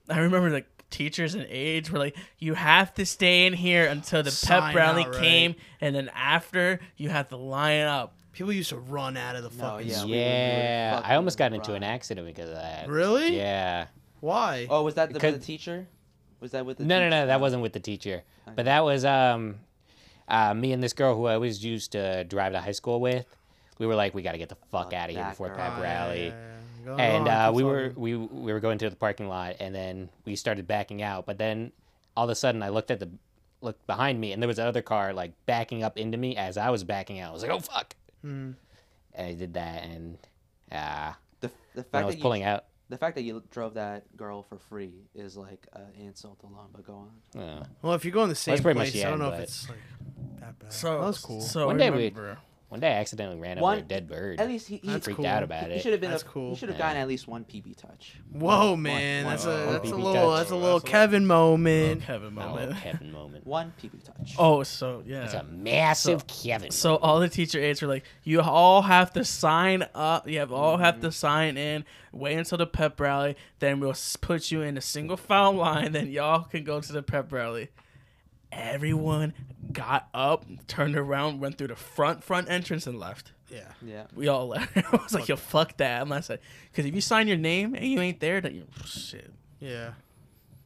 [SPEAKER 1] I remember like teachers and aides were like, "You have to stay in here until the
[SPEAKER 2] Sign
[SPEAKER 1] pep rally
[SPEAKER 2] out, right?
[SPEAKER 1] came, and then after you have to line up."
[SPEAKER 2] People used to run out of the fucking.
[SPEAKER 3] yeah.
[SPEAKER 2] s-
[SPEAKER 3] we were- we were
[SPEAKER 4] Yeah, I almost got
[SPEAKER 3] fucking
[SPEAKER 4] into an
[SPEAKER 3] rocked.
[SPEAKER 4] accident because of that.
[SPEAKER 2] Really?
[SPEAKER 4] Yeah.
[SPEAKER 2] Why?
[SPEAKER 3] Oh, was that the,
[SPEAKER 4] Because-
[SPEAKER 3] the teacher? Was that with the
[SPEAKER 4] No,
[SPEAKER 3] teacher?
[SPEAKER 4] no, no, that wasn't with the teacher. But that was um, uh, me and this girl who I always used to drive to high school with. We were like, we got to get the fuck out of here
[SPEAKER 3] that
[SPEAKER 4] before
[SPEAKER 3] girl.
[SPEAKER 4] pep
[SPEAKER 2] Oh, yeah,
[SPEAKER 4] rally.
[SPEAKER 2] yeah, yeah.
[SPEAKER 3] Oh,
[SPEAKER 2] Go on,
[SPEAKER 4] and uh,
[SPEAKER 2] keep
[SPEAKER 4] we were
[SPEAKER 2] talking.
[SPEAKER 4] we we were going to the parking lot, and then we started backing out. But then all of a sudden, I looked at the looked behind me, and there was another car like backing up into me as I was backing out. I was like, "Oh fuck!"
[SPEAKER 2] Hmm.
[SPEAKER 4] And I did that, and uh,
[SPEAKER 3] The, the
[SPEAKER 4] when
[SPEAKER 3] fact
[SPEAKER 4] I was
[SPEAKER 3] that
[SPEAKER 4] pulling
[SPEAKER 3] you,
[SPEAKER 4] out,
[SPEAKER 3] the fact that you drove that girl for free is like an insult alone. But go on.
[SPEAKER 4] uh,
[SPEAKER 2] Well, if you go in the same
[SPEAKER 4] pretty much
[SPEAKER 2] place,
[SPEAKER 4] the
[SPEAKER 2] I don't
[SPEAKER 4] end,
[SPEAKER 2] know if
[SPEAKER 4] but-
[SPEAKER 2] it's like that bad.
[SPEAKER 1] So
[SPEAKER 2] that was cool.
[SPEAKER 1] So
[SPEAKER 4] One
[SPEAKER 1] I
[SPEAKER 4] day we-
[SPEAKER 1] remember.
[SPEAKER 4] one day I accidentally ran
[SPEAKER 3] One-
[SPEAKER 4] over a dead bird.
[SPEAKER 3] At least he, he,
[SPEAKER 4] I
[SPEAKER 2] That's
[SPEAKER 4] freaked
[SPEAKER 2] cool.
[SPEAKER 4] out about
[SPEAKER 3] he
[SPEAKER 4] it.
[SPEAKER 3] should have been.
[SPEAKER 2] That's
[SPEAKER 3] a,
[SPEAKER 2] cool.
[SPEAKER 3] He should have
[SPEAKER 4] Yeah.
[SPEAKER 3] gotten at least one PB touch.
[SPEAKER 2] Whoa,
[SPEAKER 3] One-
[SPEAKER 2] man,
[SPEAKER 3] one-
[SPEAKER 2] that's a
[SPEAKER 3] one
[SPEAKER 2] that's a
[SPEAKER 4] PB
[SPEAKER 2] little
[SPEAKER 4] touch.
[SPEAKER 2] that's a little
[SPEAKER 1] That's a
[SPEAKER 2] Kevin
[SPEAKER 1] Oh,
[SPEAKER 2] moment.
[SPEAKER 1] Kevin
[SPEAKER 4] A little
[SPEAKER 1] moment.
[SPEAKER 4] Kevin moment.
[SPEAKER 3] One PB touch.
[SPEAKER 1] Oh, so yeah.
[SPEAKER 4] It's a massive Kevin.
[SPEAKER 1] So all the teacher aides were like, "You all have to sign up. You have all have to sign in. Wait until the pep rally. Then we'll s- put you in a single file line. Then y'all can go to the pep rally." Everyone got up, turned around, went through the front front entrance, and left.
[SPEAKER 2] Yeah.
[SPEAKER 3] Yeah.
[SPEAKER 1] We all left. I was like, "Yo, fuck that!" I'm not saying because if you sign your name and you ain't there, then you shit.
[SPEAKER 2] Yeah.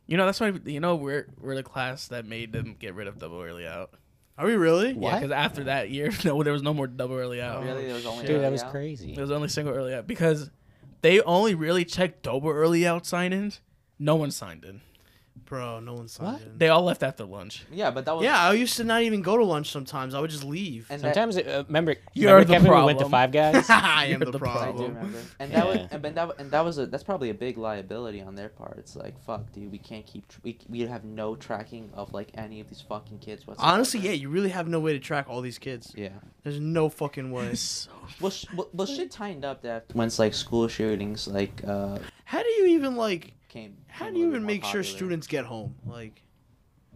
[SPEAKER 1] You know that's why you know we're we're the class that made them get rid of double early out.
[SPEAKER 2] Are we really?
[SPEAKER 1] Yeah,
[SPEAKER 4] What?
[SPEAKER 1] because after that year, no, there was no more double early out.
[SPEAKER 3] Really, there was only
[SPEAKER 4] Dude, that
[SPEAKER 3] early
[SPEAKER 4] was
[SPEAKER 3] out?
[SPEAKER 4] crazy.
[SPEAKER 1] It was only single early out because they only really checked double early out sign ins. No one signed in.
[SPEAKER 2] Bro, no one signed
[SPEAKER 4] What?
[SPEAKER 2] in.
[SPEAKER 1] They all left after lunch.
[SPEAKER 3] Yeah, but that was.
[SPEAKER 2] yeah, I used to not even go to lunch sometimes. I would just leave.
[SPEAKER 3] And that-
[SPEAKER 4] Sometimes, it, uh, remember,
[SPEAKER 1] You're the
[SPEAKER 4] remember Kevin, we went to
[SPEAKER 1] problem.
[SPEAKER 4] Five Guys.
[SPEAKER 2] I am
[SPEAKER 1] You're
[SPEAKER 2] the,
[SPEAKER 1] the
[SPEAKER 3] I
[SPEAKER 2] problem.
[SPEAKER 3] do
[SPEAKER 1] problem.
[SPEAKER 3] remember. And that was,
[SPEAKER 4] Yeah.
[SPEAKER 3] and, but that, and that was a, that's probably a big liability on their part. It's like, fuck, dude, we can't keep, tr- we, we have no tracking of like any of these fucking kids. Whatsoever.
[SPEAKER 2] Honestly, yeah, you really have no way to track all these kids.
[SPEAKER 3] Yeah.
[SPEAKER 2] There's no fucking way.
[SPEAKER 1] So
[SPEAKER 3] Well, sh- well, well shit tightened up that once like school shootings like uh
[SPEAKER 2] How do you even like?
[SPEAKER 3] came.
[SPEAKER 2] How
[SPEAKER 3] came
[SPEAKER 2] do
[SPEAKER 3] a
[SPEAKER 2] you
[SPEAKER 3] little
[SPEAKER 2] even
[SPEAKER 3] bit
[SPEAKER 2] make
[SPEAKER 3] more
[SPEAKER 2] sure
[SPEAKER 3] popular.
[SPEAKER 2] students get home? Like,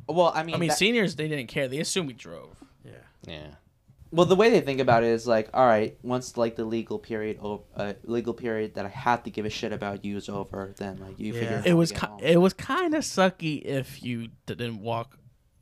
[SPEAKER 3] Well, I mean,
[SPEAKER 1] I mean,
[SPEAKER 3] that-
[SPEAKER 1] seniors they didn't care. They assumed we drove.
[SPEAKER 2] yeah.
[SPEAKER 4] yeah.
[SPEAKER 3] well, the way they think about it is like, all right, once like the legal period, o- uh, legal period that I have to give a shit about you is over, then like you
[SPEAKER 2] Yeah.
[SPEAKER 3] figure. out
[SPEAKER 1] It
[SPEAKER 3] how
[SPEAKER 1] was
[SPEAKER 3] to get
[SPEAKER 1] ki-
[SPEAKER 3] home.
[SPEAKER 1] it was kind of sucky if you didn't walk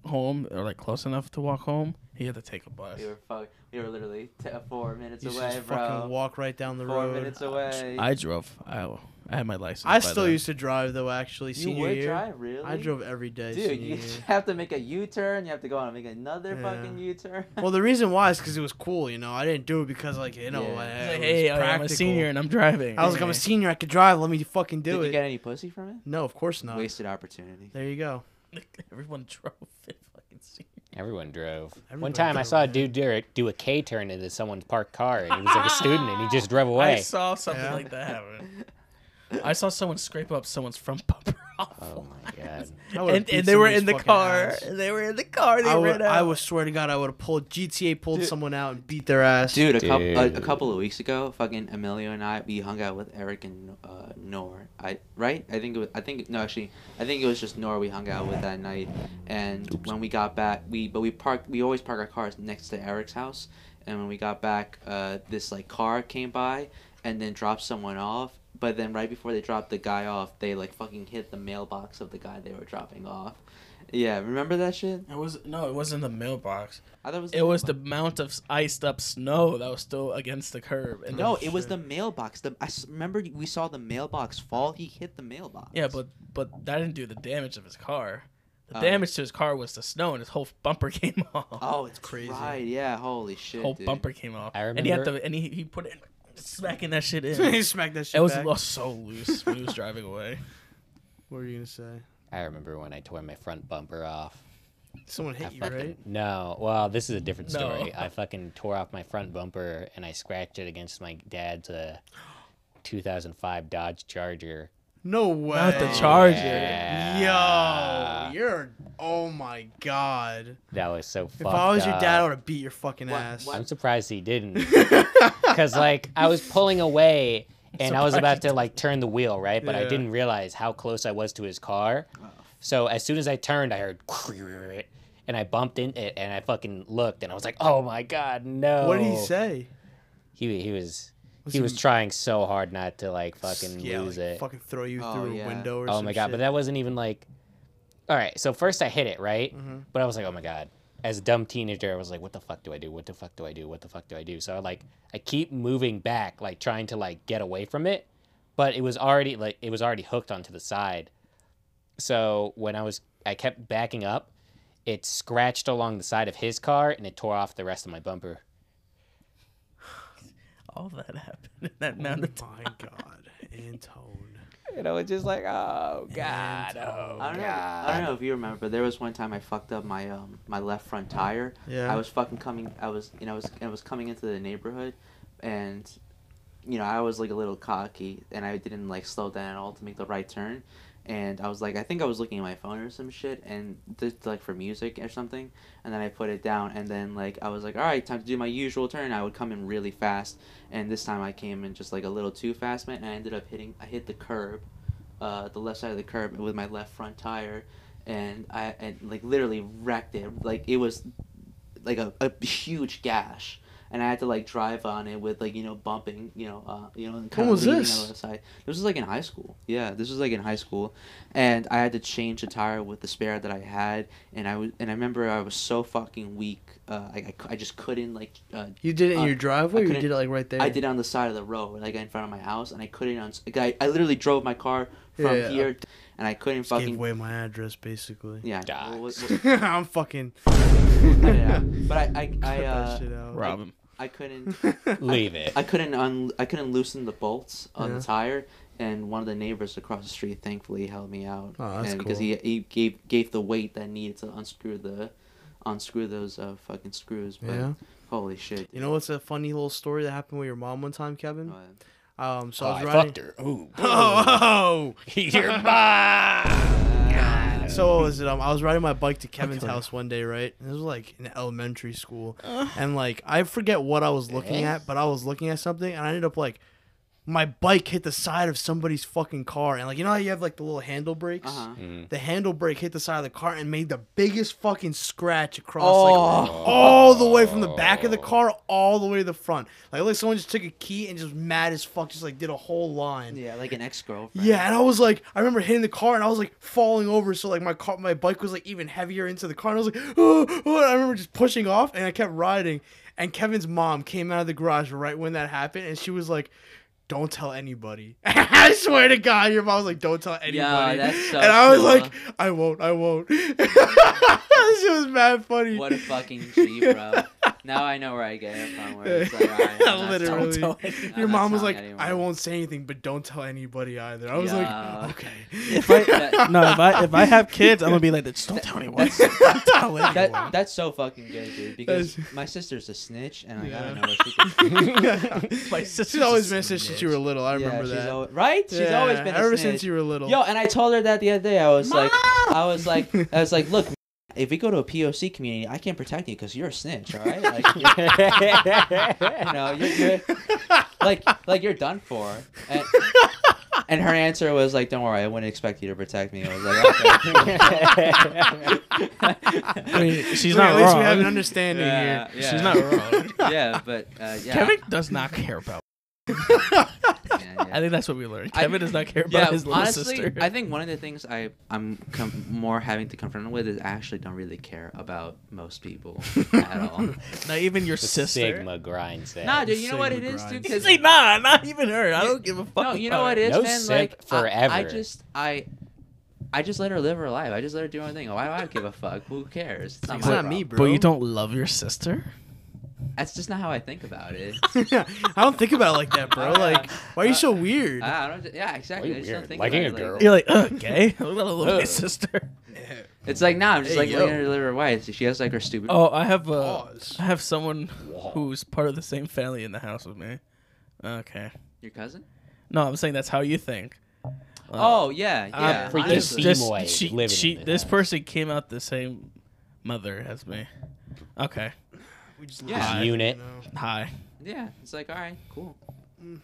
[SPEAKER 1] home or like close enough to walk home. You had to take a bus.
[SPEAKER 3] We were fuck. We were literally t- four minutes
[SPEAKER 2] You should
[SPEAKER 3] away,
[SPEAKER 2] just fucking
[SPEAKER 3] bro.
[SPEAKER 2] walk right down the
[SPEAKER 3] Four
[SPEAKER 2] road.
[SPEAKER 3] minutes away.
[SPEAKER 1] I drove. I, I had my license.
[SPEAKER 2] I
[SPEAKER 1] by
[SPEAKER 2] still
[SPEAKER 1] then.
[SPEAKER 2] used to drive though. Actually,
[SPEAKER 3] you
[SPEAKER 2] senior
[SPEAKER 3] would
[SPEAKER 2] year,
[SPEAKER 3] drive, really?
[SPEAKER 2] I drove every day.
[SPEAKER 3] Dude,
[SPEAKER 2] senior
[SPEAKER 3] you
[SPEAKER 2] year.
[SPEAKER 3] have to make a U-turn. You have to go out and make another
[SPEAKER 2] Yeah.
[SPEAKER 3] fucking U-turn.
[SPEAKER 2] Well, the reason why is because it was cool, you know. I didn't do it because, like, you know,
[SPEAKER 3] Yeah.
[SPEAKER 2] I,
[SPEAKER 1] It's like,
[SPEAKER 2] it was
[SPEAKER 1] hey, I'm a
[SPEAKER 2] practical.
[SPEAKER 1] senior and I'm driving.
[SPEAKER 2] I was like, I'm a senior. I could drive. Let me fucking do
[SPEAKER 3] Did
[SPEAKER 2] it.
[SPEAKER 3] you get any pussy from it?
[SPEAKER 2] No, of course not.
[SPEAKER 3] Wasted opportunity.
[SPEAKER 2] There you go.
[SPEAKER 1] Everyone drove. Fucking senior.
[SPEAKER 4] Everyone drove. One
[SPEAKER 2] Everybody
[SPEAKER 4] time I
[SPEAKER 2] drove,
[SPEAKER 4] saw a
[SPEAKER 2] yeah.
[SPEAKER 4] dude do a, do a K turn into someone's parked car, and he was like a student, and he just drove
[SPEAKER 1] I
[SPEAKER 4] away.
[SPEAKER 1] saw something
[SPEAKER 2] Yeah.
[SPEAKER 1] like that happen. I saw someone scrape up someonene's front bumper off.
[SPEAKER 4] oh my god!
[SPEAKER 2] I would've
[SPEAKER 1] and,
[SPEAKER 2] beat
[SPEAKER 1] and they were
[SPEAKER 2] somebody's
[SPEAKER 1] in the
[SPEAKER 2] fucking
[SPEAKER 1] car.
[SPEAKER 2] ass.
[SPEAKER 1] And they were in the car. They
[SPEAKER 2] I would,
[SPEAKER 1] ran out.
[SPEAKER 2] I would swear to God, I would have pulled GTA, pulled
[SPEAKER 3] Dude.
[SPEAKER 2] someone out and beat their ass.
[SPEAKER 3] Dude, a couple a, a
[SPEAKER 4] Dude.
[SPEAKER 3] couple of weeks ago, fucking Emilio and I, we hung out with Eric and uh, Nor. I right? I think it was. I think no, actually, I think it was just Nor we hung out with that night. And when we got back, we but we parked. We always park our cars next to Eric's house. And when we got back, uh, this like car came by and then dropped someone off. But then right before they dropped the guy off, they like fucking hit the mailbox of the guy they were dropping off. Yeah, remember that shit?
[SPEAKER 1] It was no, it wasn't the mailbox.
[SPEAKER 3] I thought it was.
[SPEAKER 1] It was the amount
[SPEAKER 3] mailbox.
[SPEAKER 1] of iced up snow that was still against the curb. And
[SPEAKER 3] No,
[SPEAKER 1] the-
[SPEAKER 3] it was the mailbox. The I s- remember we saw the mailbox fall. He hit the mailbox.
[SPEAKER 1] yeah, but but that didn't do the damage of his car. The
[SPEAKER 2] Uh,
[SPEAKER 3] Oh.
[SPEAKER 1] damage to his car was the snow, and his whole bumper came off.
[SPEAKER 3] oh, it's
[SPEAKER 2] Crazy.
[SPEAKER 3] crazy. Right? Yeah. Holy shit.
[SPEAKER 1] his whole
[SPEAKER 3] dude.
[SPEAKER 1] bumper came off.
[SPEAKER 4] I
[SPEAKER 1] And he had
[SPEAKER 4] remember-
[SPEAKER 1] to, and he, he put it, smacking that shit in.
[SPEAKER 2] He smacked that shit.
[SPEAKER 1] it was
[SPEAKER 2] back.
[SPEAKER 1] lo- so loose when he was driving away.
[SPEAKER 2] What were you gonna say?
[SPEAKER 4] I remember when I tore my front bumper off.
[SPEAKER 2] Someone
[SPEAKER 4] I
[SPEAKER 2] hit you,
[SPEAKER 4] fucking-
[SPEAKER 2] right?
[SPEAKER 4] No. Well, this is a different
[SPEAKER 1] No.
[SPEAKER 4] story. I fucking tore off my front bumper and I scratched it against my dad's uh, 2005 Dodge Charger.
[SPEAKER 2] No way.
[SPEAKER 1] Not the Charger.
[SPEAKER 4] Yeah.
[SPEAKER 2] Yo, you're. Oh my God.
[SPEAKER 4] That was so
[SPEAKER 2] If
[SPEAKER 4] fucked
[SPEAKER 2] I was your dad, I
[SPEAKER 4] up.
[SPEAKER 2] would have beat your fucking
[SPEAKER 3] What-
[SPEAKER 2] ass.
[SPEAKER 3] what-
[SPEAKER 4] I'm surprised he didn't. Because, like, I was pulling away and I was about to, like, turn the wheel, right? But I
[SPEAKER 2] Yeah.
[SPEAKER 4] didn't realize how close I was to his car. So as soon as I turned, I heard and I bumped in it and I fucking looked and I was like, "Oh my god, no!"
[SPEAKER 2] What did he say?
[SPEAKER 4] He he was.
[SPEAKER 2] Was
[SPEAKER 4] He
[SPEAKER 2] he-
[SPEAKER 4] was trying so hard not to like fucking
[SPEAKER 2] yeah,
[SPEAKER 4] lose
[SPEAKER 2] like,
[SPEAKER 4] it.
[SPEAKER 2] Fucking throw you
[SPEAKER 3] Oh,
[SPEAKER 2] through
[SPEAKER 3] yeah.
[SPEAKER 2] a window or
[SPEAKER 4] Oh
[SPEAKER 2] some
[SPEAKER 4] my god!
[SPEAKER 2] shit.
[SPEAKER 4] But that wasn't even like. All right, so first I hit it right,
[SPEAKER 2] Mm-hmm.
[SPEAKER 4] but I was like, oh my god. As a dumb teenager, I was like, what the fuck do I do? What the fuck do I do? What the fuck do I do? So I like I keep moving back, like trying to like get away from it, but it was already like it was already hooked onto the side. So when I was I kept backing up, it scratched along the side of his car and it tore off the rest of my bumper.
[SPEAKER 1] All that happened in that amount of time.
[SPEAKER 2] my god, Antone.
[SPEAKER 4] And I was just like, oh god,
[SPEAKER 3] I
[SPEAKER 4] oh
[SPEAKER 3] don't, know, I don't know if you remember, but there was one time I fucked up my um my left front tire.
[SPEAKER 2] Yeah.
[SPEAKER 3] I was fucking coming. I was you know I was I was coming into the neighborhood, and you know I was like a little cocky and I didn't like slow down at all to make the right turn, and I was like I think I was looking at my phone or some shit and did like for music or something, and then I put it down and then like I was like all right time to do my usual turn. I would come in really fast, and this time I came in just like a little too fast, man. And I ended up hitting I hit the curb uh, the left side of the curb with my left front tire, and I and like literally wrecked it. Like it was like a, a huge gash, and I had to like drive on it with like you know bumping, you know, uh, you know, and kind
[SPEAKER 2] When
[SPEAKER 3] of
[SPEAKER 2] was
[SPEAKER 3] leaning
[SPEAKER 2] this?
[SPEAKER 3] on the left side. This was like in high school. Yeah, this was like in high school, and I had to change the tire with the spare that I had, and I was and I remember I was so fucking weak. Uh, I, I, cou- I just couldn't like uh,
[SPEAKER 2] You did it in
[SPEAKER 3] Uh,
[SPEAKER 2] your driveway. or
[SPEAKER 3] I
[SPEAKER 2] You
[SPEAKER 3] couldn't-
[SPEAKER 2] did it like right there.
[SPEAKER 3] I did it on the side of the road, like in front of my house, and I couldn't. Uns- like, I, I literally drove my car from
[SPEAKER 2] Yeah.
[SPEAKER 3] here, and I couldn't
[SPEAKER 2] Just gave
[SPEAKER 3] fucking.
[SPEAKER 2] away my address basically.
[SPEAKER 3] Yeah.
[SPEAKER 4] Dox.
[SPEAKER 3] what- what-
[SPEAKER 2] I'm fucking.
[SPEAKER 3] yeah. But I I I,
[SPEAKER 2] Cut that
[SPEAKER 3] uh,
[SPEAKER 2] shit out.
[SPEAKER 1] Rob him.
[SPEAKER 3] I couldn't
[SPEAKER 4] leave it.
[SPEAKER 3] I couldn't un- I couldn't loosen the bolts on
[SPEAKER 2] Yeah.
[SPEAKER 3] the tire, and one of the neighbors across the street thankfully helped me out.
[SPEAKER 2] Oh, that's
[SPEAKER 3] and Because
[SPEAKER 2] cool.
[SPEAKER 3] he, he gave gave the weight that needed to unscrew the, unscrew those uh fucking screws. But
[SPEAKER 2] Yeah.
[SPEAKER 3] holy shit.
[SPEAKER 2] You know what's a funny little story that happened with your mom one time, Kevin?
[SPEAKER 3] Uh,
[SPEAKER 2] Um, so
[SPEAKER 4] Oh,
[SPEAKER 2] I
[SPEAKER 4] I
[SPEAKER 2] was riding.
[SPEAKER 4] fucked her. Ooh,
[SPEAKER 2] Oh,
[SPEAKER 4] you're mine.
[SPEAKER 2] oh. so what was it? Um, I was riding my bike to Kevin's house one day, right? This was like in elementary school, and like I forget what I was looking at, but I was looking at something, and I ended up like my bike hit the side of somebody's fucking car, and like you know how you have like the little handle brakes.
[SPEAKER 3] Uh-huh.
[SPEAKER 2] The handle brake hit the side of the car and made the biggest fucking scratch across like
[SPEAKER 3] Oh.
[SPEAKER 2] all the way from the back of the car all the way to the front. Like like someone just took a key and just mad as fuck just like did a whole line.
[SPEAKER 3] Yeah, like an ex girlfriend.
[SPEAKER 2] Yeah, and I was like, I remember hitting the car and I was like falling over, so like my car, my bike was like even heavier into the car, and I was like, oh, oh, and I remember just pushing off, and I kept riding, and Kevin's mom came out of the garage right when that happened, and she was like. Don't tell anybody. I swear to God, your mom was like, "Don't tell anybody."
[SPEAKER 3] that's so
[SPEAKER 2] and I was
[SPEAKER 3] cool.
[SPEAKER 2] like, "I won't. I won't." she was mad funny.
[SPEAKER 3] What a fucking G, bro. now I know where I get it from. Where it's like, all right, I'm not telling-
[SPEAKER 2] Literally.
[SPEAKER 3] I'm not
[SPEAKER 2] Your mom was
[SPEAKER 3] telling
[SPEAKER 2] like,
[SPEAKER 3] anyone.
[SPEAKER 2] "I won't say anything, but don't tell anybody either." I was
[SPEAKER 3] Yeah.
[SPEAKER 2] like, "Okay."
[SPEAKER 3] That-
[SPEAKER 1] No, if I if I have kids, I'm gonna be like, just don't tell anyone. Don't tell anyone.
[SPEAKER 3] That, that's so fucking good, dude. Because my sister's a snitch, and like, I don't know what she can.
[SPEAKER 1] My
[SPEAKER 2] She's
[SPEAKER 1] sister's
[SPEAKER 2] always
[SPEAKER 1] a
[SPEAKER 2] been a snitch since you
[SPEAKER 1] snitch.
[SPEAKER 2] were little. I remember
[SPEAKER 3] she's
[SPEAKER 2] that.
[SPEAKER 3] always, right? She's always
[SPEAKER 2] Yeah,
[SPEAKER 3] been a
[SPEAKER 2] ever
[SPEAKER 3] snitch.
[SPEAKER 2] since you were little.
[SPEAKER 3] Yo, and I told her that the other day. I was like, I was like, I was like, look, if we go to a POC community, I can't protect you because you're a snitch, all right? Like, you know, you're, you're like, like you're done for. And, and her answer was like, "Don't worry, I wouldn't expect you to protect me." I was like, okay.
[SPEAKER 1] I mean, she's
[SPEAKER 2] Look,
[SPEAKER 1] not
[SPEAKER 2] at least we have an
[SPEAKER 1] wrong.
[SPEAKER 2] understanding
[SPEAKER 3] Yeah,
[SPEAKER 2] here.
[SPEAKER 3] yeah.
[SPEAKER 1] She's not wrong.
[SPEAKER 3] yeah, but uh, yeah.
[SPEAKER 1] Kevin does not care about.
[SPEAKER 3] Yeah, yeah.
[SPEAKER 1] I think that's what we learned.
[SPEAKER 3] I-
[SPEAKER 1] Kevin does not care about
[SPEAKER 3] yeah,
[SPEAKER 1] his little
[SPEAKER 3] honestly,
[SPEAKER 1] sister.
[SPEAKER 3] I think one of the things I I'm com- more having to confront with is I actually don't really care about most people at all.
[SPEAKER 1] not even your
[SPEAKER 4] The
[SPEAKER 1] sister.
[SPEAKER 4] Sigma grinds that.
[SPEAKER 3] nah, dude, you know what it
[SPEAKER 2] Sigma
[SPEAKER 3] is, dude?
[SPEAKER 2] grinds.
[SPEAKER 3] Because
[SPEAKER 1] Say nah, not even her. I don't give a fuck.
[SPEAKER 3] no, you
[SPEAKER 1] about
[SPEAKER 3] know what
[SPEAKER 1] her.
[SPEAKER 3] it is,
[SPEAKER 4] oh, No
[SPEAKER 3] man.
[SPEAKER 4] simp
[SPEAKER 3] Like I, I
[SPEAKER 4] forever.
[SPEAKER 3] just I. I just let her live her life. I just let her do her thing. Why do I give a fuck? Who cares? It's not,
[SPEAKER 2] It's
[SPEAKER 3] my
[SPEAKER 2] not me,
[SPEAKER 3] problem.
[SPEAKER 2] bro.
[SPEAKER 1] But you don't love your sister.
[SPEAKER 3] That's just not how I think about it.
[SPEAKER 2] I don't think about it like that, bro. Like, why are you so weird?
[SPEAKER 3] I don't, yeah, exactly.
[SPEAKER 4] Way
[SPEAKER 3] I just
[SPEAKER 4] weird.
[SPEAKER 3] don't think
[SPEAKER 4] Liking
[SPEAKER 3] about
[SPEAKER 4] a
[SPEAKER 3] it like
[SPEAKER 4] girl.
[SPEAKER 3] that.
[SPEAKER 1] You're like, ugh, gay. I love my
[SPEAKER 4] Ugh.
[SPEAKER 1] sister.
[SPEAKER 3] It's like, nah, I'm just
[SPEAKER 1] Hey,
[SPEAKER 3] like
[SPEAKER 1] yo.
[SPEAKER 3] letting her live her life. She has like her stupid.
[SPEAKER 1] Oh, I have uh,
[SPEAKER 2] Pause.
[SPEAKER 1] I have someone who's part of the same family in the house with me. Okay.
[SPEAKER 3] Your cousin?
[SPEAKER 1] No, I'm saying that's how you think.
[SPEAKER 3] Oh, yeah,
[SPEAKER 1] Uh,
[SPEAKER 3] yeah.
[SPEAKER 4] freaking
[SPEAKER 3] honestly.
[SPEAKER 4] Steve Moy
[SPEAKER 1] she,
[SPEAKER 4] living in
[SPEAKER 1] she,
[SPEAKER 4] the
[SPEAKER 1] this
[SPEAKER 4] house.
[SPEAKER 1] person came out the same mother as me. Okay.
[SPEAKER 2] We just
[SPEAKER 3] Yeah.
[SPEAKER 2] lost it,
[SPEAKER 4] Unit.
[SPEAKER 2] you know?
[SPEAKER 1] Hi.
[SPEAKER 3] Yeah, it's like all right, cool.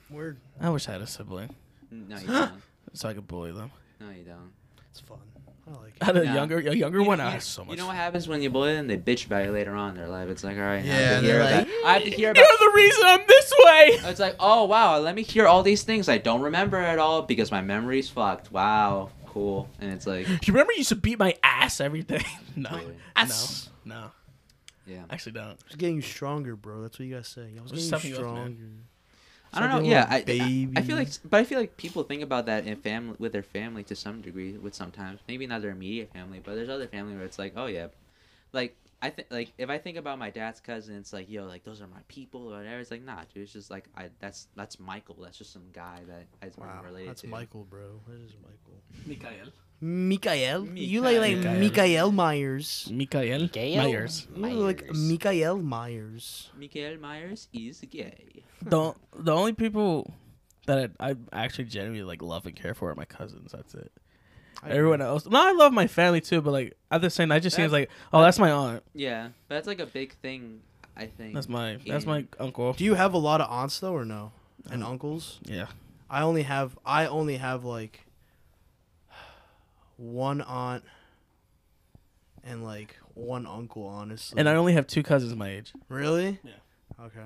[SPEAKER 2] Weird.
[SPEAKER 1] I wish I had a sibling
[SPEAKER 3] No, you don't.
[SPEAKER 1] so I could bully them.
[SPEAKER 3] No, you don't.
[SPEAKER 2] It's fun. I like it.
[SPEAKER 1] Out of
[SPEAKER 3] Yeah.
[SPEAKER 1] younger, a younger one, I
[SPEAKER 3] you,
[SPEAKER 1] was so much.
[SPEAKER 3] you know what happens when you bully them? They bitch about you later on in their life. It's like, all right, I have to
[SPEAKER 6] Yeah,
[SPEAKER 3] hear
[SPEAKER 6] they're
[SPEAKER 3] about-
[SPEAKER 6] like,
[SPEAKER 3] I have to hear about.
[SPEAKER 1] You're the reason I'm this way.
[SPEAKER 3] It's like, oh wow, let me hear all these things I don't remember at all because my memory's fucked. Wow, cool. And it's like,
[SPEAKER 1] You remember you used to beat my ass every day? No,
[SPEAKER 3] Really?
[SPEAKER 2] Ass.
[SPEAKER 1] no, no.
[SPEAKER 3] yeah.
[SPEAKER 1] I Actually, don't.
[SPEAKER 2] I was getting you stronger, bro. That's what you gotta say. I was
[SPEAKER 1] What's
[SPEAKER 2] getting
[SPEAKER 1] stopping
[SPEAKER 2] you
[SPEAKER 1] you up, man?
[SPEAKER 2] stronger.
[SPEAKER 3] I don't know.
[SPEAKER 2] Something
[SPEAKER 3] Yeah,
[SPEAKER 2] like
[SPEAKER 3] I, I, I feel
[SPEAKER 2] baby.
[SPEAKER 3] like, but I feel like people think about that in family with their family to some degree. With sometimes maybe not their immediate family, but there's other family where it's like, oh yeah, like I think like if I think about my dad's cousin, it's like yo, like those are my people or whatever. It's like nah, dude. It's just like I that's that's Michael. That's just some guy that I'm
[SPEAKER 2] Wow,
[SPEAKER 3] related
[SPEAKER 2] that's
[SPEAKER 3] to.
[SPEAKER 2] Michael, bro. That is Michael.
[SPEAKER 1] Mikael.
[SPEAKER 2] Mikael? You like like
[SPEAKER 1] Mikael.
[SPEAKER 2] Mikael Myers.
[SPEAKER 1] Mikael.
[SPEAKER 4] Gail
[SPEAKER 1] Myers.
[SPEAKER 2] You look like
[SPEAKER 4] Myers.
[SPEAKER 2] Mikael Myers.
[SPEAKER 3] Mikael Myers is gay.
[SPEAKER 1] the the only people that I, I actually genuinely like love and care for are my cousins. That's it.
[SPEAKER 2] I
[SPEAKER 1] Everyone else, no, I love my family too, but like at the same, I just seems
[SPEAKER 3] That-
[SPEAKER 1] like, oh, that's my aunt,
[SPEAKER 2] Mm-hmm.
[SPEAKER 3] Yeah, but that's like a big thing. I think
[SPEAKER 1] that's my that's my
[SPEAKER 2] Mm-hmm.
[SPEAKER 1] uncle.
[SPEAKER 2] Do you have a lot of aunts though, or no? And uncles?
[SPEAKER 1] Yeah,
[SPEAKER 2] I only have I only have like one aunt and like one uncle, honestly.
[SPEAKER 1] and I only have two cousins my age.
[SPEAKER 2] really?
[SPEAKER 1] Yeah.
[SPEAKER 2] Okay.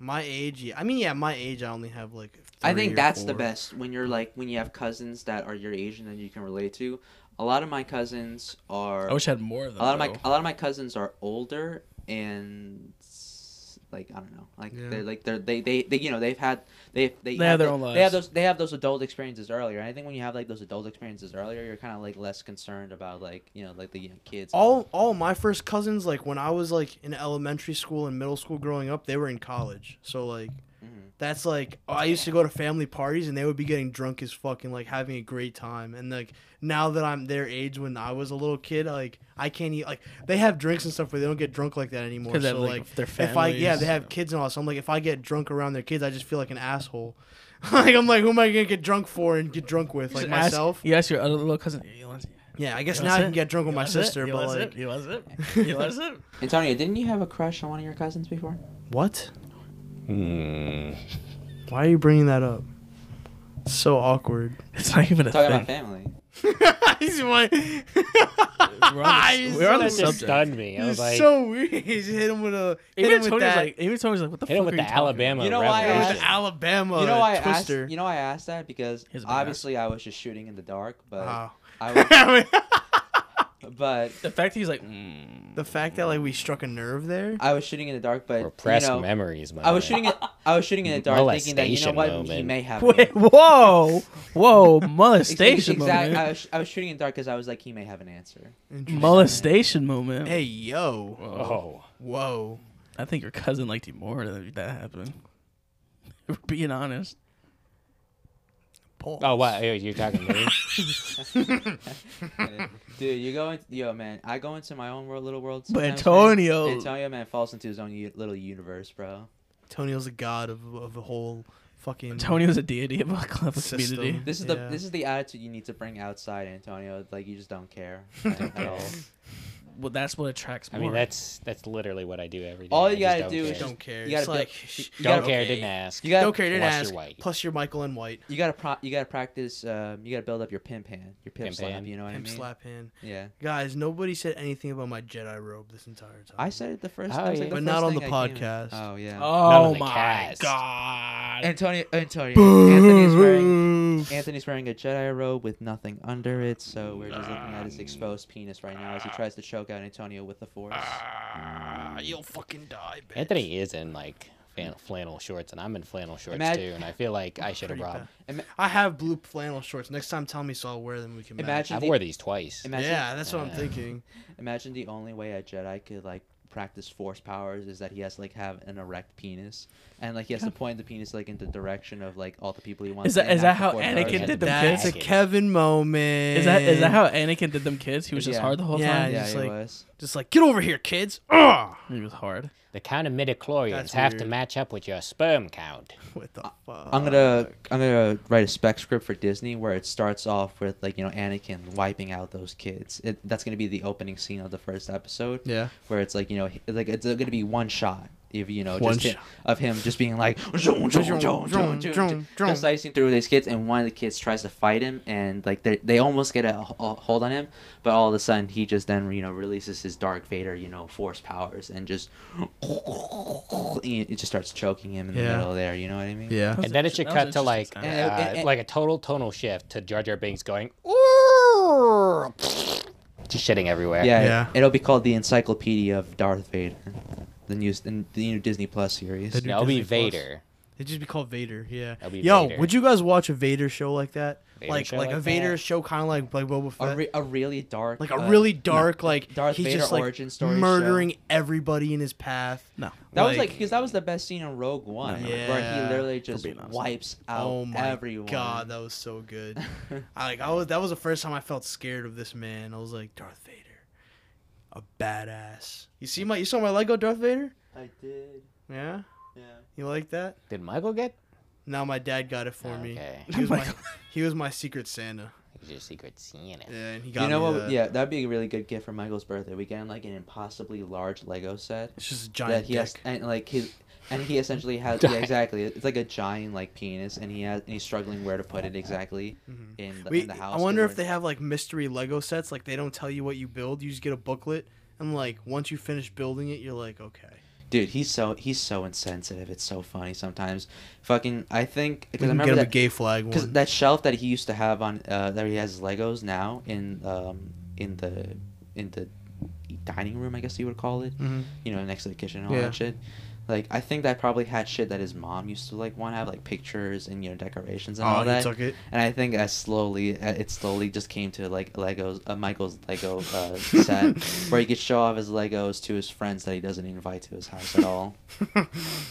[SPEAKER 2] My age, yeah. I mean, yeah, my age. I only have like.
[SPEAKER 3] I
[SPEAKER 2] three
[SPEAKER 3] think
[SPEAKER 2] or
[SPEAKER 3] that's the
[SPEAKER 2] four.
[SPEAKER 3] best when you're like when you have cousins that are your age and that you can relate to. A lot of my cousins are
[SPEAKER 1] I wish I had more of them.
[SPEAKER 3] a lot of my
[SPEAKER 1] though.
[SPEAKER 3] a lot of my cousins are older and s- like I don't know, like
[SPEAKER 2] Yeah.
[SPEAKER 3] they're like they're they, they they you know they've had they
[SPEAKER 1] They
[SPEAKER 3] they, have
[SPEAKER 1] have their
[SPEAKER 3] tho-
[SPEAKER 1] own
[SPEAKER 3] They have
[SPEAKER 1] lives.
[SPEAKER 3] those they have those adult experiences earlier. And I think when you have like those adult experiences earlier, you're kind of like less concerned about like you know like the young kids. and
[SPEAKER 2] All all my first cousins, like when I was like in elementary school and middle school growing up, they were in college. So like,
[SPEAKER 3] Mhm.
[SPEAKER 2] that's like oh, I used to go to family parties and they would be getting drunk as fucking like having a great time. And like now that I'm their age when I was a little kid, like I can't eat like they have drinks and stuff where they don't get drunk like that anymore.
[SPEAKER 1] 'Cause they
[SPEAKER 2] so
[SPEAKER 1] have, like,
[SPEAKER 2] like,
[SPEAKER 1] their
[SPEAKER 2] if I yeah
[SPEAKER 1] families,
[SPEAKER 2] they have
[SPEAKER 1] yeah.
[SPEAKER 2] kids and all, so I'm like if I get drunk around their kids, I just feel like an asshole. like I'm like who am I gonna get drunk for and get drunk with like
[SPEAKER 1] Just ask-
[SPEAKER 2] myself?
[SPEAKER 1] You ask your other little cousin. "Hey, You want it?
[SPEAKER 2] Yeah, I guess
[SPEAKER 1] You
[SPEAKER 2] now I
[SPEAKER 1] want
[SPEAKER 2] can
[SPEAKER 1] it?
[SPEAKER 2] get drunk with
[SPEAKER 1] You
[SPEAKER 2] my
[SPEAKER 1] want it?
[SPEAKER 2] sister,
[SPEAKER 1] You
[SPEAKER 2] but
[SPEAKER 1] want
[SPEAKER 2] like
[SPEAKER 1] it? you want it? You want it?
[SPEAKER 3] Antonio, didn't you have a crush on one of your cousins before?
[SPEAKER 2] what?
[SPEAKER 4] Hmm.
[SPEAKER 2] Why are you bringing that up? So awkward.
[SPEAKER 1] It's not even a
[SPEAKER 3] Talking
[SPEAKER 1] thing.
[SPEAKER 3] about family.
[SPEAKER 2] He's like,
[SPEAKER 1] We're on this- we're on
[SPEAKER 4] That
[SPEAKER 1] this
[SPEAKER 4] just
[SPEAKER 1] subject.
[SPEAKER 4] stunned me. I was like,
[SPEAKER 2] so weird. He just hit him with a hit him
[SPEAKER 1] Even
[SPEAKER 2] with
[SPEAKER 1] Tony's
[SPEAKER 2] that.
[SPEAKER 1] like, even Tony's like, what the
[SPEAKER 4] hit
[SPEAKER 1] fuck
[SPEAKER 4] him with
[SPEAKER 1] are
[SPEAKER 4] the
[SPEAKER 1] you talking about?
[SPEAKER 4] Alabama.
[SPEAKER 3] You know why I
[SPEAKER 2] hit him with
[SPEAKER 4] Rebels.
[SPEAKER 2] the Alabama
[SPEAKER 3] you know why I asked?
[SPEAKER 2] Oh, twister.
[SPEAKER 3] You know why I asked that because
[SPEAKER 1] He's a badass.
[SPEAKER 3] obviously I was just shooting in the dark, but
[SPEAKER 2] Wow.
[SPEAKER 3] I was, but
[SPEAKER 1] The fact that he's like, mm,
[SPEAKER 2] the fact that like we struck a nerve there.
[SPEAKER 3] I was shooting in the dark, but
[SPEAKER 4] Repressed
[SPEAKER 3] you know,
[SPEAKER 4] memories, man.
[SPEAKER 3] I was shooting it. I was shooting in the dark, thinking that you know
[SPEAKER 4] Molestation
[SPEAKER 3] what he
[SPEAKER 4] moment.
[SPEAKER 3] may have.
[SPEAKER 1] wait,
[SPEAKER 3] an
[SPEAKER 1] whoa, whoa,
[SPEAKER 3] ex-
[SPEAKER 1] molestation
[SPEAKER 3] exact-
[SPEAKER 1] moment,
[SPEAKER 3] I was, I was shooting in the dark because I was like, he may have an answer.
[SPEAKER 2] Interesting.
[SPEAKER 1] molestation moment.
[SPEAKER 2] Hey yo,
[SPEAKER 4] Oh,
[SPEAKER 2] whoa.
[SPEAKER 1] I think your cousin liked you more than that happened. If we're Being honest,
[SPEAKER 2] Pause.
[SPEAKER 4] oh, what? Hey, You're talking to me?
[SPEAKER 3] Dude, you go into yo man. I go into my own world, little world.
[SPEAKER 1] But
[SPEAKER 3] sometimes,
[SPEAKER 1] Antonio-
[SPEAKER 3] man. Antonio man falls into his own u- little universe, bro.
[SPEAKER 2] Antonio's the god of of the whole fucking.
[SPEAKER 1] Tony was a deity of a club community.
[SPEAKER 2] System.
[SPEAKER 3] This is
[SPEAKER 2] Yeah.
[SPEAKER 3] the this is the attitude you need to bring outside, Antonio. Like you just don't care at, at all.
[SPEAKER 1] Well, that's what attracts
[SPEAKER 4] I
[SPEAKER 1] more.
[SPEAKER 4] mean, that's that's literally what I do every day.
[SPEAKER 3] All
[SPEAKER 4] I
[SPEAKER 3] you
[SPEAKER 4] just
[SPEAKER 3] gotta
[SPEAKER 4] don't
[SPEAKER 3] do
[SPEAKER 4] care.
[SPEAKER 3] is
[SPEAKER 2] Just don't care.
[SPEAKER 3] You gotta
[SPEAKER 2] It's
[SPEAKER 3] be-
[SPEAKER 2] like
[SPEAKER 3] you
[SPEAKER 2] sh-
[SPEAKER 4] don't
[SPEAKER 3] gotta-
[SPEAKER 4] care. Didn't ask.
[SPEAKER 3] You gotta
[SPEAKER 2] don't care. Didn't
[SPEAKER 4] Plus you're
[SPEAKER 2] ask.
[SPEAKER 4] white.
[SPEAKER 2] Plus you're Michael and White.
[SPEAKER 3] You gotta pro- you gotta practice. Um, you gotta build up your pimp hand, your pimp,
[SPEAKER 4] Pimp
[SPEAKER 3] slap.
[SPEAKER 4] hand.
[SPEAKER 3] You know what
[SPEAKER 2] Pimp
[SPEAKER 3] I mean?
[SPEAKER 2] slap hand.
[SPEAKER 3] Yeah.
[SPEAKER 2] Guys, nobody said anything about my Jedi robe this entire time.
[SPEAKER 3] I said it the first.
[SPEAKER 4] Oh,
[SPEAKER 3] that was,
[SPEAKER 4] yeah.
[SPEAKER 3] like,
[SPEAKER 4] But
[SPEAKER 3] first
[SPEAKER 2] not on
[SPEAKER 3] thing
[SPEAKER 2] the
[SPEAKER 3] I came-
[SPEAKER 2] podcast.
[SPEAKER 3] Oh yeah.
[SPEAKER 4] None
[SPEAKER 1] oh
[SPEAKER 4] of the
[SPEAKER 1] my
[SPEAKER 4] cast.
[SPEAKER 1] god!
[SPEAKER 3] Antonio, Antonio, Anthony's wearing Anthony's wearing a Jedi robe with nothing under it, so we're just looking at his exposed penis right now as he tries to choke out Antonio with the Force.
[SPEAKER 2] Ah. you'll fucking die, bitch.
[SPEAKER 4] Anthony is in like fan- flannel shorts, and I'm in flannel shorts
[SPEAKER 3] Imag-
[SPEAKER 4] too. And I feel like I should have
[SPEAKER 2] Pretty
[SPEAKER 4] brought.
[SPEAKER 2] bad. I have blue flannel shorts. Next time, tell me so I'll wear them. We can match.
[SPEAKER 3] Imagine
[SPEAKER 4] I've
[SPEAKER 3] the-
[SPEAKER 4] wore these twice.
[SPEAKER 3] Imagine,
[SPEAKER 2] yeah, that's what I'm
[SPEAKER 4] Yeah.
[SPEAKER 2] thinking.
[SPEAKER 3] imagine the only way a Jedi could like practice Force powers is that he has to, like have an erect penis, and like he has to point the penis like in the direction of like all the people he wants.
[SPEAKER 1] Is that-
[SPEAKER 3] and
[SPEAKER 1] is
[SPEAKER 3] have
[SPEAKER 1] that
[SPEAKER 3] the
[SPEAKER 1] how
[SPEAKER 3] Force
[SPEAKER 1] Anakin
[SPEAKER 3] powers.
[SPEAKER 1] did the
[SPEAKER 2] That's a
[SPEAKER 4] Basket.
[SPEAKER 2] Kevin moment.
[SPEAKER 1] Is that is that how Anakin did them kids? He was just
[SPEAKER 3] Yeah.
[SPEAKER 1] hard the whole
[SPEAKER 2] Yeah,
[SPEAKER 1] time.
[SPEAKER 3] Yeah,
[SPEAKER 2] Just
[SPEAKER 3] he
[SPEAKER 2] like-
[SPEAKER 3] was.
[SPEAKER 2] Just like get over here, kids. Ugh!
[SPEAKER 1] he was hard.
[SPEAKER 4] The count of midichlorians
[SPEAKER 2] That's
[SPEAKER 4] have to
[SPEAKER 2] weird.
[SPEAKER 4] match up with your sperm count.
[SPEAKER 2] What the fuck?
[SPEAKER 3] I'm gonna I'm gonna write a spec script for Disney where it starts off with like you know Anakin wiping out those kids. It, that's gonna be the opening scene of the first episode.
[SPEAKER 2] Yeah.
[SPEAKER 3] Where it's like you know h- like it's gonna be one shot. if you know,
[SPEAKER 2] One
[SPEAKER 3] just him,
[SPEAKER 2] shot.
[SPEAKER 3] of him just being like zoom, zoom, zoom, zoom, zoom, zoom,
[SPEAKER 2] zoom.
[SPEAKER 3] just slicing through these kids, and one of the kids tries to fight him, and like they they almost get a, h- a hold on him, but all of a sudden he just then you know releases his Dark Vader you know force powers and just it just starts choking him in the
[SPEAKER 2] Yeah.
[SPEAKER 3] middle there. You know what I mean?
[SPEAKER 2] Yeah.
[SPEAKER 1] That was
[SPEAKER 4] And then it
[SPEAKER 1] inter-
[SPEAKER 4] should
[SPEAKER 1] that
[SPEAKER 4] cut
[SPEAKER 1] was
[SPEAKER 4] to like
[SPEAKER 1] interesting
[SPEAKER 4] uh,
[SPEAKER 1] sound.
[SPEAKER 3] And- and- and-
[SPEAKER 4] like a total tonal shift to Jar Jar Binks going, "Ooh," just shitting everywhere.
[SPEAKER 3] Yeah,
[SPEAKER 2] Yeah.
[SPEAKER 3] It'll be called the Encyclopedia of Darth Vader, the new the new Disney Plus series.
[SPEAKER 2] They do-
[SPEAKER 4] that'll be
[SPEAKER 2] Disney Plus.
[SPEAKER 4] Vader.
[SPEAKER 2] It'd just be called Vader. Yeah.
[SPEAKER 4] That'd be
[SPEAKER 2] Yo,
[SPEAKER 4] Vader.
[SPEAKER 2] would you guys watch a Vader show like that?
[SPEAKER 4] Vader
[SPEAKER 2] like
[SPEAKER 4] show
[SPEAKER 2] like, a
[SPEAKER 4] like
[SPEAKER 2] Vader
[SPEAKER 4] that?
[SPEAKER 2] show, kind of like like Boba Fett.
[SPEAKER 3] a, re- a really dark,
[SPEAKER 2] like a
[SPEAKER 3] uh,
[SPEAKER 2] really dark, like
[SPEAKER 3] Darth
[SPEAKER 2] he's
[SPEAKER 3] Vader
[SPEAKER 2] just like
[SPEAKER 3] origin story show.
[SPEAKER 2] murdering everybody in his path.
[SPEAKER 1] No.
[SPEAKER 3] That was like because that was the best scene in Rogue One, where
[SPEAKER 2] Yeah.
[SPEAKER 3] he literally just
[SPEAKER 1] being honest.
[SPEAKER 3] wipes out
[SPEAKER 2] oh my
[SPEAKER 3] everyone.
[SPEAKER 2] god, that was so good. I like I was that was the first time I felt scared of this man. I was like Darth Vader, a badass. You see my you saw my Lego Darth Vader?
[SPEAKER 3] I did.
[SPEAKER 2] Yeah,
[SPEAKER 3] Yeah.
[SPEAKER 2] you like that?
[SPEAKER 4] Did Michael get?
[SPEAKER 2] Now my dad got it for me.
[SPEAKER 4] Okay,
[SPEAKER 3] Oh
[SPEAKER 2] He was, my, he was my secret Santa.
[SPEAKER 4] he's your secret Santa.
[SPEAKER 2] Yeah, and he got
[SPEAKER 3] You know
[SPEAKER 2] me
[SPEAKER 3] what?
[SPEAKER 2] that.
[SPEAKER 3] Yeah, that'd be a really good gift for Michael's birthday. We get him like an impossibly large Lego set
[SPEAKER 2] It's just a
[SPEAKER 3] that
[SPEAKER 2] giant
[SPEAKER 3] he has,
[SPEAKER 2] dick.
[SPEAKER 3] and like his, and he essentially has yeah, exactly. It's like a giant like penis, and he has, and he's struggling where to put it exactly in, the,
[SPEAKER 2] Mm-hmm. We,
[SPEAKER 3] in the house.
[SPEAKER 2] I wonder
[SPEAKER 3] 'cause
[SPEAKER 2] if
[SPEAKER 3] we're-
[SPEAKER 2] they have like mystery Lego sets. Like they don't tell you what you build. You just get a booklet, and like once you finish building it, you're like, okay.
[SPEAKER 3] Dude, he's so he's so insensitive. It's so funny sometimes. Fucking, I think
[SPEAKER 2] We can
[SPEAKER 3] because I remember
[SPEAKER 2] get him
[SPEAKER 3] that
[SPEAKER 2] a gay flag
[SPEAKER 3] Because
[SPEAKER 2] one.
[SPEAKER 3] that shelf that he used to have on uh, that he has his Legos now in um, in the in the dining room, I guess you would call it.
[SPEAKER 2] Mhm.
[SPEAKER 3] You know, next to the kitchen and all
[SPEAKER 2] Yeah.
[SPEAKER 3] that shit. Like I think that probably had shit that his mom used to like want to have, like pictures and you know decorations and
[SPEAKER 2] Oh,
[SPEAKER 3] all
[SPEAKER 2] he
[SPEAKER 3] that.
[SPEAKER 2] took it?
[SPEAKER 3] And I think I slowly, uh, it slowly just came to like Legos, uh, Michael's Lego uh, set, where he could show off his Legos to his friends that he doesn't invite to his house at all. and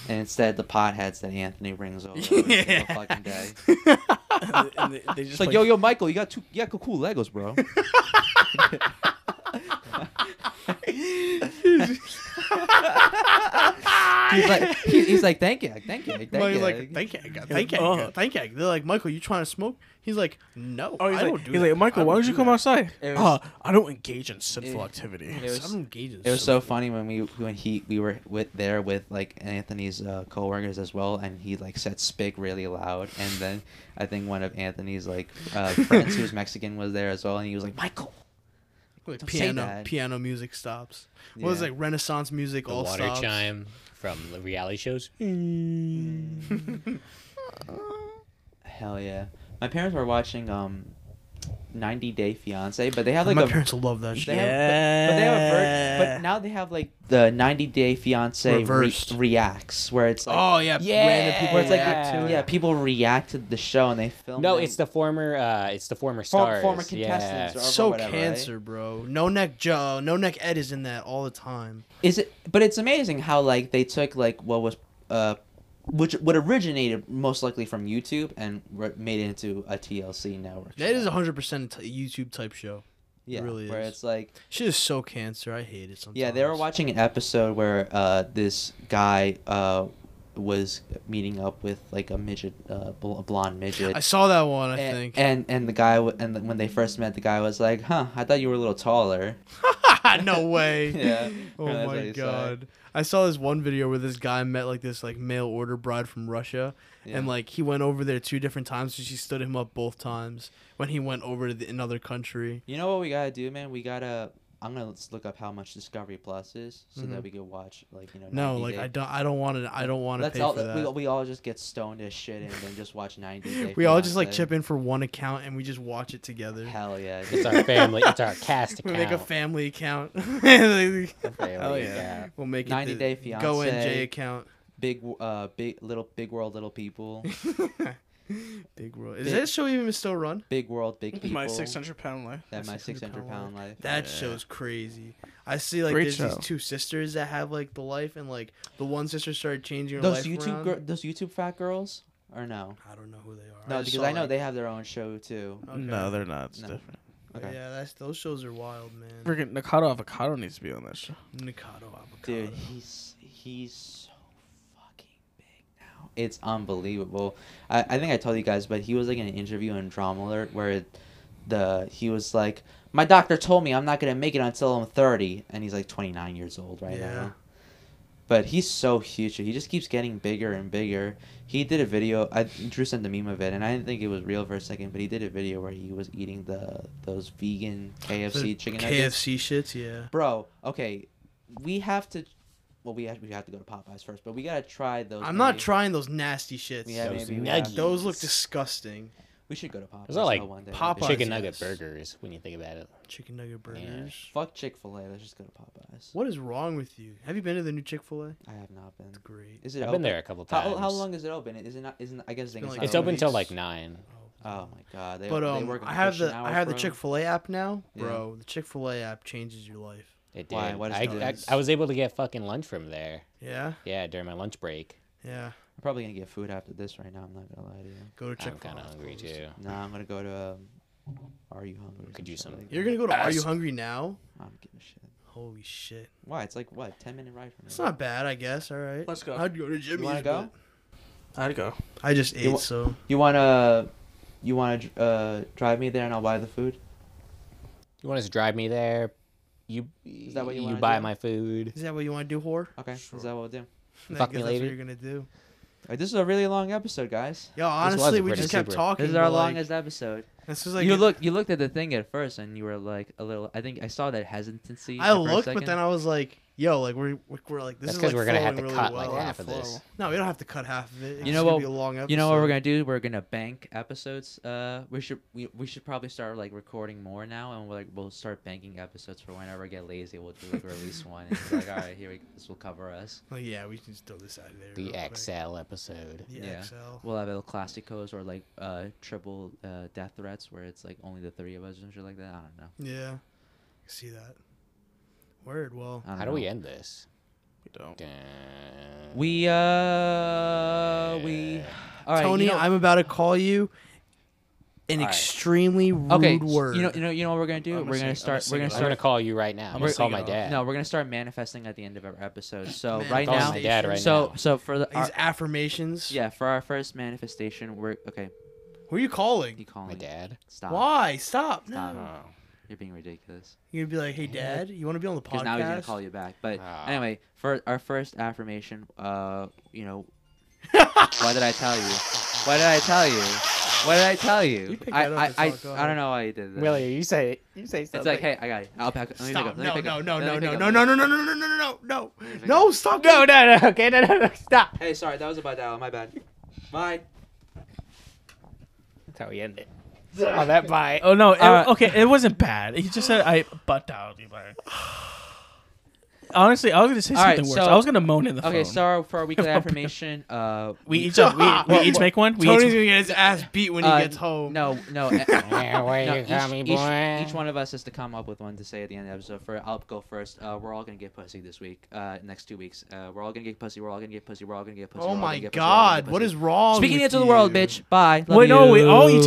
[SPEAKER 3] instead, the potheads that Anthony brings over every single fucking day.
[SPEAKER 1] And they- and they- they just
[SPEAKER 3] It's like, yo, yo, Michael, you got two, you got cool Legos, bro. he's like, he- he's like, thank you, thank you, thank
[SPEAKER 2] Michael's
[SPEAKER 3] you.
[SPEAKER 2] like, thank you, thank you,
[SPEAKER 1] Oh.
[SPEAKER 2] thank you. They're like, Michael, you trying to smoke? He's like, no,
[SPEAKER 1] Oh, he's
[SPEAKER 2] I
[SPEAKER 1] like,
[SPEAKER 2] don't do
[SPEAKER 1] he's
[SPEAKER 2] that.
[SPEAKER 1] like, Michael,
[SPEAKER 2] I
[SPEAKER 1] why
[SPEAKER 2] don't
[SPEAKER 1] would you
[SPEAKER 2] do
[SPEAKER 1] come
[SPEAKER 2] that."
[SPEAKER 1] outside?
[SPEAKER 3] It was-
[SPEAKER 1] Uh, I don't engage in sinful
[SPEAKER 3] it-
[SPEAKER 1] activity.
[SPEAKER 3] it was-
[SPEAKER 2] I don't engage in
[SPEAKER 3] It was
[SPEAKER 2] stuff.
[SPEAKER 3] so funny when we when he we were with there with like Anthony's uh, coworkers as well, and he like said "spick" really loud, and then I think one of Anthony's like uh, friends who was Mexican was there as well, and he was like, Michael,
[SPEAKER 2] Like,
[SPEAKER 3] Don't say
[SPEAKER 2] piano,
[SPEAKER 3] that.
[SPEAKER 2] piano music stops. What was
[SPEAKER 3] Yeah.
[SPEAKER 2] it, like Renaissance music
[SPEAKER 4] The
[SPEAKER 2] all
[SPEAKER 4] water
[SPEAKER 2] stops.
[SPEAKER 4] chime from the reality shows.
[SPEAKER 3] hell yeah. My parents were watching um, 90 Day Fiance, but they have like
[SPEAKER 2] My
[SPEAKER 3] a
[SPEAKER 2] parents love that
[SPEAKER 3] They
[SPEAKER 2] shit.
[SPEAKER 3] have, but, but they
[SPEAKER 1] Eh.
[SPEAKER 3] have a ver-
[SPEAKER 1] Yeah.
[SPEAKER 3] but now they have like the 90 Day Fiance re-
[SPEAKER 2] Reversed.
[SPEAKER 3] reacts where it's like,
[SPEAKER 2] Oh yeah,
[SPEAKER 4] Yeah.
[SPEAKER 2] random people.
[SPEAKER 3] where it's like
[SPEAKER 4] react to
[SPEAKER 3] yeah,
[SPEAKER 4] it.
[SPEAKER 3] people react to the show and they film.
[SPEAKER 4] No,
[SPEAKER 3] them.
[SPEAKER 4] it's the former. Uh, it's the former
[SPEAKER 3] For-
[SPEAKER 4] stars.
[SPEAKER 3] Oh, former
[SPEAKER 4] yeah.
[SPEAKER 3] contestants or
[SPEAKER 2] so
[SPEAKER 3] whatever, right?
[SPEAKER 2] cancer, bro. No neck Joe, no neck Ed is in that all the time.
[SPEAKER 3] Is it? But it's amazing how like they took like what was uh, which what originated most likely from YouTube and re- made it into a TLC network.
[SPEAKER 2] That is
[SPEAKER 3] show.
[SPEAKER 2] 100% a t- YouTube type show.
[SPEAKER 3] yeah,
[SPEAKER 2] really
[SPEAKER 3] where
[SPEAKER 2] is.
[SPEAKER 3] it's like
[SPEAKER 2] Shit is so cancer. I hate it sometimes.
[SPEAKER 3] Yeah, they were watching an episode where uh, this guy uh, was meeting up with like a midget, uh, bl- a blonde midget.
[SPEAKER 2] I saw that one, I
[SPEAKER 3] and,
[SPEAKER 2] think.
[SPEAKER 3] and and the guy w- and the- when they first met, the guy was like, "Huh, I thought you were a little taller."
[SPEAKER 2] no way.
[SPEAKER 3] yeah.
[SPEAKER 2] Oh
[SPEAKER 3] That's what
[SPEAKER 2] my
[SPEAKER 3] he said.
[SPEAKER 2] god. I saw this one video where this guy met like this like mail order bride from Russia
[SPEAKER 3] Yeah.
[SPEAKER 2] and like he went over there two different times so she stood him up both times when he went over to the, another country.
[SPEAKER 3] You know what we gotta do, man? We gotta. I'm gonna let's look up how much Discovery Plus is so that we can watch like you know.
[SPEAKER 2] Mm-hmm. No,
[SPEAKER 3] 90
[SPEAKER 2] like
[SPEAKER 3] Day-
[SPEAKER 2] I don't I don't want to I don't want to
[SPEAKER 3] Let's
[SPEAKER 2] pay
[SPEAKER 3] all
[SPEAKER 2] for
[SPEAKER 3] we,
[SPEAKER 2] that.
[SPEAKER 3] we all just get stoned as shit and then just watch 90 Day.
[SPEAKER 2] We all just like
[SPEAKER 3] Fiancé.
[SPEAKER 2] chip in for one account and we just watch it together.
[SPEAKER 3] Hell yeah!
[SPEAKER 4] It's our family. It's our cast
[SPEAKER 2] We make
[SPEAKER 4] account.
[SPEAKER 2] a family account. Family
[SPEAKER 4] Family account.
[SPEAKER 2] We'll make it
[SPEAKER 3] 90
[SPEAKER 2] the
[SPEAKER 3] Day
[SPEAKER 2] Go in
[SPEAKER 3] Fiancé.
[SPEAKER 2] J account.
[SPEAKER 3] big, uh, big little big world, little people.
[SPEAKER 2] Big world. Is
[SPEAKER 3] Big-
[SPEAKER 2] that show even still run?
[SPEAKER 3] Big world, big people.
[SPEAKER 1] My 600 pound life.
[SPEAKER 3] That my
[SPEAKER 2] 600
[SPEAKER 3] 600
[SPEAKER 2] pound
[SPEAKER 3] pound, life.
[SPEAKER 2] That show's crazy. I see like
[SPEAKER 1] Great
[SPEAKER 2] there's
[SPEAKER 1] show.
[SPEAKER 2] these two sisters that have like the life, and like the one sister started changing her life
[SPEAKER 3] Those YouTube
[SPEAKER 2] around.
[SPEAKER 3] gir- those YouTube fat girls or no?
[SPEAKER 2] I don't know who they are.
[SPEAKER 3] No,
[SPEAKER 2] just
[SPEAKER 3] because
[SPEAKER 2] saw,
[SPEAKER 3] I know
[SPEAKER 2] like-
[SPEAKER 3] they have their own show too.
[SPEAKER 2] Okay.
[SPEAKER 1] No, they're not. It's
[SPEAKER 3] No.
[SPEAKER 1] different.
[SPEAKER 3] Okay.
[SPEAKER 2] Yeah, that's those shows are wild, man.
[SPEAKER 1] Freaking Nikado Avocado needs to be on that show.
[SPEAKER 2] Nikado avocado.
[SPEAKER 3] Dude, he's he's so fucking big now. It's unbelievable. I, I think I told you guys, but he was like in an interview in Drama Alert where it- the he was like, my doctor told me I'm not gonna make it until I'm 30, and he's like 29 years old right
[SPEAKER 2] Yeah.
[SPEAKER 3] now. But he's so huge. He just keeps getting bigger and bigger. He did a video. I Drew sent the meme of it, and I didn't think it was real for a second. But he did a video where he was eating the those vegan KFC
[SPEAKER 2] The
[SPEAKER 3] chicken nuggets.
[SPEAKER 2] KFC shits, yeah.
[SPEAKER 3] Bro, okay, we have to. Well, we have, we have to go to Popeyes first, but we gotta try those.
[SPEAKER 2] I'm not
[SPEAKER 3] maybe.
[SPEAKER 2] trying those nasty shits.
[SPEAKER 3] Yeah,
[SPEAKER 4] Those
[SPEAKER 3] maybe we, have-
[SPEAKER 4] nuggies.
[SPEAKER 2] Those look disgusting.
[SPEAKER 3] we should go to Popeyes.
[SPEAKER 4] Those are like
[SPEAKER 3] though one day.
[SPEAKER 2] Popeyes.
[SPEAKER 4] Chicken
[SPEAKER 2] Popeyes, yes.
[SPEAKER 4] nugget burgers, when you think about it.
[SPEAKER 2] Chicken nugget burgers.
[SPEAKER 3] Fuck Chick Fil A. Let's just go to Popeyes.
[SPEAKER 2] What is wrong with you? Have you been to the new Chick Fil A?
[SPEAKER 3] I have not been.
[SPEAKER 2] Great.
[SPEAKER 3] Is it?
[SPEAKER 4] I've
[SPEAKER 3] open?
[SPEAKER 4] been there a couple times.
[SPEAKER 3] How, how long is it open? Is it not? Isn't I guess
[SPEAKER 2] been
[SPEAKER 3] it's,
[SPEAKER 2] like
[SPEAKER 3] not
[SPEAKER 4] It's
[SPEAKER 2] How
[SPEAKER 4] open till
[SPEAKER 2] many
[SPEAKER 4] like
[SPEAKER 2] weeks?
[SPEAKER 4] nine.
[SPEAKER 3] Oh my god! They,
[SPEAKER 2] But
[SPEAKER 3] they
[SPEAKER 2] um,
[SPEAKER 3] work
[SPEAKER 2] I have the
[SPEAKER 3] efficient
[SPEAKER 2] I
[SPEAKER 3] hours,
[SPEAKER 2] have the
[SPEAKER 3] bro.
[SPEAKER 2] Chick Fil A app now,
[SPEAKER 3] Yeah.
[SPEAKER 2] bro. The Chick Fil A app changes your life.
[SPEAKER 4] It did.
[SPEAKER 3] Why? What is
[SPEAKER 4] I,
[SPEAKER 3] the
[SPEAKER 4] I,
[SPEAKER 3] difference?
[SPEAKER 4] I was able to get fucking lunch from there.
[SPEAKER 2] Yeah,
[SPEAKER 4] Yeah, during my lunch break.
[SPEAKER 2] yeah.
[SPEAKER 3] I'm probably gonna get food after this right now. I'm not gonna lie to you.
[SPEAKER 2] Go to Chick
[SPEAKER 4] I'm
[SPEAKER 2] Fil A.
[SPEAKER 4] kind of hungry too.
[SPEAKER 3] Nah, I'm gonna go to. Um, Are you hungry? or
[SPEAKER 4] Could
[SPEAKER 3] some
[SPEAKER 4] you
[SPEAKER 3] shit
[SPEAKER 4] some-
[SPEAKER 3] like that.
[SPEAKER 2] You're gonna go to Are You
[SPEAKER 4] Ass.
[SPEAKER 2] Hungry Now?
[SPEAKER 3] I don't give a shit.
[SPEAKER 2] Holy shit.
[SPEAKER 3] Why? It's like what? Ten minute ride from
[SPEAKER 2] It's
[SPEAKER 3] here.
[SPEAKER 2] not bad, I guess. All right.
[SPEAKER 1] Let's go.
[SPEAKER 2] I'd go to Jimmy's.
[SPEAKER 3] You wanna go?
[SPEAKER 2] but
[SPEAKER 1] I'd go.
[SPEAKER 2] I just ate,
[SPEAKER 3] wa-
[SPEAKER 2] so
[SPEAKER 3] You wanna? You wanna dr- uh, drive me there and I'll buy the food?
[SPEAKER 4] You want us to drive me there? You Is
[SPEAKER 3] that what you
[SPEAKER 4] you
[SPEAKER 3] wanna
[SPEAKER 4] buy
[SPEAKER 3] do?
[SPEAKER 4] my food?
[SPEAKER 2] is that what you want to do, whore?
[SPEAKER 3] Okay.
[SPEAKER 1] Sure.
[SPEAKER 3] Is that what we'll do?
[SPEAKER 2] I
[SPEAKER 4] Fuck
[SPEAKER 2] guess
[SPEAKER 4] me
[SPEAKER 2] that's
[SPEAKER 4] later.
[SPEAKER 2] what you're gonna do.
[SPEAKER 3] Alright, this is a really long episode, guys.
[SPEAKER 2] Yo,
[SPEAKER 4] was a
[SPEAKER 2] honestly, we
[SPEAKER 4] pretty
[SPEAKER 2] just kept
[SPEAKER 4] super-
[SPEAKER 2] talking.
[SPEAKER 3] This is our
[SPEAKER 2] but, like,
[SPEAKER 3] longest episode.
[SPEAKER 2] This was like
[SPEAKER 3] you
[SPEAKER 2] it-
[SPEAKER 3] look, you looked at the thing at first, and you were like a little. I think I saw that hesitancy.
[SPEAKER 2] I looked, but then I was like, "Yo, like we're we're- we're like this
[SPEAKER 4] That's
[SPEAKER 2] is like
[SPEAKER 4] 'cause we're gonna have
[SPEAKER 2] flowing really
[SPEAKER 4] to cut,
[SPEAKER 2] well.
[SPEAKER 4] like,
[SPEAKER 2] We're on
[SPEAKER 4] half
[SPEAKER 2] a
[SPEAKER 4] of this.
[SPEAKER 2] flow. No, we don't have to cut half of it. It's
[SPEAKER 3] You know
[SPEAKER 2] gonna
[SPEAKER 3] what-
[SPEAKER 2] Be a long episode.
[SPEAKER 3] You know what we're gonna do? We're gonna bank episodes. Uh, we should we, we should probably start like recording more now, and we're like we'll start banking episodes for whenever I get lazy. We'll do like release one, and it's like all right, here we this will cover us.
[SPEAKER 2] Well, yeah, we can just throw this out of there. real
[SPEAKER 4] The
[SPEAKER 2] quick.
[SPEAKER 4] XL episode.
[SPEAKER 2] The
[SPEAKER 3] Yeah.
[SPEAKER 2] XL.
[SPEAKER 3] We'll have El Clásicos or like uh triple uh death threats where it's like only the three of us and shit like that. I don't know.
[SPEAKER 2] Yeah. I See that. Word. Well,
[SPEAKER 3] I don't
[SPEAKER 4] How do we
[SPEAKER 3] know.
[SPEAKER 4] end this?
[SPEAKER 1] We don't.
[SPEAKER 4] Dun.
[SPEAKER 3] We uh we. All right,
[SPEAKER 2] Tony,
[SPEAKER 3] you know,
[SPEAKER 2] I'm about to call you an
[SPEAKER 4] All right.
[SPEAKER 2] extremely rude
[SPEAKER 3] okay.
[SPEAKER 2] word.
[SPEAKER 3] You know you know you know what we're gonna do?
[SPEAKER 1] I'm gonna
[SPEAKER 3] we're gonna
[SPEAKER 1] sing- I'm
[SPEAKER 3] start. We're
[SPEAKER 1] gonna
[SPEAKER 3] gonna
[SPEAKER 1] sing
[SPEAKER 4] I'm
[SPEAKER 1] it
[SPEAKER 3] start.
[SPEAKER 4] gonna call you right now. I'm
[SPEAKER 1] I'm
[SPEAKER 4] gonna
[SPEAKER 1] gonna
[SPEAKER 4] call
[SPEAKER 1] take
[SPEAKER 4] my
[SPEAKER 1] it off.
[SPEAKER 4] dad.
[SPEAKER 3] No, we're gonna start manifesting at the end of our episode. So
[SPEAKER 2] Man,
[SPEAKER 3] right
[SPEAKER 4] Calling
[SPEAKER 3] now,
[SPEAKER 4] my dad right
[SPEAKER 3] so
[SPEAKER 4] now.
[SPEAKER 3] so for the
[SPEAKER 2] these
[SPEAKER 3] our-
[SPEAKER 2] affirmations.
[SPEAKER 3] yeah for our first manifestation, we're okay.
[SPEAKER 2] Who are you
[SPEAKER 3] You
[SPEAKER 2] calling?
[SPEAKER 3] calling
[SPEAKER 4] my dad.
[SPEAKER 3] Stop.
[SPEAKER 2] Why? Stop.
[SPEAKER 3] Stop.
[SPEAKER 2] No.
[SPEAKER 1] Oh.
[SPEAKER 3] You're being ridiculous.
[SPEAKER 2] You're gonna be like, "Hey, Dad, you want to be on the podcast?"
[SPEAKER 3] Because now he's gonna call you back. But
[SPEAKER 4] Ah.
[SPEAKER 3] anyway, for our first affirmation, uh, you know, why did I tell you? Why did I tell you? Why did I tell you?
[SPEAKER 2] You picked
[SPEAKER 3] I
[SPEAKER 2] that up
[SPEAKER 3] I,
[SPEAKER 2] as
[SPEAKER 3] I,
[SPEAKER 2] well, go
[SPEAKER 3] I
[SPEAKER 2] ahead.
[SPEAKER 3] don't know why you did that.
[SPEAKER 4] you say you say
[SPEAKER 3] It's like, hey, I got it. I'll pack. Let me pick
[SPEAKER 2] Stop.
[SPEAKER 3] up. Let
[SPEAKER 2] No,
[SPEAKER 3] me pick
[SPEAKER 2] no,
[SPEAKER 3] up.
[SPEAKER 2] no,
[SPEAKER 3] Let
[SPEAKER 2] no,
[SPEAKER 3] me
[SPEAKER 2] no,
[SPEAKER 3] pick
[SPEAKER 2] no,
[SPEAKER 3] up.
[SPEAKER 2] no, no, no, no, no, no, no, no,
[SPEAKER 3] pick
[SPEAKER 2] no.
[SPEAKER 3] up.
[SPEAKER 2] No, stop.
[SPEAKER 4] no, no, no, okay, no, no, no, stop.
[SPEAKER 3] Hey, sorry, that was about that. My bad. Bye.
[SPEAKER 4] That's how we end it. Oh, that bye.
[SPEAKER 1] Oh no! It,
[SPEAKER 3] Uh,
[SPEAKER 1] okay, it wasn't bad. He just said I butt out. Honestly, I was gonna say
[SPEAKER 3] All right,
[SPEAKER 1] something worse.
[SPEAKER 3] so-
[SPEAKER 1] I was gonna moan in the
[SPEAKER 3] Okay,
[SPEAKER 1] phone.
[SPEAKER 3] so our- for our weekly affirmation, uh,
[SPEAKER 1] we each we, we each make one. We
[SPEAKER 2] Tony's
[SPEAKER 1] each,
[SPEAKER 2] gonna get his ass beat when
[SPEAKER 3] uh,
[SPEAKER 2] he gets home.
[SPEAKER 3] No, no. eh,
[SPEAKER 4] Where were
[SPEAKER 3] No,
[SPEAKER 4] you coming,
[SPEAKER 3] each,
[SPEAKER 4] boy?
[SPEAKER 3] each, each one of us is to come up with one to say at the end of the episode. For I'll go first. Uh, we're all gonna get pussy this week. Uh, next two weeks. Uh, we're all gonna get pussy. We're all gonna get pussy. We're all gonna get pussy.
[SPEAKER 2] Oh
[SPEAKER 3] we're all
[SPEAKER 2] my
[SPEAKER 3] gonna get pussy, we're all gonna
[SPEAKER 2] God,
[SPEAKER 3] get
[SPEAKER 2] what
[SPEAKER 3] pussy.
[SPEAKER 2] is wrong?
[SPEAKER 3] Speaking
[SPEAKER 2] with
[SPEAKER 3] into the
[SPEAKER 2] you?
[SPEAKER 3] world, bitch. Bye. Love
[SPEAKER 1] Wait, oh, no, we all
[SPEAKER 3] you.
[SPEAKER 1] each